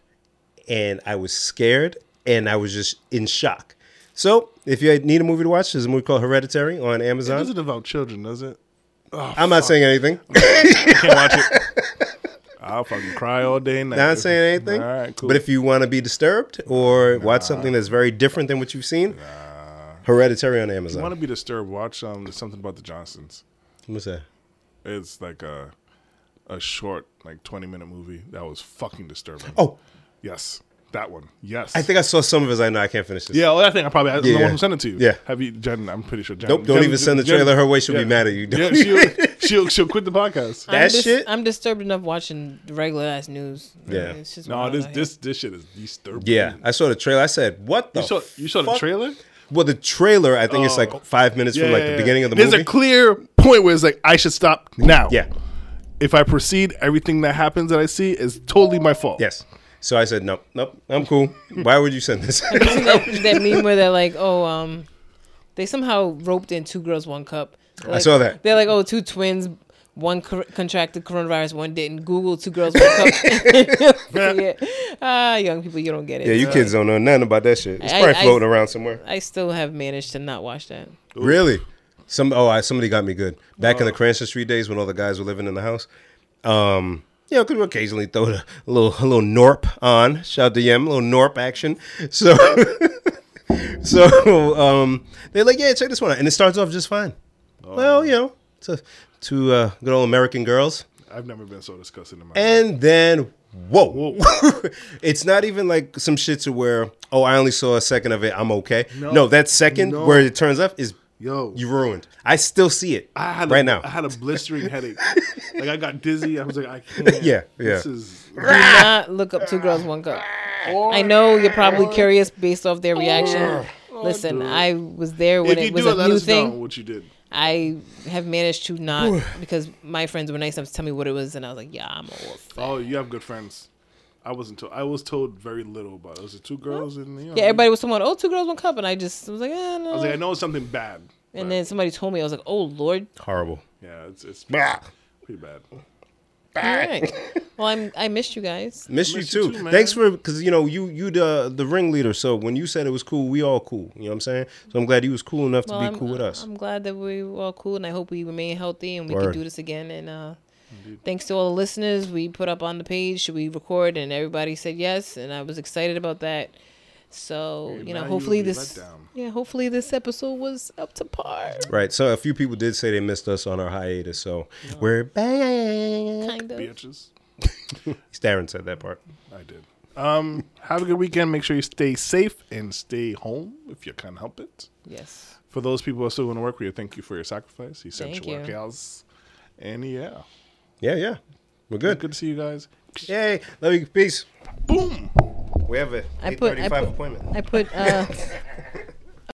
And I was scared and I was just in shock. So, if you need a movie to watch, there's a movie called Hereditary on It Amazon. doesn't involve children, does it? Oh, I'm not saying anything. I can't watch it. I'll fucking cry all day. and Night. Not saying anything. All right, cool. But if you want to be disturbed or watch something that's very different than what you've seen, Hereditary on you want Amazon. to be disturbed, watch um, there's something about the Johnsons. What's that? It's like a a short, like 20 minute movie that was fucking disturbing. Oh, yes, that one. Yes, I think I saw some of it. I know I can't finish this. Yeah, well, I think I probably I'm Yeah. the one who sent it to you. Yeah. have you, Jen? I'm pretty sure. Jen, Nope, don't Jen- even send the Jen- trailer her way. She'll be mad at you. (laughs) Yeah, she'll, she'll she'll quit the podcast. That I'm dis- shit- I'm disturbed enough watching regular ass news. Yeah. It's just No, wild this out here. this this shit is disturbing. Yeah, I saw the trailer. I said, "What the?" you saw you saw the fuck? trailer. Well, the trailer. I think it's Oh. like five minutes from like the beginning of the There's movie. a clear point where it's like I should stop now. yeah. If I proceed, everything that happens that I see is totally my fault. Yes. So I said, "Nope, nope, I'm (laughs) cool. Why would you send this?" (laughs) Isn't that, that meme where they're like, oh, um, they somehow roped in two girls, one cup. Like, saw that. They're like, oh, two twins, one cor- contracted coronavirus, one didn't. Google two girls, (laughs) one cup. (laughs) yeah. Ah, young people, you don't get it. yeah, you So, kids don't know nothing about that shit. It's I- probably I- floating around somewhere. I still have managed to not watch that. Really? Some oh, I, somebody got me good. Back in the Cranston Street days when all the guys were living in the house, um, you know, could occasionally throw the, a little a little norp on. Shout out to Yem, a little norp action. (laughs) So, so um, they're like, yeah, check this one out, and it starts off just fine. Well, you know, to to uh, good old American girls, I've never been so disgusted in my life. and then. Whoa. (laughs) it's not even like some shit to where, oh, I only saw a second of it, I'm okay. No, that second No. where it turns up is Yo, you ruined. I still see it I had a, right now. I had a (laughs) blistering headache. like I got dizzy. I was like, I can't. Yeah, This yeah. is Do Ah! not look up two girls, one cup. I know you're probably curious based off their reaction. Listen, I was there when Oh, if it you was do it, a let new us know thing. what you did. I have managed to not because my friends were nice enough to tell me what it was, and I was like, "Yeah, I'm a wolf." Oh, you have good friends. I wasn't told. I was told very little about it. It was the two girls and you know, Yeah, everybody was someone. Oh, two girls, one cup, and I just was like, eh, no. Mm-hmm. I was like, I know it's something bad. and but, then somebody told me, I was like, "Oh Lord, Horrible. yeah, it's it's Bah. pretty bad. all (laughs) right. well, I'm I missed you guys. Miss, miss you you too. too, man. Thanks for because you know you you the the ringleader. So when you said it was cool, we all cool. You know what I'm saying? So I'm glad you was cool enough Well, to be I'm, cool with us. I'm glad that we were all cool, and I hope we remain healthy and we Word. can do this again. And uh, thanks to all the listeners, we put up on the page, should we record? And everybody said yes, and I was excited about that. So Hey, you now know, you hopefully would be this let down. yeah, hopefully this episode was up to par. right. So a few people did say they missed us on our hiatus. So we're back. Kind of. Bitches. Darren said that part. I did. Um, have a good weekend. Make sure you stay safe and stay home if you can help it. Yes. For those people who are still going to work with you, thank you for your sacrifice, essential Thank you. workouts, and yeah, Yeah, yeah. We're good. good to see you guys. Yay. Love you. Peace. Boom. We have a I put- I 8:35 put- appointment. I put uh